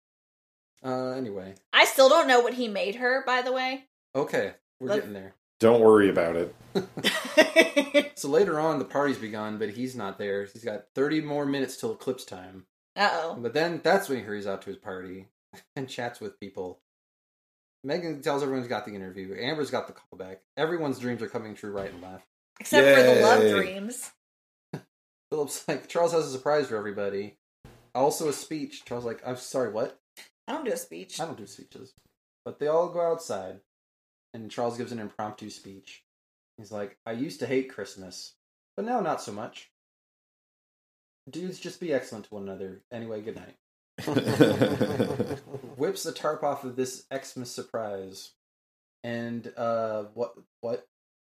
S2: Uh, anyway,
S3: I still don't know what he made her, by the way. [laughs]
S2: okay, we're
S3: Let-
S2: getting there.
S4: Don't worry about it. [laughs]
S2: So later on, the party's begun, but he's not there. He's got thirty more minutes till eclipse time.
S3: uh oh.
S2: But then that's when he hurries out to his party [laughs] and chats with people. Megan tells everyone he's got the interview. Amber's got the callback. Everyone's dreams are coming true right and left.
S3: Except for the love
S4: Yay.
S3: dreams.
S2: Philip's [laughs] like, Charles has a surprise for everybody. Also a speech. Charles like, I'm sorry, what?
S3: I don't do a speech.
S2: I don't do speeches. But they all go outside and Charles gives an impromptu speech. He's like, I used to hate Christmas, but now not so much. Dudes just be excellent to one another. Anyway, good night. whips the tarp off of this Xmas surprise, and uh, what what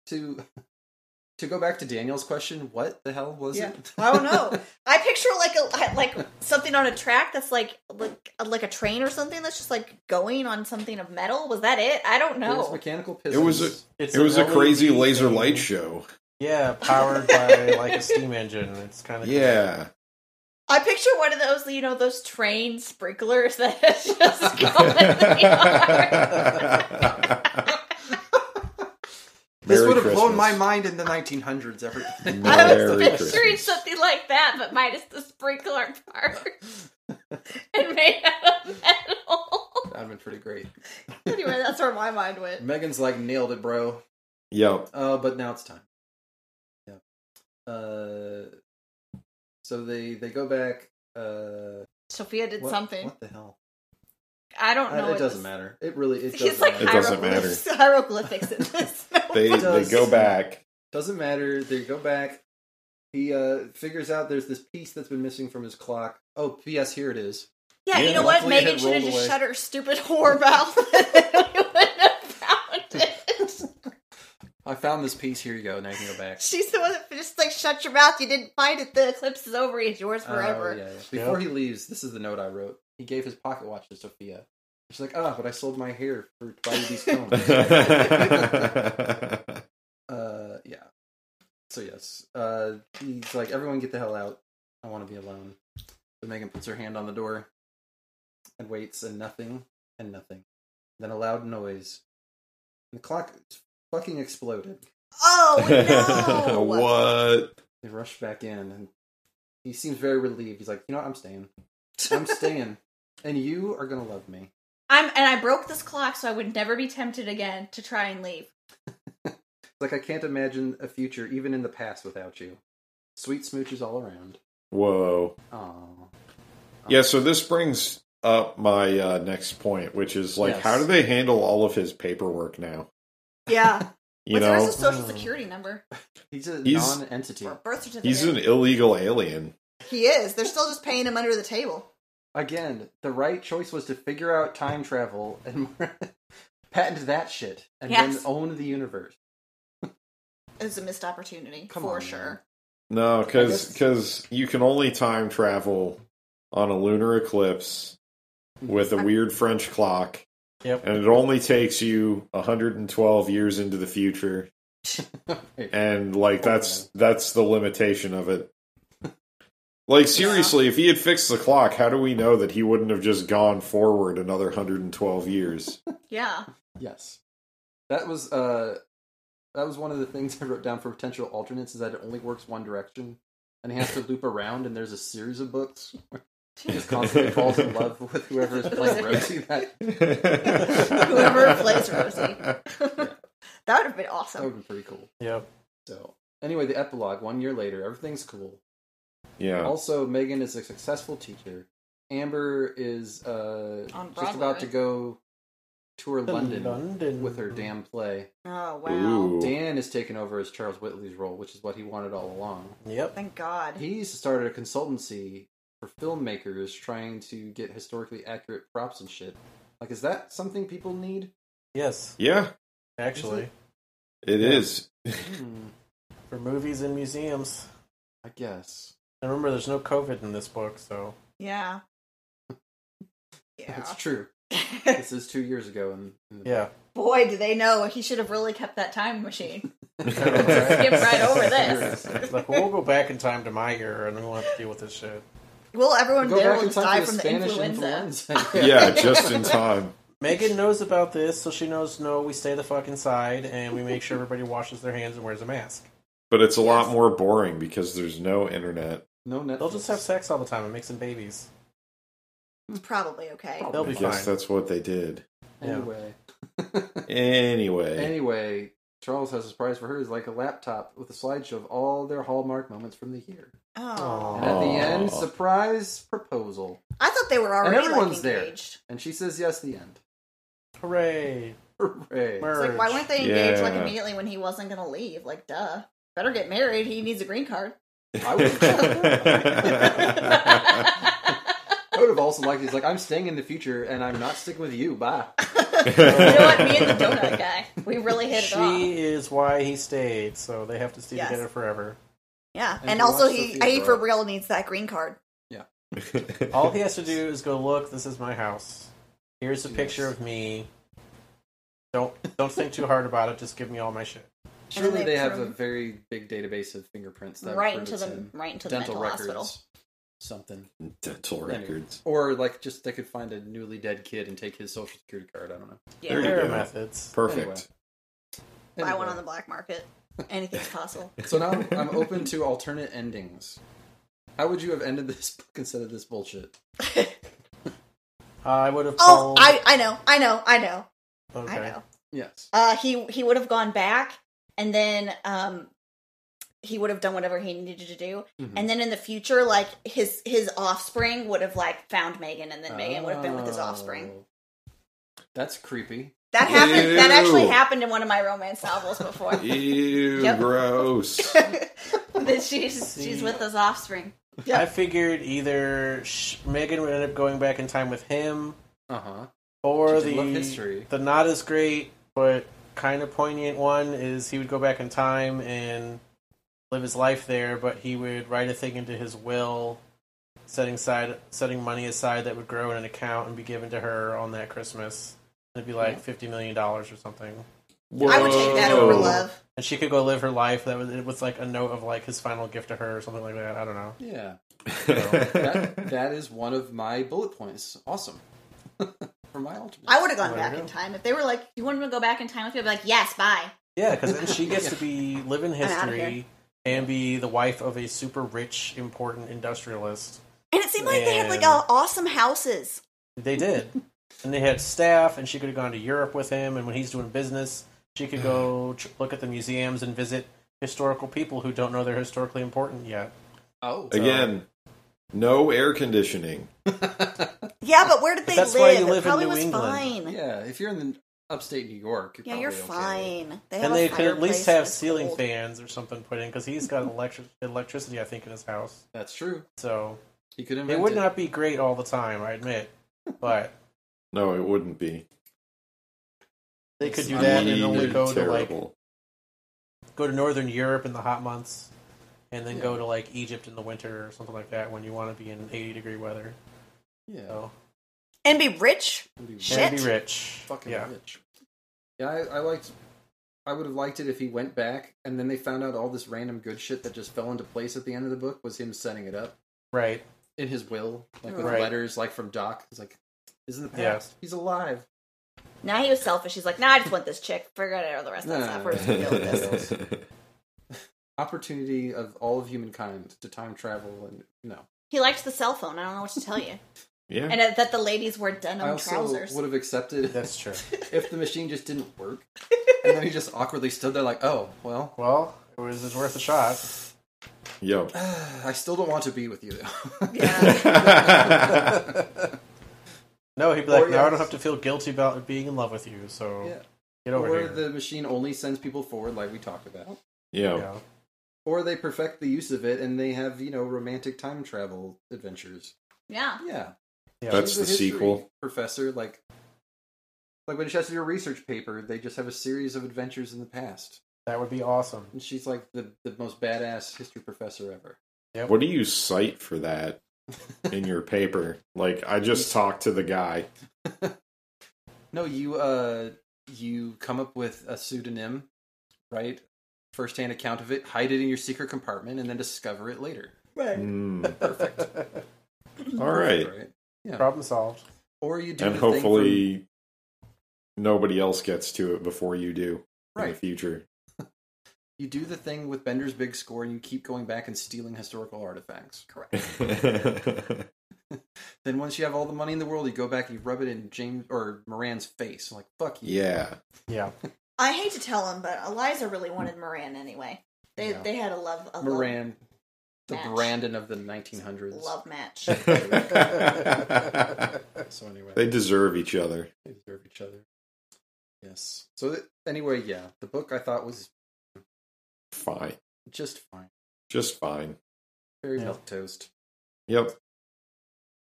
S2: to [laughs] to go back to Daniel's question? What the hell was
S3: Yeah.
S2: it?
S3: I don't know. I picture like a like something on a track that's like like like a train or something that's just like going on something of metal. Was that it? I don't
S2: [laughs] It was
S3: know.
S2: mechanical
S4: It
S2: pistons.
S4: was
S1: [laughs] It's
S4: It was a
S1: LED
S4: crazy laser
S1: E thing.
S4: light show.
S1: Yeah, powered by like a steam engine. It's kind of
S4: Yeah.
S3: I picture one of those you know those train sprinklers [laughs] that is just
S4: [laughs]
S3: going.
S2: this
S4: Merry
S2: would have blown
S4: Christmas.
S2: my mind in the 1900s. Everything. [laughs]
S4: No.
S3: I was
S4: Merry
S3: picturing
S4: Christmas.
S3: something like that, but minus the sprinkler
S2: [laughs]
S3: part and made [laughs] out of metal.
S2: That'd been pretty great.
S3: anyway, that's where my mind went.
S2: Megan's like nailed it, bro.
S4: Yep.
S2: Uh, but now it's time. Yeah. Uh, so they they go back. Uh,
S3: Sophia did
S2: what-
S3: something.
S2: What the hell?
S3: I don't know.
S2: Uh,
S3: what
S2: it doesn't
S3: this-
S2: matter. It really
S3: [laughs]
S2: it doesn't
S3: It's like
S2: matter.
S4: It doesn't
S3: hieroglyphs, hieroglyphics in
S2: [laughs]
S3: this.
S4: They
S2: It
S4: they
S2: does.
S4: go back.
S2: Doesn't matter. They go back. He uh figures out there's this piece that's been missing from his clock. Oh, P.S. Here it is.
S3: yeah,
S4: Yeah.
S3: you know what?
S2: Luckily it
S3: Megan
S2: had
S3: should have
S2: rolled
S3: just
S2: away.
S3: shut her stupid whore mouth. we wouldn't have found it. [laughs]
S2: I found this piece. Here you go. Now you can go back.
S3: She's the one that just like shut your mouth. You didn't find it. The eclipse is over. It's yours
S2: Oh,
S3: [laughs] forever.
S2: yeah, yeah. Before he leaves, this is the note I wrote. He gave his pocket watch to Sophia. She's like, ah, but I sold my hair for to buy you
S4: [laughs]
S2: these combs. uh, yeah. So yes, uh, he's like, everyone get the hell out. I want to be alone. So Megan puts her hand on the door and waits, and nothing, and nothing. Then a loud noise. And the clock fucking exploded. [laughs]
S3: Oh no!
S4: [laughs] what?
S2: They rush back in, and he seems very relieved. He's like, you know what? I'm staying. I'm staying. And you are gonna love me.
S3: I'm and I broke this clock so I would never be tempted again to try and leave.
S2: Like I can't imagine a future, even in the past, without you. Sweet smooches all around.
S4: Whoa.
S2: Aww.
S4: Yeah. So this brings up my uh, next point, which is like,
S2: Yes.
S4: how do they handle all of his paperwork now?
S2: [laughs]
S3: Yeah.
S4: You
S3: What's the
S4: know,
S3: rest of [sighs] social security number
S2: He's a
S4: He's-
S2: non-entity.
S3: or birth certificate?
S4: he's an illegal alien.
S3: he is. They're still just paying him under the table.
S2: Again, the right choice was to figure out time travel and [laughs] patent that shit, and then
S3: Yes.
S2: own the universe.
S3: It's a missed opportunity
S2: Come
S3: for
S2: on,
S3: sure.
S4: No, because
S2: guess-
S4: you can only time travel on a lunar eclipse with a weird French clock,
S1: Yep.
S4: and it only takes you 112 years into
S3: [laughs]
S4: the future, and
S3: Oh,
S4: like that's that's the limitation of it. Like seriously, if he had fixed the clock, how do we know that he wouldn't have just gone forward another
S3: [laughs]
S4: 112 years?
S3: Yeah.
S2: Yes, that was uh, that was one of the things [laughs] I wrote down for potential alternates is that it only works one direction, and he has to
S3: [laughs]
S2: loop around. And there's a series of books where he just constantly falls in love with whoever
S3: [laughs]
S2: is playing Rosie. That
S4: Whoever
S3: plays Rosie. That would have been
S2: that
S3: awesome.
S2: would be pretty cool.
S1: Yep.
S2: So anyway, the epilogue one year later, everything's cool.
S3: Oh,
S4: Yeah.
S2: Also, Megan is a successful teacher. Amber is uh,
S3: On
S2: just
S3: Broadway,
S2: about
S3: right?
S2: to go tour London,
S1: London.
S2: with her damn play.
S3: Oh wow.
S4: Ooh.
S2: Dan is taking over as Charles Whitley's role, which is what he wanted all along.
S1: Yep.
S3: Thank God.
S2: He's started a consultancy for filmmakers trying to get historically accurate props and shit. Like, is that something people need?
S1: Yes,
S4: Yeah,
S1: actually,
S4: it is.
S2: Hmm,
S1: for movies and museums.
S2: I guess.
S1: And remember, there's no COVID in this book, so
S3: yeah. Yeah.
S2: It's
S3: [laughs]
S2: true. This is two years ago. And, and
S1: yeah.
S3: Boy, do they know he should have really kept that time
S2: [laughs]
S3: machine.
S1: Skip
S3: right over this.
S1: It's like we'll go back in time to my era, and we won't have to deal with this shit.
S3: Well, everyone
S2: Go
S3: there
S2: back
S3: will
S2: in
S3: just
S2: time
S3: die
S2: for
S3: from
S2: the
S3: the
S2: Spanish
S3: influenza.
S2: influenza.
S4: [laughs] Yeah, just in time.
S1: Megan knows about this, so she knows. No, we stay the fuck inside, and we make sure everybody washes their hands and wears a mask.
S4: But it's a lot more boring because there's no internet.
S2: No Netflix.
S1: They'll just have sex all the time and make some babies.
S3: It's probably okay.
S2: Oh.
S1: They'll
S4: I
S1: be fine.
S4: guess that's what
S1: [laughs]
S4: they did.
S2: Anyway.
S4: Anyway,
S2: Anyway, Charles has a surprise for her. Is like a laptop with a slideshow of all their hallmark moments from the year.
S3: Oh.
S2: And at the
S4: Aw.
S2: end, surprise proposal.
S3: I thought they were already
S2: and everyone's
S3: like,
S2: there.
S3: engaged.
S2: And she says yes. The end.
S1: Hooray!
S2: Hooray!
S1: Mer-
S3: It's like why weren't they engaged like
S4: Yeah.
S3: immediately when he wasn't gonna leave? Like duh. Better get married. He needs a green card. [laughs]
S2: I would, I would have also liked. He's like, I'm staying in the future, and I'm not sticking with you. Bye.
S3: you know what? Me and the donut guy, we really hit it off.
S1: She is why he stayed, so they have to stay
S3: Yes.
S1: together forever.
S3: Yeah,
S2: And
S3: and
S2: to
S3: also
S2: watch
S3: he,
S2: Sophia
S3: he
S2: grow
S3: for
S2: up.
S3: real needs that green card.
S4: [laughs]
S1: All he has to do is go look. This is my house. Here's a picture of me. Don't don't think too hard about it. Just give me all my shit.
S3: And then
S2: Surely
S3: they
S2: they have a
S3: prove-
S2: very big database of fingerprints that
S3: Right
S2: prove
S3: into
S2: it's
S3: the
S2: him.
S3: right into the
S2: dental
S3: mental
S2: records,
S3: hospital.
S2: something,
S4: dental records.
S2: or like just they could find a newly dead kid and take his social security card. I don't know.
S3: Yeah,
S4: There you
S1: There are
S4: go.
S1: methods.
S4: Perfect.
S3: buy one
S2: Anyway.
S3: on the black market. Anything's possible.
S2: So now I'm open to alternate endings. How would you have ended this book instead of this bullshit?
S1: I would have.
S3: Oh,
S1: told-
S3: I I know, I know, I know,
S1: Okay.
S3: I know.
S2: Yes.
S3: Uh, he he would have gone back, and then um, he would have done whatever he needed to do,
S1: Mm-hmm.
S3: and then in the future, like his his offspring would have like found Megan, and then Megan would have been with his offspring.
S2: Oh. That's creepy.
S1: Oh.
S3: That happened. That actually
S4: Ew.
S3: happened in one of my romance
S1: [laughs]
S3: novels before.
S4: Ew,
S3: Yep. [laughs]
S4: gross.
S3: that she's she's with his offspring. Yeah.
S1: I figured either sh- Megan would end up going back in time with him,
S2: Uh huh.
S1: or
S2: She
S1: the
S2: did love history.
S1: the not as great but kind of poignant one is he would go back in time and live his life there, but he would write a thing into his will, setting side setting money aside that would grow in an account and be given to her on that Christmas. It'd be like fifty million dollars or something,
S3: I would take that over
S4: Whoa.
S3: love.
S1: and she could go live her life. That was it was like a note of like his final gift to her or something like that. I don't know.
S2: Yeah. That
S1: [laughs]
S2: that is one of my bullet points. Awesome. [laughs] For my ultimate.
S3: I would have gone
S1: There you
S3: back in
S1: go.
S3: time if they were like, "You want to go back in time with me?" I'd be like, "Yes, bye."
S1: Yeah, because then she gets to [laughs] be live in
S3: outta
S1: history and be the wife of a super rich, important industrialist.
S3: And it seemed like they had like
S1: Man.
S3: a- awesome houses.
S1: They did, and they had staff, and she could have gone to Europe with him. And when he's doing business, she could go tr- look at the museums and visit historical people who don't know they're historically important yet.
S2: Oh.
S4: [laughs] Again, no air conditioning.
S3: Yeah, but where did they
S1: that's
S3: live?
S1: why you live
S3: it
S1: in
S3: probably
S1: New
S3: was
S1: England.
S3: fine.
S2: [laughs]
S3: Yeah,
S2: Yeah. If you're in the upstate New York, you're
S3: you're
S2: probably okay.
S3: fine. They have
S1: and
S3: a
S1: they could at least
S3: fireplace and
S1: have
S3: it's
S1: ceiling
S3: cold.
S1: fans or something put in because
S3: [laughs]
S1: he's got electric electricity, I think, in his house.
S2: That's true.
S1: So
S2: You could invent
S1: it would not be great all the time, I admit, but.
S4: No, it wouldn't be.
S1: They could do
S2: I
S1: that
S2: mean,
S1: and only
S4: It'd be
S1: go to like
S4: terrible.
S1: go to Northern Europe in the hot months, and then
S2: Yeah.
S1: go to like Egypt in the winter or something like that when you want to be in eighty degree weather.
S2: Yeah.
S1: So
S3: and be rich.
S2: Would you-
S3: Shit.
S1: and be rich.
S2: Fucking
S1: yeah.
S2: rich. Yeah. I, I liked. I would have liked it if he went back and then they found out all this random good shit that just fell into place at the end of the book was him setting it up.
S1: Right.
S2: in his will, like with
S1: Right.
S2: letters, like from Doc. He's like, "This is the past.
S1: Yeah.
S2: He's alive."
S3: Now he was selfish. He's like, "Nah, I just want this chick. Forget it, all the rest of that
S2: Nah.
S3: stuff. We're just gonna deal with
S1: [laughs]
S3: this."
S2: Opportunity of all of humankind to time travel, and no,
S3: He liked the cell phone. I don't know what to tell you.
S4: [laughs] yeah.
S3: And uh, that the ladies wore
S2: I
S3: denim
S2: also
S3: trousers.
S2: would have
S1: [laughs]
S2: accepted
S1: That's true.
S2: if the machine just didn't work, and then he just awkwardly stood there like, "Oh, well,
S1: well, it was it's worth a shot.
S4: Yo.
S2: I still don't want to be with you." [laughs] Though.
S1: [laughs]
S3: Yeah.
S1: No, he'd be like,
S2: Or
S1: now I don't
S2: yes.
S1: have to feel guilty about being in love with you. So
S2: Yeah.
S1: get over
S2: Or
S1: here.
S2: the machine only sends people forward, like we talked about.
S4: yeah.
S1: yeah.
S2: Or they perfect the use of it and they have, you know, romantic time travel adventures.
S3: yeah.
S2: Yeah.
S1: Yeah.
S4: That's-
S2: She's a
S4: the
S2: history
S4: sequel.
S2: Professor, like, like when she has to do a research paper, they just have a series of adventures in the past,
S1: That would be awesome.
S2: and she's like the the most badass history professor ever.
S4: What do you cite for that in your paper? Like, I just talked to the guy.
S2: No, you uh, you come up with a pseudonym, right? First hand account of it, hide it in your secret compartment, and then discover it later.
S4: Mm. All right.
S2: Right.
S1: Problem solved.
S2: Or you do
S4: And
S2: the thing
S4: hopefully nobody else gets to it before you do
S2: from-
S4: in the
S2: right. [laughs]
S4: future.
S2: You do the thing with Bender's big score, and you keep going back and stealing historical artifacts.
S3: Correct.
S2: Then once you have all the money in the world, you go back and you rub it in James or Moran's face, like fuck you.
S4: yeah.
S2: [laughs]
S1: Yeah.
S3: I hate to tell him, but Eliza really wanted Moran anyway. They
S2: Yeah.
S3: they had a love a
S2: Moran, the
S3: Match.
S2: Brandon of the 1900s.
S1: [laughs]
S3: love, love match.
S2: So anyway,
S4: they deserve each other.
S2: they deserve each other. Yes. So th- anyway, yeah, the book I thought was
S4: Fine.
S2: just fine,
S4: Just fine.
S2: very
S1: Yeah.
S2: milk toast.
S4: Yep.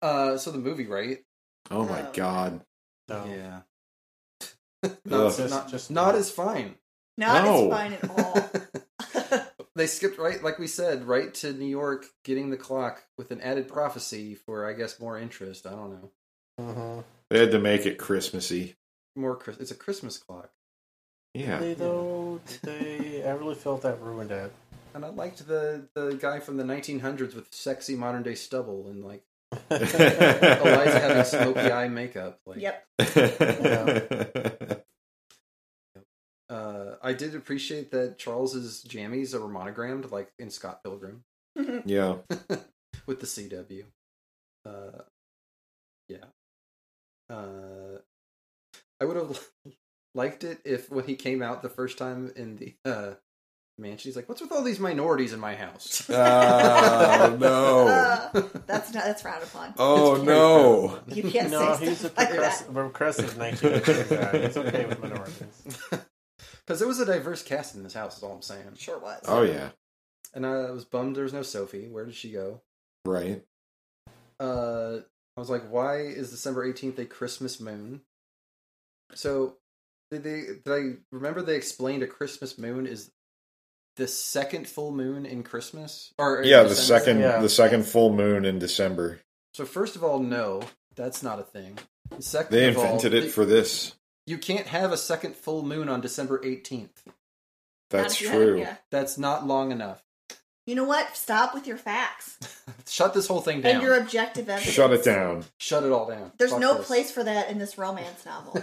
S2: Uh, so the movie, right?
S4: Oh my
S2: Um,
S3: Oh.
S4: god.
S1: No.
S4: [laughs]
S2: Yeah.
S4: Ugh.
S2: not,
S1: Just-
S2: not,
S1: just-
S2: not as fine.
S3: Not as
S4: No.
S3: fine at
S1: [laughs]
S3: all.
S2: [laughs] they skipped right, like we said, right to New York, getting the clock with an added prophecy for, I guess, more interest. I don't know,
S1: Mhm.
S4: They had to make it Christmassy.
S2: more. Chris- It's a Christmas clock. [laughs]
S4: Yeah.
S1: They, though, they, I really felt that ruined
S4: [laughs]
S1: it. [laughs]
S2: And I liked the the guy from the 1900s with sexy modern day stubble and like Eliza having smoky eye makeup. Like,
S3: yep.
S4: [laughs]
S2: Uh, I did appreciate that Charles's jammies are monogrammed, like in Scott Pilgrim
S4: [laughs] yeah.
S2: with the CW. Uh, yeah. Uh, [laughs] I would have liked it if when he came out the first time in the uh, man. She's like, "What's with all these minorities in my house?"
S4: Oh no!
S3: Uh, that's not that's frowned upon.
S4: Oh no!
S3: You
S1: [laughs]
S3: can't
S1: No,
S3: say
S1: he's a
S3: stuff like that.
S1: progressive, progressive 1900s guy. It's okay with minorities.
S2: Because it was a diverse cast in this house. Is all I'm saying.
S3: Sure was.
S4: Oh yeah,
S2: And I was bummed there was no Sophie. Where did she go?
S4: right.
S2: uh, I was like, why is December eighteenth a Christmas moon? So did they did I remember they explained a Christmas moon is the second full moon in Christmas? Or uh, in
S4: Yeah, the
S2: December?
S4: second
S1: Yeah.
S4: the second full moon in December.
S2: So first of all, no, that's not a thing. And Second
S4: They
S2: of all,
S4: invented it
S2: you-
S4: for this.
S2: you can't have a second full moon on December eighteenth.
S3: Not
S4: That's
S3: if you had-
S4: true.
S3: yeah.
S2: That's not long enough.
S3: You know what? Stop with your facts
S2: Shut this whole thing down.
S3: and your objective evidence.
S4: Shut
S3: [laughs]
S4: it down.
S2: Shut it all down.
S3: There's
S2: Fuck
S3: no
S2: this.
S3: place for that in this romance
S2: [laughs]
S3: novel.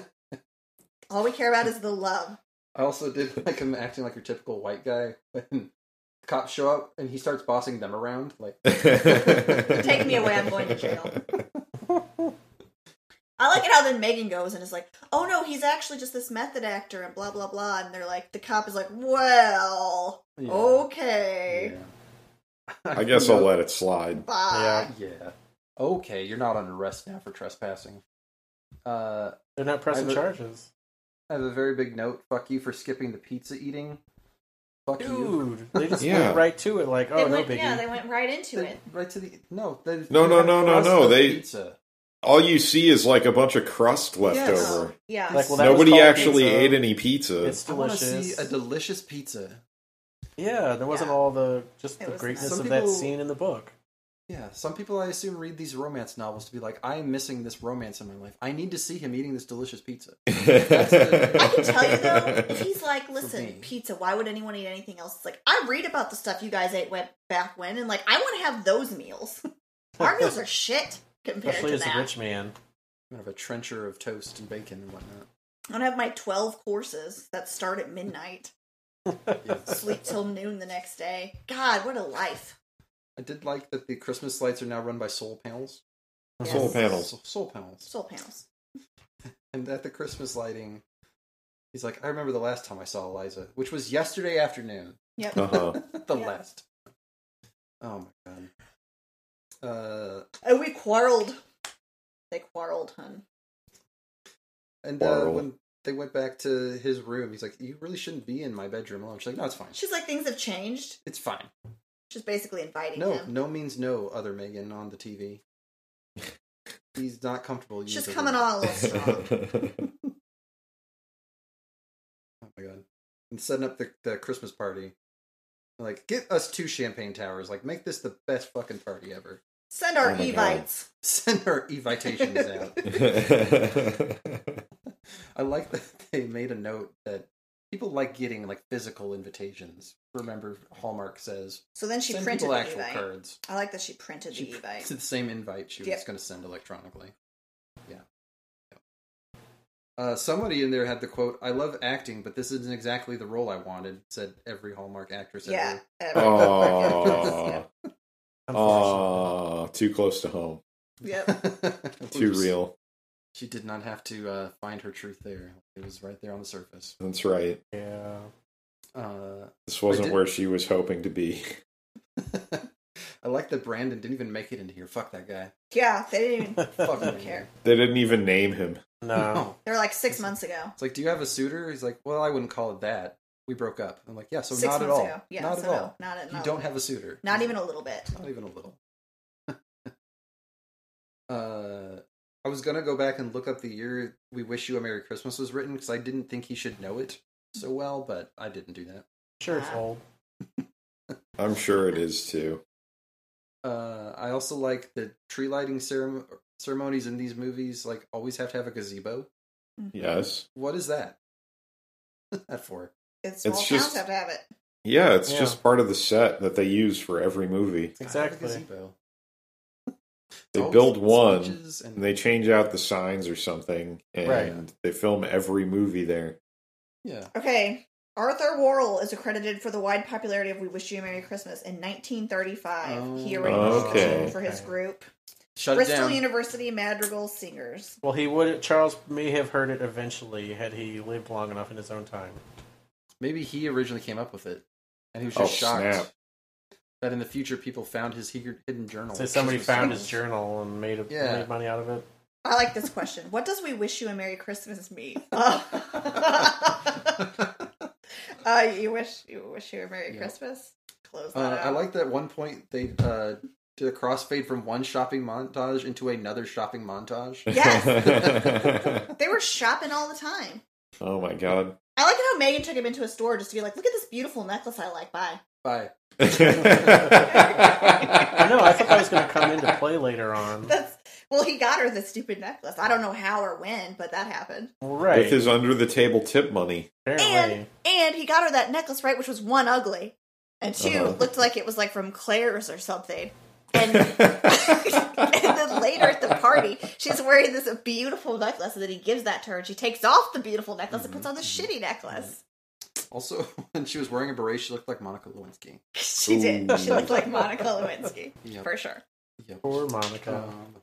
S3: All we care about is the love.
S2: I also did [laughs] like him acting like your typical white guy when cops show up and he starts bossing them around. Like,
S4: Take
S3: me away, I'm going to jail. I like it how then Megan goes and is like, "Oh no, he's actually just this method actor," and blah blah blah. And they're like, the cop is like, "Well,
S2: yeah,
S3: okay,
S2: yeah.
S4: [laughs] I guess I'll let it slide.
S3: bye."
S1: Yeah.
S2: [laughs] Yeah. Okay, you're not under arrest now for trespassing. Uh,
S1: They're not pressing
S2: I've-
S1: charges.
S2: I have a very big note. Fuck you for skipping the pizza eating. Fuck you.
S1: Dude, they just
S4: Yeah.
S1: went right to it like, oh,
S3: they
S1: no
S3: went,
S1: biggie.
S3: yeah, they went right into
S2: They-
S3: it.
S2: right to the no. They,
S4: No,
S2: they
S4: no,
S2: had
S4: no, no,
S2: crust
S4: no,
S2: of
S4: they-
S2: pizza.
S4: All you see is like a bunch of crust left
S2: Yes.
S4: over.
S3: Yeah,
S1: Like, well, that was
S4: Nobody
S1: called
S4: actually
S1: pizza.
S4: ate any pizza. [laughs]
S1: It's
S2: I want to see
S1: delicious.
S2: a delicious pizza.
S1: yeah, there wasn't
S3: Yeah.
S1: all the just
S3: It
S1: the
S3: was
S1: greatness
S2: nice.
S1: of
S2: Some
S1: that
S2: people-
S1: scene in the book.
S2: Yeah, some people I assume read these romance novels to be like, I am missing this romance in my life. I need to see him eating this delicious pizza.
S3: [laughs] I can tell you
S4: [laughs]
S3: though, if he's like, listen,
S2: me.
S3: pizza, why would anyone eat anything else? It's like, I read about the stuff you guys ate went back when, and like, I want to have those meals. [laughs] Our meals are shit compared
S1: Especially
S3: to
S1: as
S3: that.
S1: a rich man.
S2: Kind of a trencher of toast and bacon and
S4: [laughs]
S2: whatnot.
S3: I want to have my 12 courses that start at midnight,
S2: Yes.
S3: sleep till noon the next day. God, what a life.
S2: I did like that the Christmas lights are now run by solar panels.
S3: Yes.
S4: Solar panels.
S2: Soul, soul panels.
S3: Soul panels.
S2: And at the Christmas lighting, he's like, I remember the last time I saw Eliza, which was yesterday afternoon. [laughs]
S3: Yep.
S4: Uh-huh.
S2: the
S3: Yeah.
S2: last. Oh my god. Uh,
S3: And we quarreled. They quarreled, hun.
S2: and uh,
S4: Wow.
S2: when they went back to his room, he's like, You really shouldn't be in my bedroom alone. She's like, No, it's fine.
S3: She's like, things have changed.
S2: It's fine.
S3: She's basically inviting
S2: No,
S3: him.
S2: no means no. Other Megan on the TV. He's not comfortable.
S3: She's
S2: using
S3: coming
S2: it.
S3: on a
S4: [laughs]
S3: little strong.
S2: Oh my god! And setting up the, the Christmas party. Like, get us two champagne towers. Like, make this the best fucking party ever.
S3: Send our
S4: Oh my God.
S3: Evites.
S2: Send our invitations out.
S4: Uh-huh. [laughs]
S2: I like that [laughs] they made a note that people like getting like physical invitations. Remember, Hallmark says
S3: So then she
S2: send
S3: printed
S2: people
S3: the
S2: actual
S3: Evite.
S2: cards.
S3: I like that she printed
S2: She
S3: the Evite.
S2: to the same invite she was
S3: Yep.
S2: going to send electronically. Yeah. Yep. Uh, somebody in there had the quote, "I love acting, but this isn't exactly the role I wanted." Said every Hallmark actress.
S3: Yeah.
S2: Ever.
S4: Oh. Aw.
S1: [laughs] Unfortunately.
S4: Aw, too close to home.
S3: Yep.
S4: Too
S2: [laughs] Oops.
S4: real.
S2: She did not have to uh, find her truth there. It was right there on the surface.
S4: That's right.
S1: yeah.
S2: Uh,
S4: This
S2: did-
S4: wasn't where she was hoping to be. [laughs]
S2: I like that Brandon didn't even make it into here. Fuck that guy.
S3: Yeah, they didn't
S2: [laughs]
S3: even.
S2: Fuck
S3: Don't
S2: him.
S3: care.
S4: They didn't even name him.
S1: No.
S2: No.
S3: They were like six months ago.
S2: It's like, do you have a suitor? He's like, well, I wouldn't call it that. We broke up. I'm like, yeah, so
S3: six
S2: not
S3: months
S2: at all.
S3: ago. Yeah,
S2: not
S3: so
S2: at all.
S3: No, not at
S2: you
S3: all.
S2: don't have a suitor.
S3: Not even a little bit.
S2: Not even a little. [laughs] uh, I was gonna go back and look up the year "We Wish You a Merry Christmas" was written because I didn't think he should know it so well, but I didn't do that.
S1: Sure, it's old.
S4: I'm sure it is too.
S2: Uh, I also like the tree lighting cerem- ceremonies in these movies. Like, always have to have a gazebo.
S4: Yes.
S2: What is that? [laughs] that for?
S3: It's small
S4: It's
S3: towns
S4: just-
S3: have to have it.
S4: Yeah, it's
S1: Yeah.
S4: just part of the set that they use for every movie.
S1: Exactly.
S2: Have a gazebo.
S4: They
S2: Always
S4: build one
S2: speeches and-
S4: And they change out the signs or something, and
S1: Right.
S4: they film every movie there.
S2: yeah.
S3: Okay. Arthur Worrell is accredited for the wide popularity of "We Wish You a Merry Christmas" in 1935. he
S2: Oh,
S3: arranged the
S4: okay.
S3: tune for his
S1: Okay.
S3: group,
S2: Shut it
S3: Bristol
S2: down.
S3: University Madrigal Singers.
S1: Well, he would. Charles may have heard it eventually had he lived long enough in his own time.
S2: Maybe he originally came up with it, and he was
S4: Oh,
S2: just shocked
S4: snap.
S2: that in the future people found his he- hidden journal.
S1: So somebody
S2: Christmas
S1: found his
S2: journals.
S1: journal and made a,
S2: Yeah.
S1: made money out of it.
S3: I like this question. What does "We wish you a Merry Christmas" mean?
S2: [laughs]
S3: uh, you wish you wish you a Merry
S2: Yeah.
S3: Christmas. Close that.
S2: Uh,
S3: out.
S2: I like that one point they uh, did a crossfade from one shopping montage into another shopping montage.
S3: Yes. They were shopping all the time.
S4: [laughs] oh my
S1: [laughs]
S4: god.
S3: I like it how Megan took him into a store just to be like, "Look at this beautiful necklace I like." Bye. [laughs]
S2: Bye.
S1: I know. I thought that was going to come into play later
S3: [laughs]
S1: on.
S3: That's well, he got her this stupid necklace. I don't know how or when, but that happened.
S1: Well, right.
S4: With his under the table tip money. [laughs]
S1: apparently.
S3: And and he got her that necklace right, which was one ugly, and 2
S4: Uh-huh.
S3: looked like it was like from Claire's or something. And and then later at the party, she's wearing this beautiful necklace, and then he gives that to her, and she takes off the beautiful necklace and puts on the shitty necklace. [laughs]
S2: Also, [laughs] when she was wearing a beret, she looked like Monica Lewinsky.
S3: She did. She
S4: Ooh.
S3: looked like Monica Lewinsky
S2: Yep.
S3: for sure.
S1: Poor Monica.
S2: Um,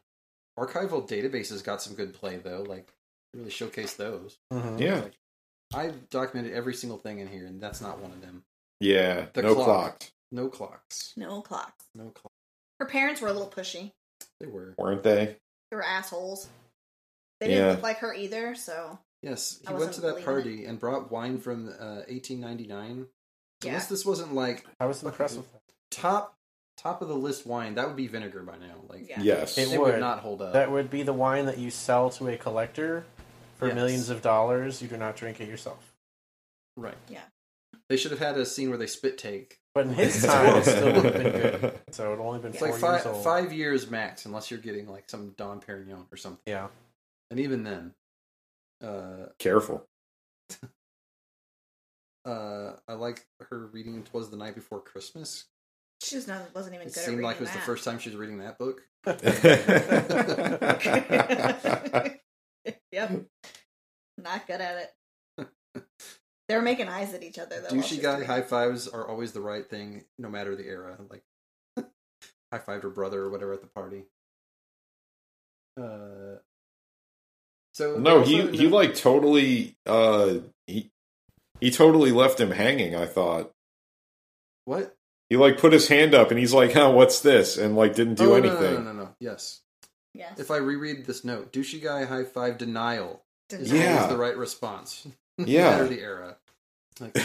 S2: archival databases got some good play though. Like really showcase those.
S1: Mhm.
S4: yeah.
S2: I've documented every single thing in here, and that's not one of them.
S4: Yeah.
S2: The
S4: no
S2: clock.
S4: clock.
S2: No clocks.
S3: No clock.
S2: No clocks.
S3: Her parents were a little pushy.
S2: They were.
S4: Weren't they?
S3: They were assholes. They didn't
S4: Yeah.
S3: look like her either, so
S2: Yes,
S3: I
S2: he went
S3: wasn't
S2: to that
S3: believing it.
S2: party and brought wine from uh, 1899.
S3: yeah.
S2: Unless this wasn't like
S1: I was impressed with that.
S2: top top of the list wine, that would be vinegar by now. Like
S3: Yeah.
S4: Yes.
S2: it
S1: It
S2: would
S1: would.
S2: not hold up.
S1: That would be the wine that you sell to a collector for
S2: Yes.
S1: millions of dollars. You do not drink it yourself.
S2: right.
S3: Yeah.
S2: They should have had a scene where they spit take.
S1: But in
S4: [laughs]
S1: his time, it still would have been good. So it would only been
S3: It's
S2: It's
S1: four
S2: like
S1: years
S2: five
S1: old.
S2: five years max, unless you're getting like some Don Perignon or something.
S1: Yeah.
S2: And even then, uh,
S4: Careful.
S2: uh, I like her reading "Twas the Night Before Christmas."
S3: she was not, wasn't even
S2: It
S3: good. at
S2: seemed like it was
S3: reading
S2: the first time she was reading that book.
S1: [laughs]
S3: that. yep,
S2: [laughs]
S3: not good at it. They were making eyes at each other though. while she
S2: Douchey
S3: was
S2: guy
S3: doing it.
S2: high fives are always the right thing, no matter the era. Like [laughs] high fived her brother or whatever at the party. Uh, so
S4: no,
S2: also
S4: he
S2: in
S4: he
S2: the-
S4: like totally uh he he totally left him hanging, I thought.
S2: what?
S4: He like put his hand up and he's like, huh, what's this? And like didn't do
S2: Oh, no,
S4: anything.
S2: No, no, no, no, no. Yes.
S3: Yes.
S2: If I reread this note, douchey guy high five denial is
S3: Denial.
S4: Yeah.
S2: always the right response. [laughs] no matter
S4: Yeah.
S2: the era.
S4: [laughs]
S2: Like,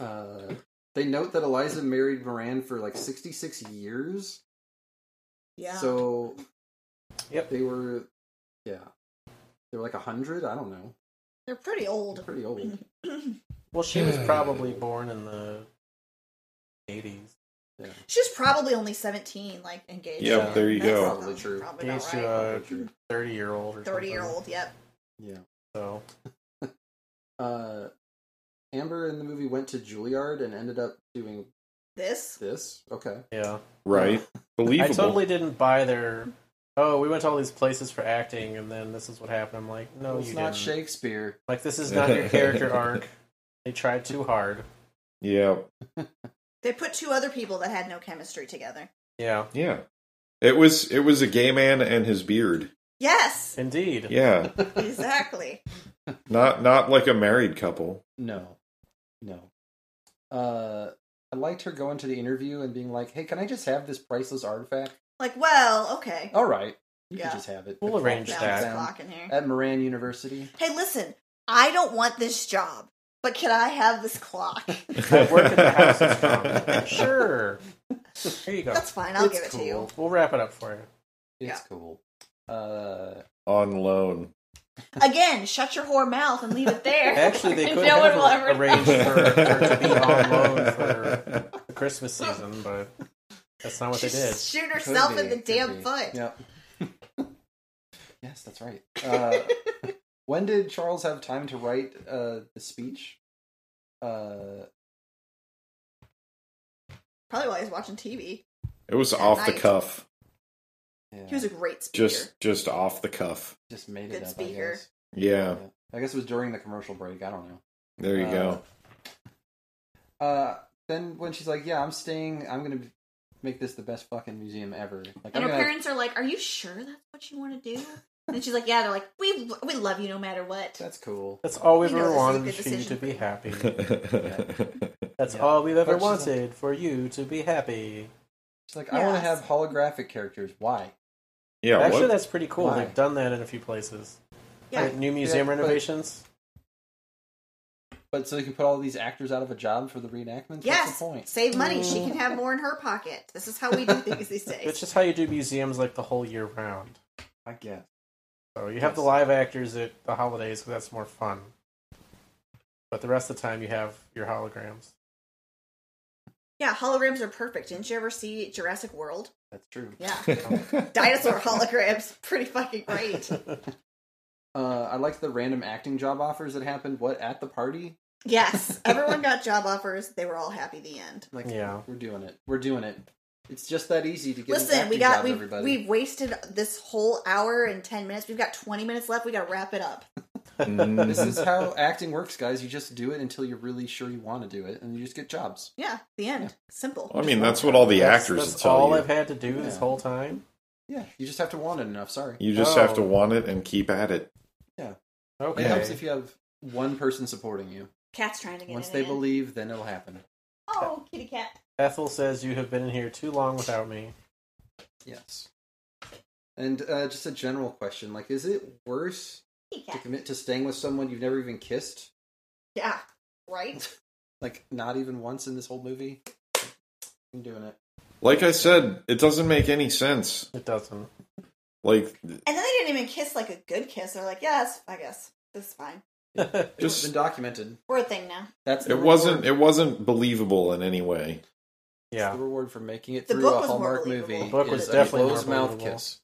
S2: uh, they note that Eliza married Moran for like sixty six years.
S3: Yeah.
S2: So
S1: Yep.
S2: they were yeah. They were like a hundred, I don't know.
S3: they're pretty old. [clears throat] Mm-hmm.
S2: Pretty old.
S1: Well, she was probably born in the 80s.
S3: She's probably only seventeen, like engaged.
S4: Yep,
S3: Yeah,
S4: there you
S3: that's
S4: go.
S2: Probably true.
S3: Probably
S1: He's to
S3: not right.
S2: uh,
S1: a 30 year old or
S3: Thirty year
S1: something.
S3: old. Yep.
S2: Yeah.
S1: So,
S2: Uh Amber in the movie went to Juilliard and ended up doing
S3: This.
S2: this. Okay.
S1: yeah.
S4: [laughs] right. Believable.
S1: [laughs] I totally didn't buy their. Oh, we went to all these places for acting, and then this is what happened. I'm like, no,
S2: it's
S1: Oh, you
S2: not
S1: didn't.
S2: Shakespeare.
S1: Like, this is not your character arc. They tried too hard.
S4: Yeah.
S3: They put two other people that had no chemistry together.
S1: Yeah,
S4: Yeah. It was it was a gay man and his beard.
S2: [laughs]
S3: Yes.
S1: indeed.
S4: Yeah.
S3: Exactly.
S4: Not not like a married couple.
S2: No. No. Uh I liked her going to the interview and being like, Hey, can I just have this priceless artifact?
S3: like, well, okay.
S2: All right. You
S3: Yeah.
S2: can just have it.
S1: We'll
S2: The clock
S1: arrange
S2: goes
S3: Balance
S1: that.
S2: down
S3: clock in here.
S2: At Moran University.
S3: Hey, listen. I don't want this job, but can I have this clock?
S1: I work at the house
S4: [laughs]
S1: is from. Sure. Here you go.
S3: That's fine. I'll
S2: It's
S3: give it to you.
S2: cool. [laughs]
S1: We'll wrap it up for you.
S2: It's
S3: Yeah.
S2: cool. Uh
S4: On loan.
S3: Again, shut your whore mouth and leave
S2: [laughs]
S3: it there.
S1: Actually,
S3: [laughs]
S1: they could
S3: no one will
S1: have
S3: ever. [laughs]
S1: arranged for her to be on loan for the Christmas season, but that's not what they
S3: She
S1: did.
S3: shoot
S2: Could
S3: herself
S2: be,
S3: in the
S2: could
S3: damn
S2: be.
S3: foot.
S2: Yep. [laughs] yes, that's right. Uh, when did Charles have time to write uh, the speech? Uh,
S3: Probably while he's watching TV.
S4: It was off the
S3: night.
S4: cuff.
S2: yeah,
S3: He was a great speaker.
S4: Just just off the cuff.
S2: just made
S3: good
S2: it up.
S3: speaker.
S2: I guess.
S4: Yeah.
S2: Yeah. I guess it was during the commercial break. I don't know.
S4: There you
S2: Uh,
S4: go.
S2: Uh, then when she's like, "Yeah, I'm staying. I'm gonna be- make this the best fucking museum ever." Like,
S3: and
S2: I'm
S3: her
S2: gonna,
S3: parents are like, "Are you sure that's what you want to do?" And she's like, "Yeah." They're like, "We we love you no matter what."
S2: That's cool.
S1: That's all we've
S3: You know
S1: ever
S3: this is a
S1: wanted
S3: good
S1: is for you to
S3: decision.
S1: be
S4: [laughs]
S1: happy.
S4: yeah.
S1: That's
S2: Yeah.
S1: all we've ever
S2: But she's like-
S1: wanted for you to be happy.
S2: She's like, I want to
S3: Yes.
S2: have holographic characters. Why?
S1: Actually,
S4: what?
S1: that's pretty cool.
S2: Why?
S1: They've done that in a few places.
S3: Yeah.
S1: Like new museum
S2: but-
S1: renovations.
S2: But so they can put all these actors out of a job for the reenactments. What's
S3: Yes,
S2: the point? Mm.
S3: save money. She can have more in her pocket. This is how we do
S2: [laughs]
S3: things these
S1: It's
S3: days.
S1: just how you do museums like the whole year round.
S2: I guess.
S1: So you have the live actors at the holidays because that's more fun. But the rest of the time, you have your holograms.
S3: Yeah, holograms are perfect. Didn't you ever see Jurassic World?
S2: That's true.
S3: Yeah,
S2: [laughs]
S3: dinosaur holograms, pretty fucking great.
S2: Uh, I liked the random acting job offers that happened. What at the party?
S3: Yes, everyone got job offers. They were all happy. The end.
S2: Like,
S1: Yeah.
S2: we're doing it. We're doing it. It's just that easy to get. an
S3: Listen,
S2: acting
S3: we got
S2: job,
S3: we've
S2: everybody.
S3: we've wasted this whole hour and ten minutes. We've got twenty minutes left. We got to wrap it up.
S4: Mm.
S2: This is how [laughs] acting works, guys. You just do it until you're really sure you want to do it, and you just get jobs.
S3: Yeah, the end. Simple.
S4: I mean, that's what all the
S1: That's-
S4: actors
S1: That's,
S4: will tell
S1: all
S4: you.
S1: I've had to do this
S2: Yeah.
S1: whole time.
S2: Yeah, you just have to want it enough. Sorry,
S4: You just
S1: Oh.
S4: have to want it and keep at it.
S1: Okay.
S2: it helps if you have one person supporting you.
S3: Cat's trying to get
S2: Once
S3: in
S2: they
S3: again.
S2: believe, then it'll happen.
S3: Oh, kitty cat.
S1: Ethel says you have been in here too long without me.
S2: Yes. And uh, just a general question: like, is it worse
S3: Kitty
S2: to
S3: cat.
S2: commit to staying with someone you've never even kissed,
S3: Yeah. Right.
S2: like not even once in this whole movie? I'm doing it.
S4: Like I said, it doesn't make any sense.
S1: It doesn't.
S4: Like,
S3: And then they didn't even kiss like a good kiss. They're like, yes, I guess this is fine.
S2: It's
S4: Just-
S2: been documented.
S3: We're a thing now.
S2: That's the
S4: it wasn't.
S2: reward.
S4: It wasn't believable in any way.
S2: It's
S1: Yeah.
S2: the reward for making it
S3: The
S2: through
S3: book
S2: a
S3: was more
S2: Hallmark
S3: believable.
S2: movie.
S3: The
S1: book
S2: is
S1: was
S2: a
S1: definitely more
S2: closed mouth
S1: believable.
S2: kiss.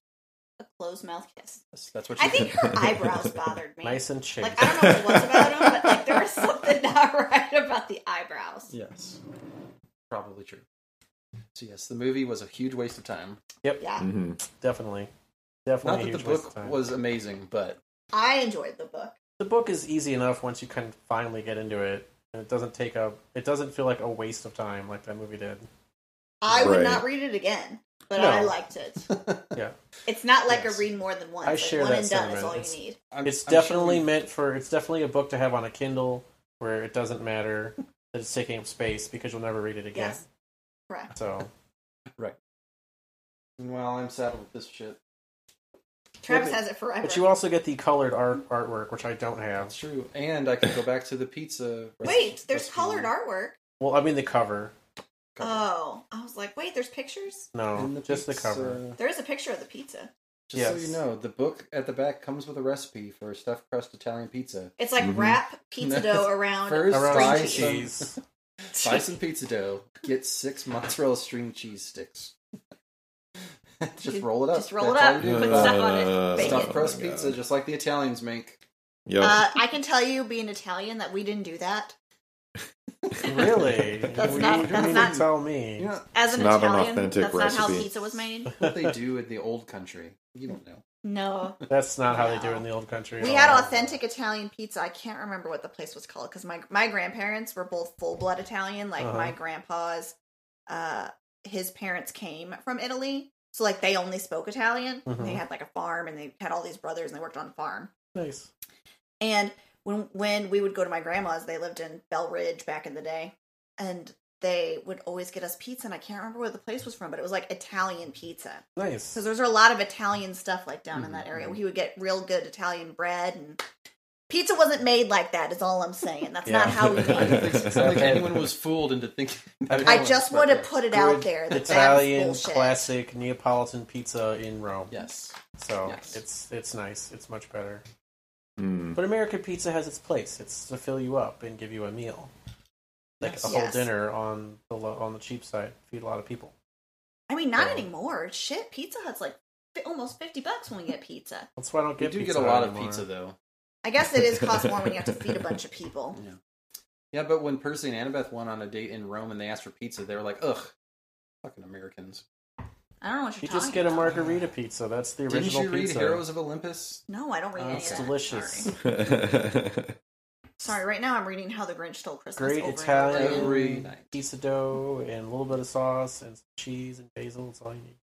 S3: A closed mouth kiss.
S2: That's, that's what you
S3: I
S2: [laughs]
S3: think her eyebrows bothered me.
S1: Nice and chill.
S3: Like I don't know what it was about them, but like there was something [laughs] not right about the eyebrows.
S2: Yes. Probably true. So yes, the movie was a huge waste of time.
S3: Yeah,
S4: hmm
S1: [laughs] Definitely.
S2: Not
S1: Definitely.
S2: that the
S1: a huge waste of
S2: book
S1: time.
S2: was amazing, but
S3: I enjoyed the book.
S1: the book is easy enough once you can finally get into it, and it doesn't take up. It doesn't feel like a waste of time like that movie did.
S3: I would
S4: Right.
S3: not read it again, but
S1: No.
S3: I liked it.
S1: Yeah.
S3: It's not like
S2: Yes.
S3: a read more than once.
S1: I
S3: like,
S1: share
S3: one
S1: that
S3: and done is
S1: sentiment.
S3: all you
S1: It's-
S3: need.
S2: I'm,
S1: It's
S2: I'm sure
S1: definitely
S2: we-
S1: meant for. It's definitely a book to have on a Kindle where it doesn't
S2: [laughs]
S1: matter that it's taking up space because you'll never read it again.
S3: Yes. Correct.
S1: So
S2: Meanwhile, I'm saddled with this shit.
S3: Travis
S1: but-
S3: has it forever.
S1: But you also get the colored art artwork, which I don't have.
S2: That's true. And I can go back to the pizza. recipe-
S3: Wait, there's
S2: recipe
S3: colored artwork.
S1: Well, I mean the cover.
S2: cover.
S3: Oh, I was like, wait, there's pictures.
S1: No,
S2: And
S1: Oh, just the
S2: pizza-
S1: cover.
S3: There is a picture of the pizza.
S2: Just so
S1: Yes.
S2: you know, the book at the back comes with a recipe for a stuffed crust Italian pizza.
S3: It's like
S4: Mhm.
S3: wrap pizza dough around
S2: First
S1: Around
S3: string
S2: try
S1: the
S2: some-
S3: cheese.
S2: [laughs]
S1: cheese.
S2: Buy some pizza dough. Get six mozzarella string cheese sticks. [laughs] just roll it up.
S3: Just roll it
S2: That's all
S3: up.
S2: you do.
S3: Put
S4: Uh,
S3: stuff on it. Bake
S2: Stuffed
S3: it.
S2: crust
S4: Oh my
S2: pizza,
S4: God.
S2: just like the Italians make.
S4: Yep.
S3: Uh, I can tell you, being Italian, that we didn't do that.
S1: really?
S3: That's
S1: you
S3: not-
S1: you
S3: that's
S1: mean
S3: not-
S1: to tell me.
S2: You know
S3: As an
S4: It's not an
S3: Italian,
S4: authentic
S3: that's not how
S4: recipe.
S3: pizza was made.
S2: what they do in the old country. You don't know.
S3: No,
S1: That's not how they do
S3: No.
S1: it in the old country. at
S3: we had
S1: all.
S3: authentic Italian pizza. I can't remember what the place was called because my my grandparents were both full blood Italian. Like
S1: Uh-huh.
S3: my grandpa's, uh, his parents came from Italy, so like they only spoke Italian.
S1: Mhm.
S3: They had like a farm, and they had all these brothers, and they worked on a farm.
S1: Nice.
S3: And when when we would go to my grandma's, they lived in Bell Ridge back in the day, and they would always get us pizza. And I can't remember where the place was from, but it was like Italian pizza
S1: Nice.
S3: because there's a lot of Italian stuff like down in that
S2: Mhm,
S3: area.
S1: Mm-hmm.
S2: mhm.
S3: He would get real good Italian bread and pizza wasn't made like that. Is all I'm saying. That's not
S1: Yeah.
S3: how we.
S2: I
S3: Made
S1: [laughs]
S3: it.
S2: don't think it's not like anyone was fooled into thinking.
S3: I just want to put it out
S1: Good
S3: there. That
S1: Italian
S3: that's bullshit.
S1: classic Neapolitan pizza in Rome.
S2: Yes.
S1: So
S2: Yes.
S1: it's it's nice. It's much better.
S4: Mm.
S1: But American pizza has its place. It's to fill you up and give you a meal, like
S2: Yes.
S1: a whole
S3: Yes.
S1: dinner on the lo- on the cheap side. Feed a lot of people.
S3: I mean, not
S1: Yeah.
S3: anymore. Shit, Pizza Hut's like fi- almost fifty bucks when we get pizza.
S1: That's why I don't
S2: We
S1: get.
S2: do get
S1: pizza
S2: a lot of
S1: anymore.
S2: pizza though.
S3: I guess it is cost more when you have to feed a bunch of people.
S2: Yeah, but when Percy and Annabeth went on a date in Rome and they asked for pizza, they were like, "Ugh, fucking Americans."
S3: I don't know what you're
S1: You
S3: talking
S1: just get a
S3: about.
S1: margarita pizza. That's the
S2: Didn't
S1: original
S2: you read
S1: pizza.
S2: Heroes of Olympus?
S3: No, I don't read
S2: Oh,
S3: any
S1: it's
S3: of that.
S1: delicious.
S3: Sorry.
S4: Mm.
S3: Sorry, right now I'm reading How the Grinch Stole Christmas.
S1: Great
S3: over and
S1: Italian
S3: over again.
S2: Every night.
S1: Pizza dough and a little bit of sauce and some cheese and basil. That's all you need.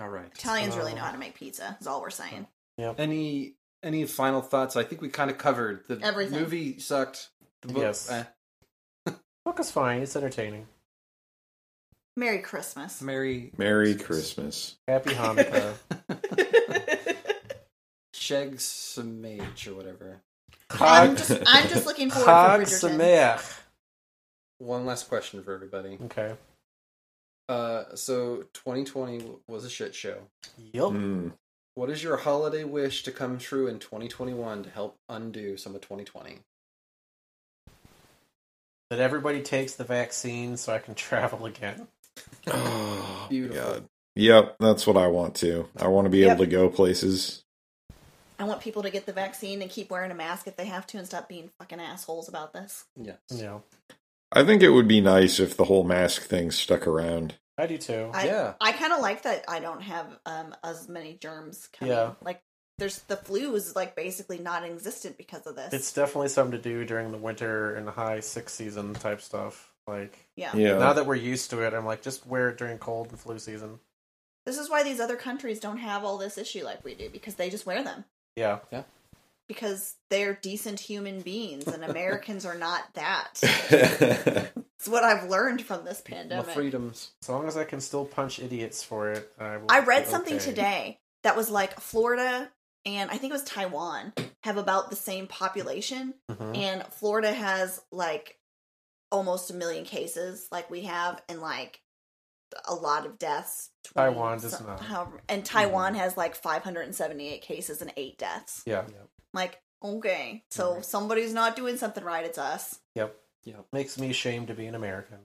S2: All right.
S3: Italians really
S1: Oh.
S3: know how to make pizza. Is all we're saying.
S1: Yep.
S2: Any any final thoughts? I think we kind of covered the
S3: Everything.
S2: movie sucked. The book,
S1: Yes.
S2: eh.
S1: Book is fine. It's entertaining.
S3: Merry Christmas.
S2: Merry
S4: [laughs] Merry Christmas.
S1: Happy Hanukkah.
S3: [laughs]
S2: Sheg Samage or whatever.
S3: I'm just I'm just looking forward to
S1: Chag
S3: Bridgerton.
S1: Sameach.
S2: One last question for everybody.
S1: Okay.
S2: Uh, so 2020 w- was a shit show.
S1: Yup.
S3: Oh.
S4: Mm.
S2: What is your holiday wish to come true in 2021 to help undo some of 2020?
S1: That everybody takes the vaccine so I can [laughs] travel again.
S3: [sighs]
S4: [sighs] Oh,
S2: Beautiful.
S4: God. Yep, that's what I want to. I want to be
S3: Yep.
S4: able to go places.
S3: I want people to get the vaccine and keep wearing a mask if they have to and stop being fucking assholes about this.
S2: Yes.
S1: Yeah.
S4: I think it would be nice if the whole mask thing stuck around.
S1: I do too.
S3: I
S2: Yeah.
S3: I kind of like that I don't have um as many germs coming.
S1: Yeah.
S3: Like there's the flu is like basically non existent because of this.
S1: It's definitely something to do during the winter and the high six season type stuff. Like
S3: yeah.
S4: Yeah.
S1: now that we're used to it, I'm like, just wear it during cold and flu season.
S3: This is why these other countries don't have all this issue like we do because they just wear them
S1: Yeah.
S3: because they're decent human
S1: [laughs]
S3: beings and Americans are not that. It's what I've learned from this
S2: My
S3: pandemic.
S2: freedoms.
S1: As long as I can still punch idiots for it, I will
S3: I
S1: be
S3: read something
S1: okay.
S3: today that was like Florida and I think it was Taiwan have about the same population,
S1: Mhm.
S3: and Florida has like almost a million cases, like we have, and like a lot of deaths. 20
S1: Taiwan does
S3: some-
S1: not. Mm-hmm.
S3: however- and Taiwan has like 578 cases and eight deaths.
S1: Yeah.
S3: Like, okay, so
S2: Right.
S3: somebody's not doing something right. It's us.
S1: Yep.
S2: Yep.
S1: Makes me ashamed to be an American.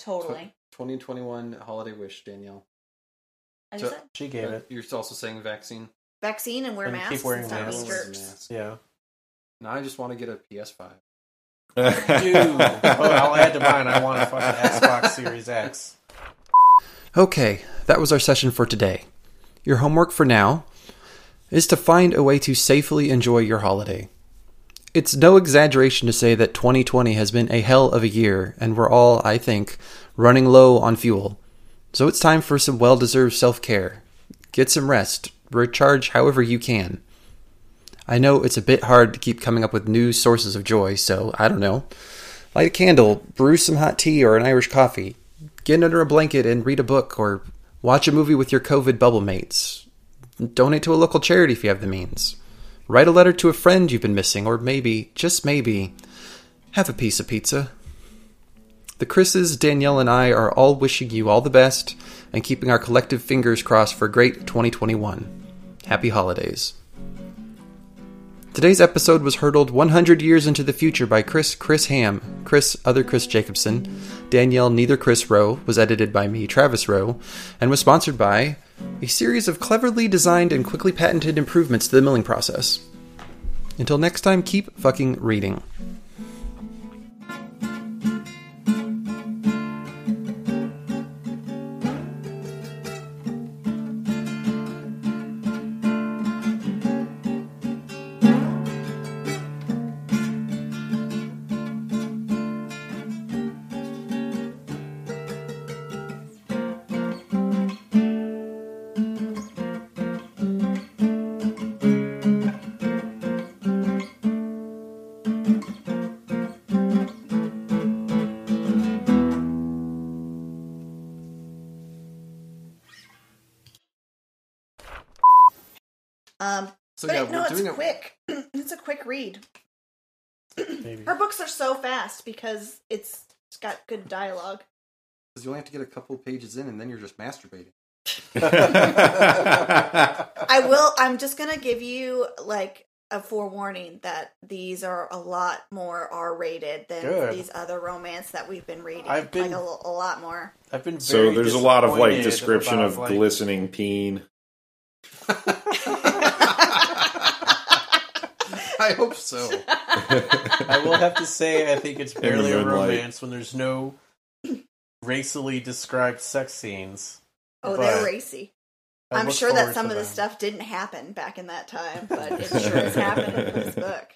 S3: Totally.
S2: 2021 holiday wish, Danielle.
S3: I
S2: So-
S3: just said
S1: She gave
S2: Uh,
S1: it.
S2: You're also saying vaccine.
S3: vaccine and wear
S1: And keep
S3: masks
S1: wearing
S3: and stop
S1: masks.
S3: being
S2: Everyone wears
S3: jerks.
S2: a mask.
S1: Yeah.
S2: Now I just want to get a PS5.
S4: [laughs]
S1: Dude. Oh, I'll add to mine. I want a fucking Xbox Series X.
S5: Okay, that was our session for today. Your homework for now is to find a way to safely enjoy your holiday. It's no exaggeration to say that 2020 has been a hell of a year, and we're all, I think, running low on fuel. So it's time for some well deserved self care. Get some rest, recharge however you can. I know it's a bit hard to keep coming up with new sources of joy, so I don't know. Light a candle, brew some hot tea or an Irish coffee, get under a blanket and read a book or watch a movie with your COVID bubble mates. Donate to a local charity if you have the means. Write a letter to a friend you've been missing, or maybe, just maybe, have a piece of pizza. The Chris's, Danielle, and I are all wishing you all the best and keeping our collective fingers crossed for a great 2021. Happy holidays. Today's episode was hurtled 100 years into the future by Chris Chris Ham, Chris other Chris Jacobson, Danielle neither Chris Rowe, was edited by me Travis Rowe, and was sponsored by a series of cleverly designed and quickly patented improvements to the milling process. Until next time, keep fucking reading.
S3: Um,
S2: So
S3: but
S2: yeah,
S3: it, no,
S2: we're
S3: it's
S2: doing it.
S3: quick. [clears throat] it's a quick read.
S1: Maybe.
S3: Her books are so fast because it's, it's got good dialogue.
S2: Because you only have to get a couple pages in, and then you're just masturbating. [laughs]
S4: [laughs]
S3: I
S1: [laughs]
S3: will. I'm just gonna give you like a forewarning that these are a lot more R-rated than
S1: Good.
S3: these other romance that we've been reading.
S1: I've been-
S3: like a, lo- a lot
S1: [laughs]
S3: more. [laughs]
S1: I've been very
S4: so there's a lot of like
S1: disappointed
S4: description
S1: about,
S4: of
S1: like,
S4: glistening peen.
S3: Oh,
S2: I hope so.
S1: I will have to say, I think
S4: [laughs]
S1: it's barely a
S4: moonlight.
S1: romance when there's no racially described sex scenes.
S3: Oh,
S1: But
S3: they're racy.
S1: I
S3: I'm
S1: look
S3: sure that
S1: forward
S3: some
S1: to
S3: of this
S1: them. [laughs]
S3: stuff didn't happen back in that time, but it sure has happened in this book.